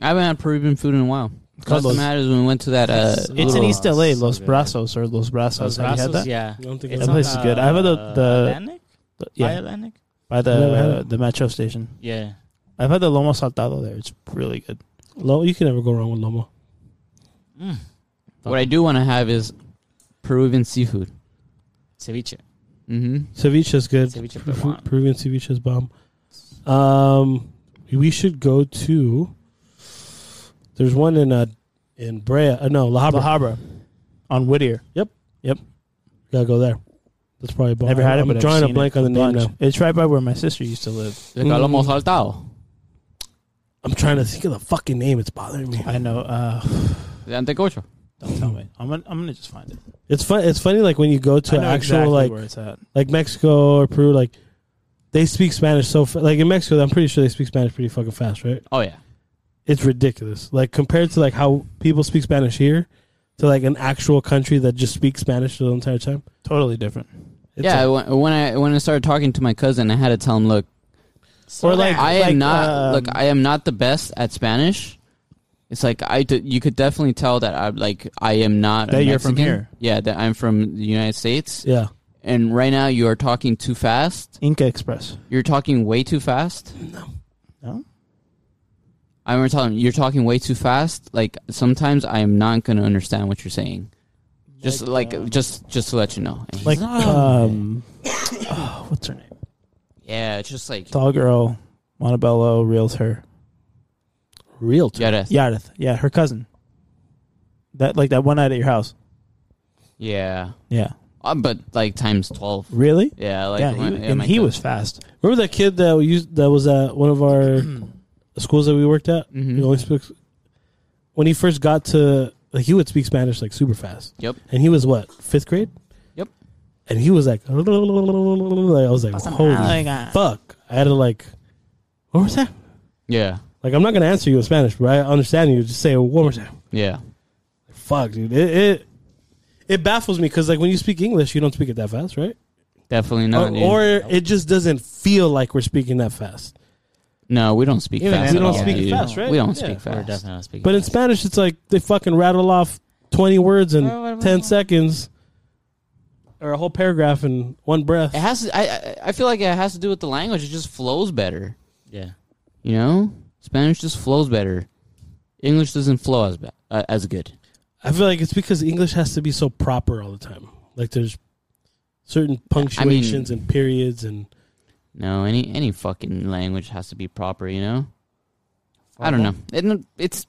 S1: I haven't had Peruvian food in a while. Last
S3: Carlos.
S1: time I had is when we went to that. Uh,
S5: It's-
S4: It's
S1: little-
S4: in East LA,
S5: so
S4: Los
S5: good.
S4: Brazos or Los Brazos.
S5: Those
S4: Have you had
S5: rassos,
S4: that?
S5: yeah.
S3: I don't think
S5: It's
S3: I've-
S4: That place is
S5: on,
S4: good. I have the- the-
S5: Atlantic? By
S4: Yeah,
S5: Atlantic?
S4: by
S3: Never had
S4: the
S3: it.
S4: the metro station.
S5: Yeah.
S4: I've had the lomo saltado there. It's really good.
S3: lo, you can never go wrong with lomo.
S1: What I do want to have is Peruvian seafood.
S5: Ceviche.
S1: Mm-hmm.
S3: Ceviche is good.
S5: Ceviche
S3: Peru-
S5: peruano.
S3: Peruvian ceviche is bomb. Um, we should go to. There's one in uh in Brea. Uh, no, La Habra.
S4: La Habra on Whittier.
S3: Gotta go there. That's probably bomb.
S4: Never had it,
S3: I'm
S4: but I've
S3: drawing a
S4: seen
S3: blank
S4: it
S3: on the name
S4: bunch.
S3: now.
S4: It's right by where my sister used to live.
S1: Like a
S4: Mm.
S1: lomo saltado.
S3: I'm trying to think of the fucking name. It's bothering me.
S4: I know. Uh,
S1: The antecocho.
S4: don't tell me. I'm gonna, I'm gonna just find it.
S3: It's fun. It's funny, like when you go to
S4: I
S3: an
S4: know
S3: actual
S4: exactly
S3: like
S4: where it's at.
S3: like Mexico or Peru, like they speak Spanish so fa- like in Mexico, I'm pretty sure they speak Spanish pretty fucking fast, right?
S1: Oh yeah.
S3: It's ridiculous. Like compared to like how people speak Spanish here to like an actual country that just speaks Spanish the entire time.
S4: Totally different.
S3: It's
S1: yeah.
S3: like-
S1: when- when I when I started talking to my cousin, I had to tell him, look,
S5: So
S4: like-
S5: that-
S1: I am
S4: Like,
S1: not
S4: um,
S1: look. I am not the best at Spanish. It's like I. d- You could definitely tell that I am like I am not.
S4: That
S1: a
S4: you're from
S1: Mexican.
S4: here.
S1: Yeah, that I'm from the United States.
S3: yeah.
S1: And right now you are talking too fast.
S4: Inca Express.
S1: You're talking way too fast.
S4: No.
S1: I remember telling him, you're talking way too fast. Like sometimes I am not gonna understand what you're saying. Just like, just just to let you know. And he's
S4: uh, Like um, oh, what's her name?
S1: yeah, it's just like
S4: Tall girl, Montebello realtor.
S3: Real time.
S1: yeah, that's-
S4: Yareth. Yeah, her cousin. That like that one night at your house.
S1: yeah.
S4: Yeah,
S1: Uh, but like times twelve.
S4: Really?
S1: Yeah, like
S4: yeah,
S1: my-
S4: he-
S1: yeah,
S4: and
S1: my
S4: he
S1: cook-
S4: was fast.
S3: Remember that kid that we used that was at one of our schools that we worked at?
S1: Mhm.
S3: He only speaks, when he first got to like he would speak Spanish like super fast.
S1: Yep.
S3: And he was what, fifth grade?
S1: Yep.
S3: And he was like, I was like,
S4: Oh
S3: holy fuck. I had to like what was that?
S1: Yeah,
S3: Like I'm not gonna answer you in Spanish, but I understand you. Just say it one more time.
S1: yeah,
S3: Fuck, dude. It it, it baffles me because like when you speak English, you don't speak it that fast, right?
S1: definitely not. dude.
S3: or, or it just doesn't feel like we're speaking that fast.
S1: no, we don't speak
S4: Even
S1: fast.
S4: we
S1: at
S4: don't
S1: all,
S3: speak
S1: dude.
S3: fast, right?
S1: We don't
S3: Yeah.
S1: speak
S5: We're
S1: fast.
S5: definitely not speaking.
S3: But in Spanish, it's like they fucking rattle off 20 words in
S5: Oh, what-
S3: 10 seconds or a whole paragraph in one breath.
S1: It has. To, I I- I feel like it has to do with the language. It just flows better.
S5: yeah,
S1: You know, Spanish just flows better. English doesn't flow as ba- uh, as good.
S3: I feel like it's because English has to be so proper all the time. Like there's certain punctuations and periods and
S1: No, any any fucking language has to be proper. You know. I don't know. It, it's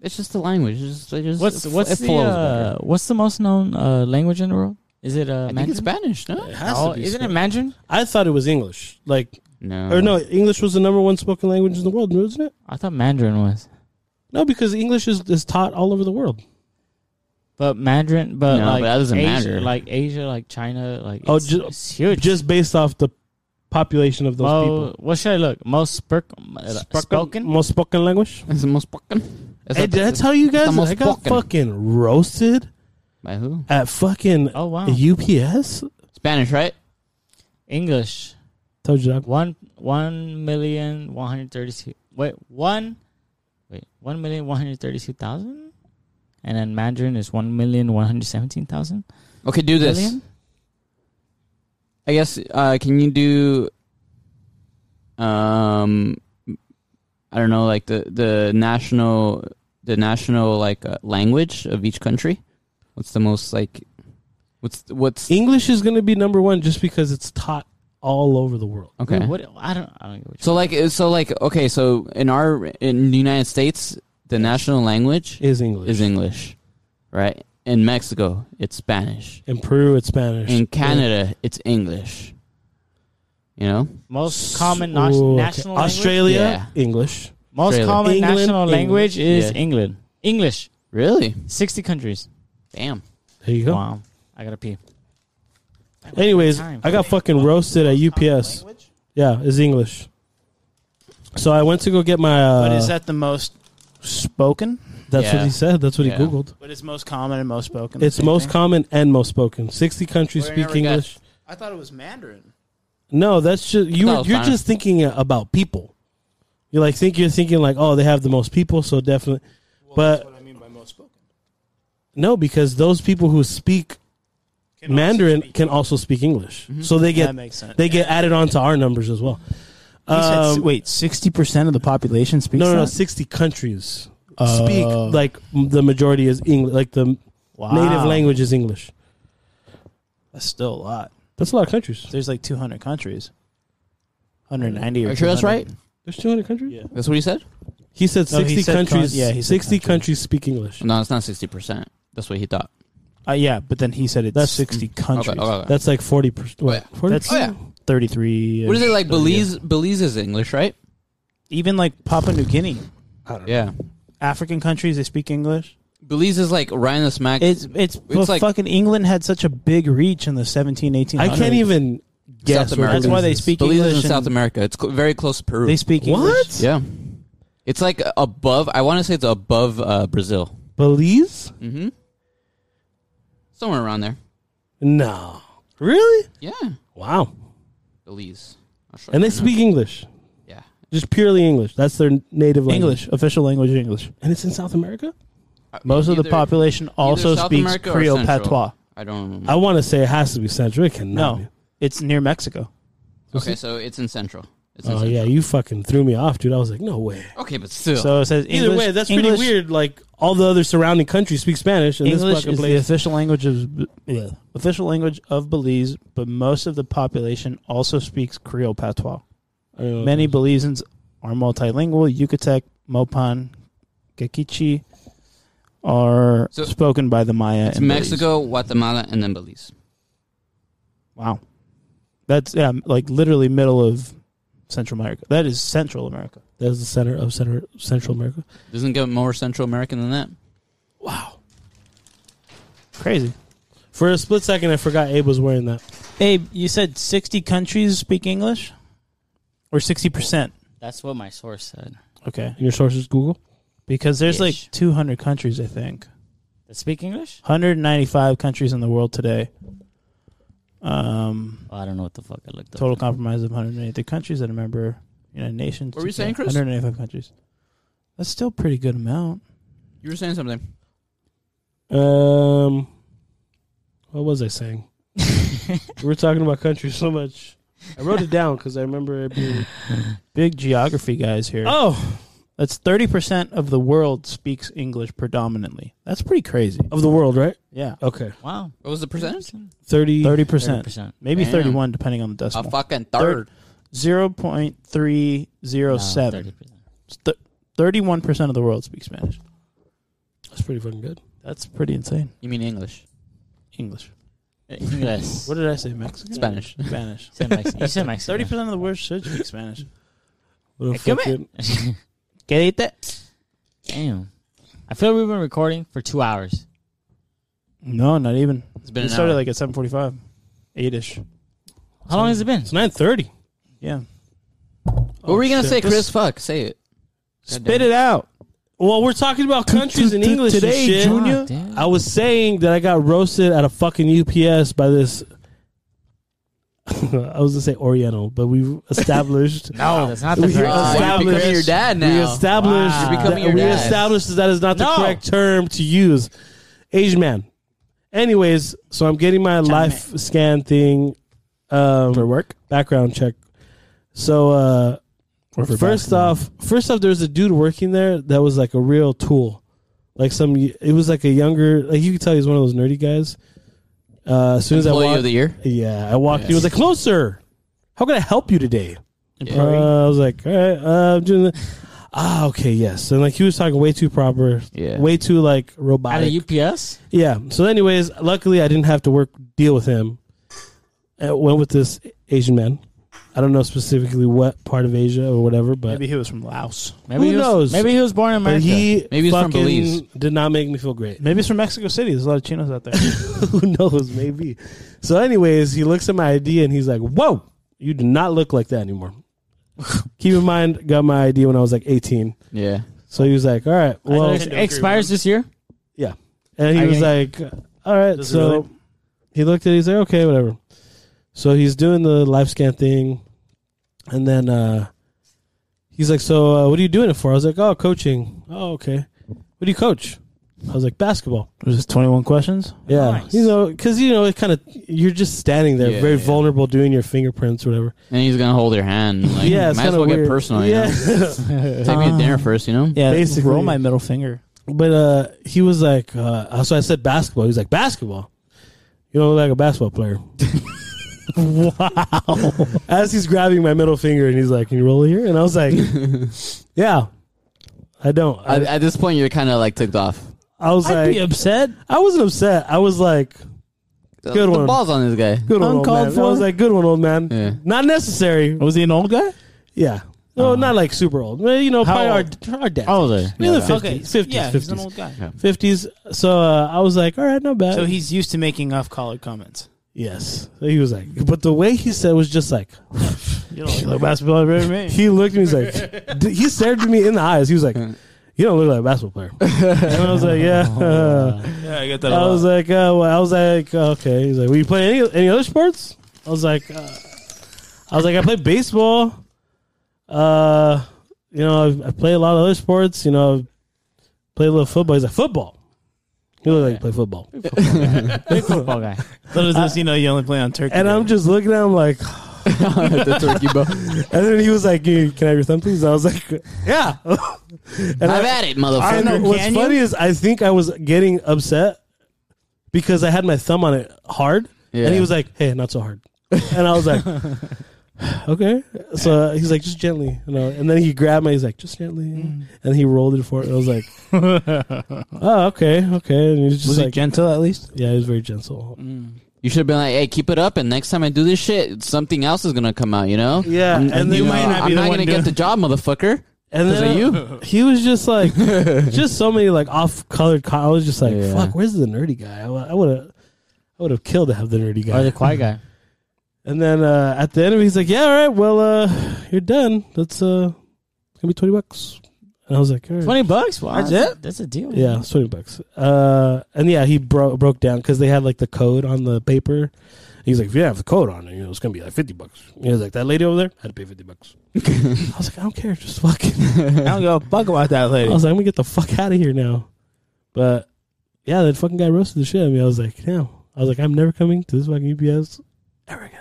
S1: it's just the language. It's just, it just
S5: what's
S1: it, fl-
S5: what's
S1: it
S5: the
S1: flows
S5: uh,
S1: better.
S5: what's the most known uh, language in the world? Is it uh,
S1: I think
S5: Mandarin?
S1: it's Spanish. No,
S3: it has
S5: Oh,
S3: to be. Oh.
S5: isn't
S3: so-
S5: it Mandarin?
S3: I thought it was English. Like,
S1: no,
S3: or no, English was the number one spoken language in the world, wasn't it?
S5: I thought Mandarin was,
S3: No, because English is, is taught all over the world.
S5: but Mandarin, but
S1: No,
S5: like
S1: but that doesn't
S5: Asia,
S1: matter.
S5: Like Asia, like China, like
S3: Oh,
S5: it's,
S3: ju-
S5: it's huge.
S3: Just based off the population of those
S5: Mo-
S3: people.
S5: what should I look? Most spurk, spoken.
S3: Most spoken language?
S1: It's the most fucking. It's
S3: Hey,
S1: like-
S3: did I tell you guys
S1: the most
S3: I got
S1: fucking.
S3: fucking roasted
S1: by who?
S3: at fucking
S5: Oh wow,
S3: UPS?
S1: Spanish, right?
S5: English.
S3: Told you that.
S5: One one million one hundred thirty two. Wait one, wait one million one hundred thirty two thousand, and then Mandarin is one million one hundred seventeen thousand.
S1: Okay, do this.
S5: Million?
S1: I guess. Uh, can you do? Um, I don't know, like the the national the national like uh, language of each country. What's the most like? What's what's
S3: English is going to be number one just because it's taught all over the world.
S1: okay?
S5: What I don't I don't get what
S1: So like uh, so like okay so in our in the United States the national language
S3: Is English.
S1: is English, right? In Mexico it's Spanish.
S3: In Peru, it's Spanish.
S1: In Canada it's English. You know?
S5: you, most common na-
S3: Ooh, okay.
S5: national language.
S3: Australia,
S1: Yeah.
S3: English.
S5: Most
S1: Australia.
S5: common
S3: England,
S5: national
S3: England.
S5: language is
S1: Yeah.
S5: England. English.
S1: Really?
S5: Sixty countries.
S1: Damn.
S3: There you go.
S5: Wow. I gotta pee.
S3: Anyways,
S5: Time.
S3: I got fucking roasted at UPS. Yeah, is English. So I went to go get my. Uh,
S4: But is that the most spoken?
S3: That's what
S1: Yeah.
S3: he said. That's what
S1: Yeah.
S3: he googled.
S4: But it's most common and most spoken. the
S3: It's
S4: same
S3: most
S4: thing?
S3: common and most spoken. Sixty countries
S4: We're in
S3: speak
S4: every
S3: English.
S4: I thought it was Mandarin.
S3: No, that's just you.
S1: No,
S3: were-
S1: it's
S3: you're
S1: fine.
S3: just thinking about people. You like think you're thinking like, oh, they have the most people, so definitely. but
S4: I mean by most spoken.
S3: no, because those people who speak Mandarin can also speak English, so they get
S4: that makes sense.
S3: they get added onto our numbers as well.
S4: Mm-hmm. He said s-
S3: Um,
S4: wait, sixty percent of the population speaks.
S3: no, no, no,
S4: that?
S3: sixty countries
S4: Oh.
S3: speak like m- the majority is English, like the
S4: Wow.
S3: native language is English.
S4: That's still a lot.
S3: That's a lot of countries.
S4: There's like two hundred countries. Hundred ninety.
S1: Are you sure that's right?
S3: There's two hundred countries.
S4: Yeah.
S1: That's what you said?
S3: He said
S4: No, he
S3: sixty
S4: said con-
S3: countries.
S4: yeah, he said
S3: sixty
S4: countries.
S3: countries speak English.
S1: No, it's not sixty percent. That's what he thought.
S4: Uh, yeah, but then he said it's
S3: That's-
S4: sixty
S1: Okay,
S4: countries.
S1: okay, okay.
S3: That's like forty percent.
S1: Oh, yeah.
S4: That's
S1: Oh, yeah.
S4: thirty-three.
S1: What is it like Belize Belize is English, right?
S4: Even like Papua New Guinea,
S1: Yeah.
S4: African countries, they speak English.
S1: Belize is like right in the smack
S4: It's it's, well,
S1: like-
S4: fucking England had such a big reach in the 17, 1800s.
S3: I can't even guess.
S1: South
S3: where
S1: America.
S4: That's why they
S3: Belize is.
S4: speak
S1: Belize
S4: English.
S1: is in
S4: and
S1: South America. It's cl- very close to Peru.
S4: They speak English.
S3: What?
S1: yeah. It's like above I want to say it's above uh, Brazil.
S3: Belize?
S1: Mm-hmm. Somewhere around there.
S3: No. Really?
S1: Yeah.
S3: Wow.
S1: Belize. I'll show
S3: And they
S1: you right now.
S3: speak English.
S1: Yeah.
S3: Just purely English. That's their native language.
S4: English, official language, English.
S3: And it's in South America?
S1: I-
S4: Most of the
S1: Uh, either-
S4: population also
S1: South
S4: speaks
S1: America or
S4: Creole
S1: Central.
S4: patois.
S1: I don't remember.
S3: I want to say it has to be Central. It cannot
S4: No,
S3: be.
S4: it's near Mexico.
S1: okay, so it's in Central. It's in
S3: Oh,
S1: Central.
S3: yeah. You fucking threw me off, dude. I was like, no way.
S1: Okay, but still.
S4: So it says
S3: Either
S4: English-
S3: way, that's
S4: English-
S3: pretty weird. Like, all the other surrounding countries speak Spanish, and this
S4: English
S3: fucking
S4: is the
S3: place.
S4: official language of yeah, official language of Belize, but most of the population also speaks Creole patois.
S3: I don't know.
S4: Many Belizeans are multilingual: Yucatec, Mopan, Kikuchi, are
S1: So-
S4: spoken by the Maya.
S1: It's
S4: and Belize.
S1: Mexico, Guatemala, and then Belize.
S4: Wow, that's yeah, like literally middle of Central America. That is Central America.
S3: That is the center of center Central America.
S1: Doesn't get more Central American than that.
S4: Crazy.
S3: For a split second, I forgot Abe was wearing that.
S4: Abe, you said sixty countries speak English, or sixty percent.
S5: That's what my source said.
S4: Okay,
S3: And your sources Google.
S4: because there's
S5: Ish.
S4: like two hundred countries, I think.
S5: They speak English?
S4: 195 countries in the world today. Um,
S5: Oh, I don't know what the fuck I looked up.
S4: total compromise of 193 countries that are member United Nations.
S1: What were you saying, Chris?
S4: 195 countries. That's still a pretty good amount.
S1: You were saying something.
S3: Um, what was I saying? we are talking about country so much. I wrote it down because I remember it being.
S4: Big geography guys here.
S3: Oh,
S4: That's 30% of the world speaks English predominantly. That's pretty crazy.
S3: of the world, right?
S4: Yeah.
S3: Okay,
S5: Wow.
S1: What was the percentage?
S3: thirty.
S4: 30%.
S5: 30%.
S4: Maybe
S1: Damn.
S4: 31 depending on the
S1: A
S4: decimal.
S1: fucking third.
S4: 0.307.
S5: No, 30%.
S4: Th- 31% of the world speaks Spanish.
S3: That's pretty fucking good.
S4: That's pretty insane.
S1: You mean English?
S4: English.
S5: English.
S4: What did I say? Mexican?
S1: Spanish.
S4: Spanish.
S5: You said Mexican. You said Mexican.
S4: Thirty percent of the words should speak Spanish.
S3: What a
S5: Hey, come
S3: fucking-
S4: ¿Qué dice?
S5: Damn. I feel we've been recording for two hours.
S4: No, not even.
S1: It's been
S4: it
S1: an
S4: started
S1: hour.
S4: like at seven forty-five, eight-ish.
S5: How long has it been?
S3: It's nine thirty.
S4: Yeah.
S1: what were you gonna
S3: shit.
S1: say, Chris?
S3: Just-
S1: Fuck, say it.
S4: Spit it out.
S3: Well, we're talking about countries in
S4: t-
S3: English and
S4: today,
S3: shit.
S4: Junior.
S5: Damn.
S3: I was saying that I got roasted at a fucking UPS by this. I was gonna say Oriental, but we've established.
S5: No, that's not the
S3: We-
S5: correct.
S3: uh,
S5: word.
S1: You're becoming
S3: Established.
S1: your dad
S3: We
S1: now.
S3: established.
S5: Wow.
S1: You're becoming your
S3: that, we
S1: dad.
S3: established that is not the
S5: No.
S3: correct term to use. Asian man. Anyways, so I'm getting my life scan thing um, for work background check. So uh, first off, first off, there was a dude working there that was like a real tool, like some. It was like a younger, like you could tell he's one of those nerdy guys. Uh, as soon as I
S1: Employee
S3: walked,
S1: of the year.
S3: yeah, I walked. in, He was like, "Hello, sir. How can I help you today?"
S1: Yeah.
S3: Uh, I was like, all right, uh, I'm doing the Ah, okay, yes. And like he was talking way too proper,
S1: Yeah.
S3: way too like
S5: Out
S3: robotic.
S5: of UPS?
S3: yeah. So, anyways, luckily I didn't have to work deal with him. I went with this Asian man. I don't know specifically what part of Asia or whatever, but,
S4: Maybe he was from Laos.
S5: Maybe
S3: Who
S5: he was,
S3: knows?
S5: Maybe he was born in
S3: but
S5: America.
S3: he
S1: Maybe he's from
S3: fucking
S1: Belize.
S3: did not make me feel great.
S4: Maybe he's from Mexico City. There's a lot of chinos out there.
S3: Who knows? Maybe. So, anyways, he looks at my ID and he's like, "Whoa, you do not look like that anymore." Keep in mind, got my ID when I was like 18.
S1: Yeah.
S3: So he was like, "All right, well,
S5: Ex- expires this year.
S3: And he
S5: Are you
S3: was
S5: gonna-
S3: like, "All right."
S4: Does it
S3: So
S4: really?
S3: he looked at. it, He's like, "Okay, whatever." So he's doing the life scan thing, and then uh, he's like, "So uh, what are you doing it for?" I was like, "Oh, coaching." Oh, okay. What do you coach? I was like, "Basketball."
S4: was this twenty-one questions?
S3: Yeah,
S5: Nice.
S3: you know, because you know, it kind of you're just standing there,
S1: Yeah,
S3: very
S1: yeah.
S3: vulnerable, doing your fingerprints, or whatever.
S1: And he's gonna hold your hand. Like,
S3: yeah,
S1: yeah,
S3: it's
S1: might as
S3: kinda
S1: well
S3: weird.
S1: get personal. You
S3: Yeah.
S1: know? Take me to dinner first. You know.
S4: Yeah.
S3: Basically.
S4: Roll my middle finger.
S3: But uh, he was like, uh, so I said basketball. He was like, basketball. You don't look like a basketball player. wow. As he's grabbing my middle finger and he's like, can you roll here? And I was like, yeah, I don't.
S1: At,
S3: I,
S1: at this point, you're kind of like ticked off.
S3: I was
S4: I'd
S3: like,
S4: be upset.
S3: I wasn't upset. I was like,
S1: The-
S3: Good
S1: the
S3: one.
S1: balls on this guy.
S3: good one, old
S4: Uncalled
S3: man.
S4: for?
S3: I was like, good one, old man.
S1: Yeah.
S3: Not necessary.
S4: Was he an old guy?
S3: Yeah. No, not like super old. Well, You know,
S4: How
S3: probably our, our dad.
S5: How old are they?
S3: We live 50s, 50s,
S4: yeah, he's an
S3: 50s.
S4: old guy.
S3: Fifties, so uh, I was like, "All right, not bad."
S4: So he's used to making off-color comments.
S3: yes, So he was like, but the way he said was just like,
S4: You don't look like basketball player to me.
S3: He looked at me. He's like, d- he stared at me in the eyes. He was like, "You don't look like a basketball player." And I was like, "Yeah."
S4: Yeah, I get
S3: I was like, uh, well, "I was like, uh, okay." He's like, "Will you play any any other sports?" I was like, uh, "I was like, I play baseball. Uh, you know, I, I play a lot of other sports. You know, play a little football." He's like, "Football." You look like you play football.
S5: Big football guy.
S4: Little does you know, you only play on turkey.
S3: And I'm just looking at him like,
S1: the turkey ball.
S3: and then he was like, "You- "Can I have your thumb, please?" I was like, "Yeah." and
S1: I've had it, motherfucker.
S3: And what's
S4: can you?
S3: funny is I think I was getting upset because I had my thumb on it hard,
S1: Yeah.
S3: and he was like, "Hey, not so hard," and I was like, okay. So uh, he's like, just gently, you know. And then he grabbed me. He's like, just gently, and he rolled it for it. I was like, oh, okay, okay. And he was just
S4: Was
S3: like,
S4: it gentle at least?
S3: yeah, he was very gentle.
S1: You should have been like, "Hey, keep it up, and next time I do this shit, something else is gonna come out." You know?
S3: Yeah,
S1: I'm,
S3: and then-
S1: you
S3: You might
S1: might
S7: not
S1: not
S7: be
S1: I'm
S7: the
S1: not
S7: one
S1: gonna
S7: doing-
S1: get the job, motherfucker.
S3: And
S1: Because
S3: then
S1: of
S3: you?
S1: you.
S3: he was just like, just so many like off-colored. Co- I was just like,
S1: Yeah.
S3: fuck, where's the nerdy guy? I would have, I would have killed to have the nerdy guy.
S5: Or the quiet guy.
S3: And then uh, at the end of it, he's like, "Yeah, all right, well, uh, you're done. That's uh, it's gonna be twenty bucks." And I was like, all right.
S5: Twenty bucks. Wow,
S4: That's
S5: that's, that's a deal.
S3: Yeah, it's twenty bucks. Uh, and yeah, he bro- broke down because they had like the code on the paper. He's like, if you have the code on it, you know, it's gonna be like fifty bucks. He was like, that lady over there had to pay fifty bucks. I was like, I don't care, just fucking.
S7: I don't give a fuck about that
S3: I
S7: lady.
S3: was like, I'm gonna get the fuck out of here now. But yeah, that fucking guy roasted the shit out of me. I was like, damn. I was like, I'm never coming to this fucking UPS ever again.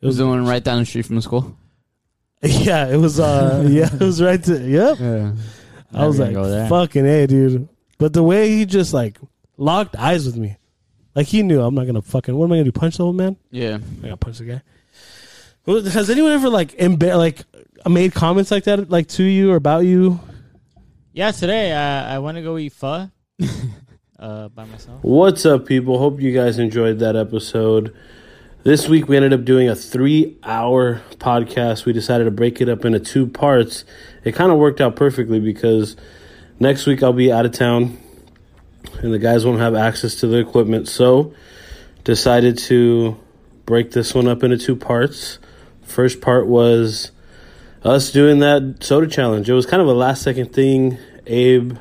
S1: It was the one right down the street from the school.
S3: Yeah, it was. uh Yeah, it was right to. Yep.
S1: Yeah.
S3: I was like,
S5: Never gonna go there.
S3: fucking hey, dude. But the way he just like locked eyes with me, like he knew I'm not gonna fucking. What am I gonna do? Punch the old man?
S1: Yeah.
S3: I gotta punch the guy. Who- Has anyone ever like embar- like made comments like that like to you or about you?
S5: Yeah, today uh, I want to go eat pho uh, by myself.
S9: What's up, people? Hope you guys enjoyed that episode. This week we ended up doing a three hour podcast. We decided to break it up into two parts. It kind of worked out perfectly because next week I'll be out of town and the guys won't have access to the equipment. So, decided to break this one up into two parts. First part was us doing that soda challenge. It was kind of a last second thing. Abe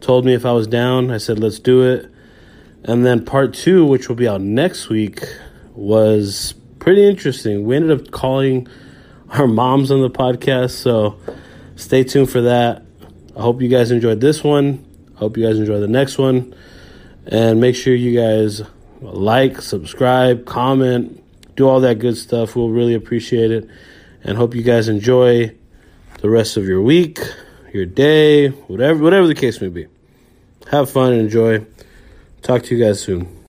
S9: told me if I was down. I said, let's do it. And then part two, which will be out next week, was pretty interesting. We ended up calling our moms on the podcast, so stay tuned for that. I hope you guys enjoyed this one. I hope you guys enjoy the next one. And make sure you guys like, subscribe, comment, do all that good stuff. We'll really appreciate it. And hope you guys enjoy the rest of your week, your day, whatever whatever the case may be. Have fun and enjoy. Talk to you guys soon.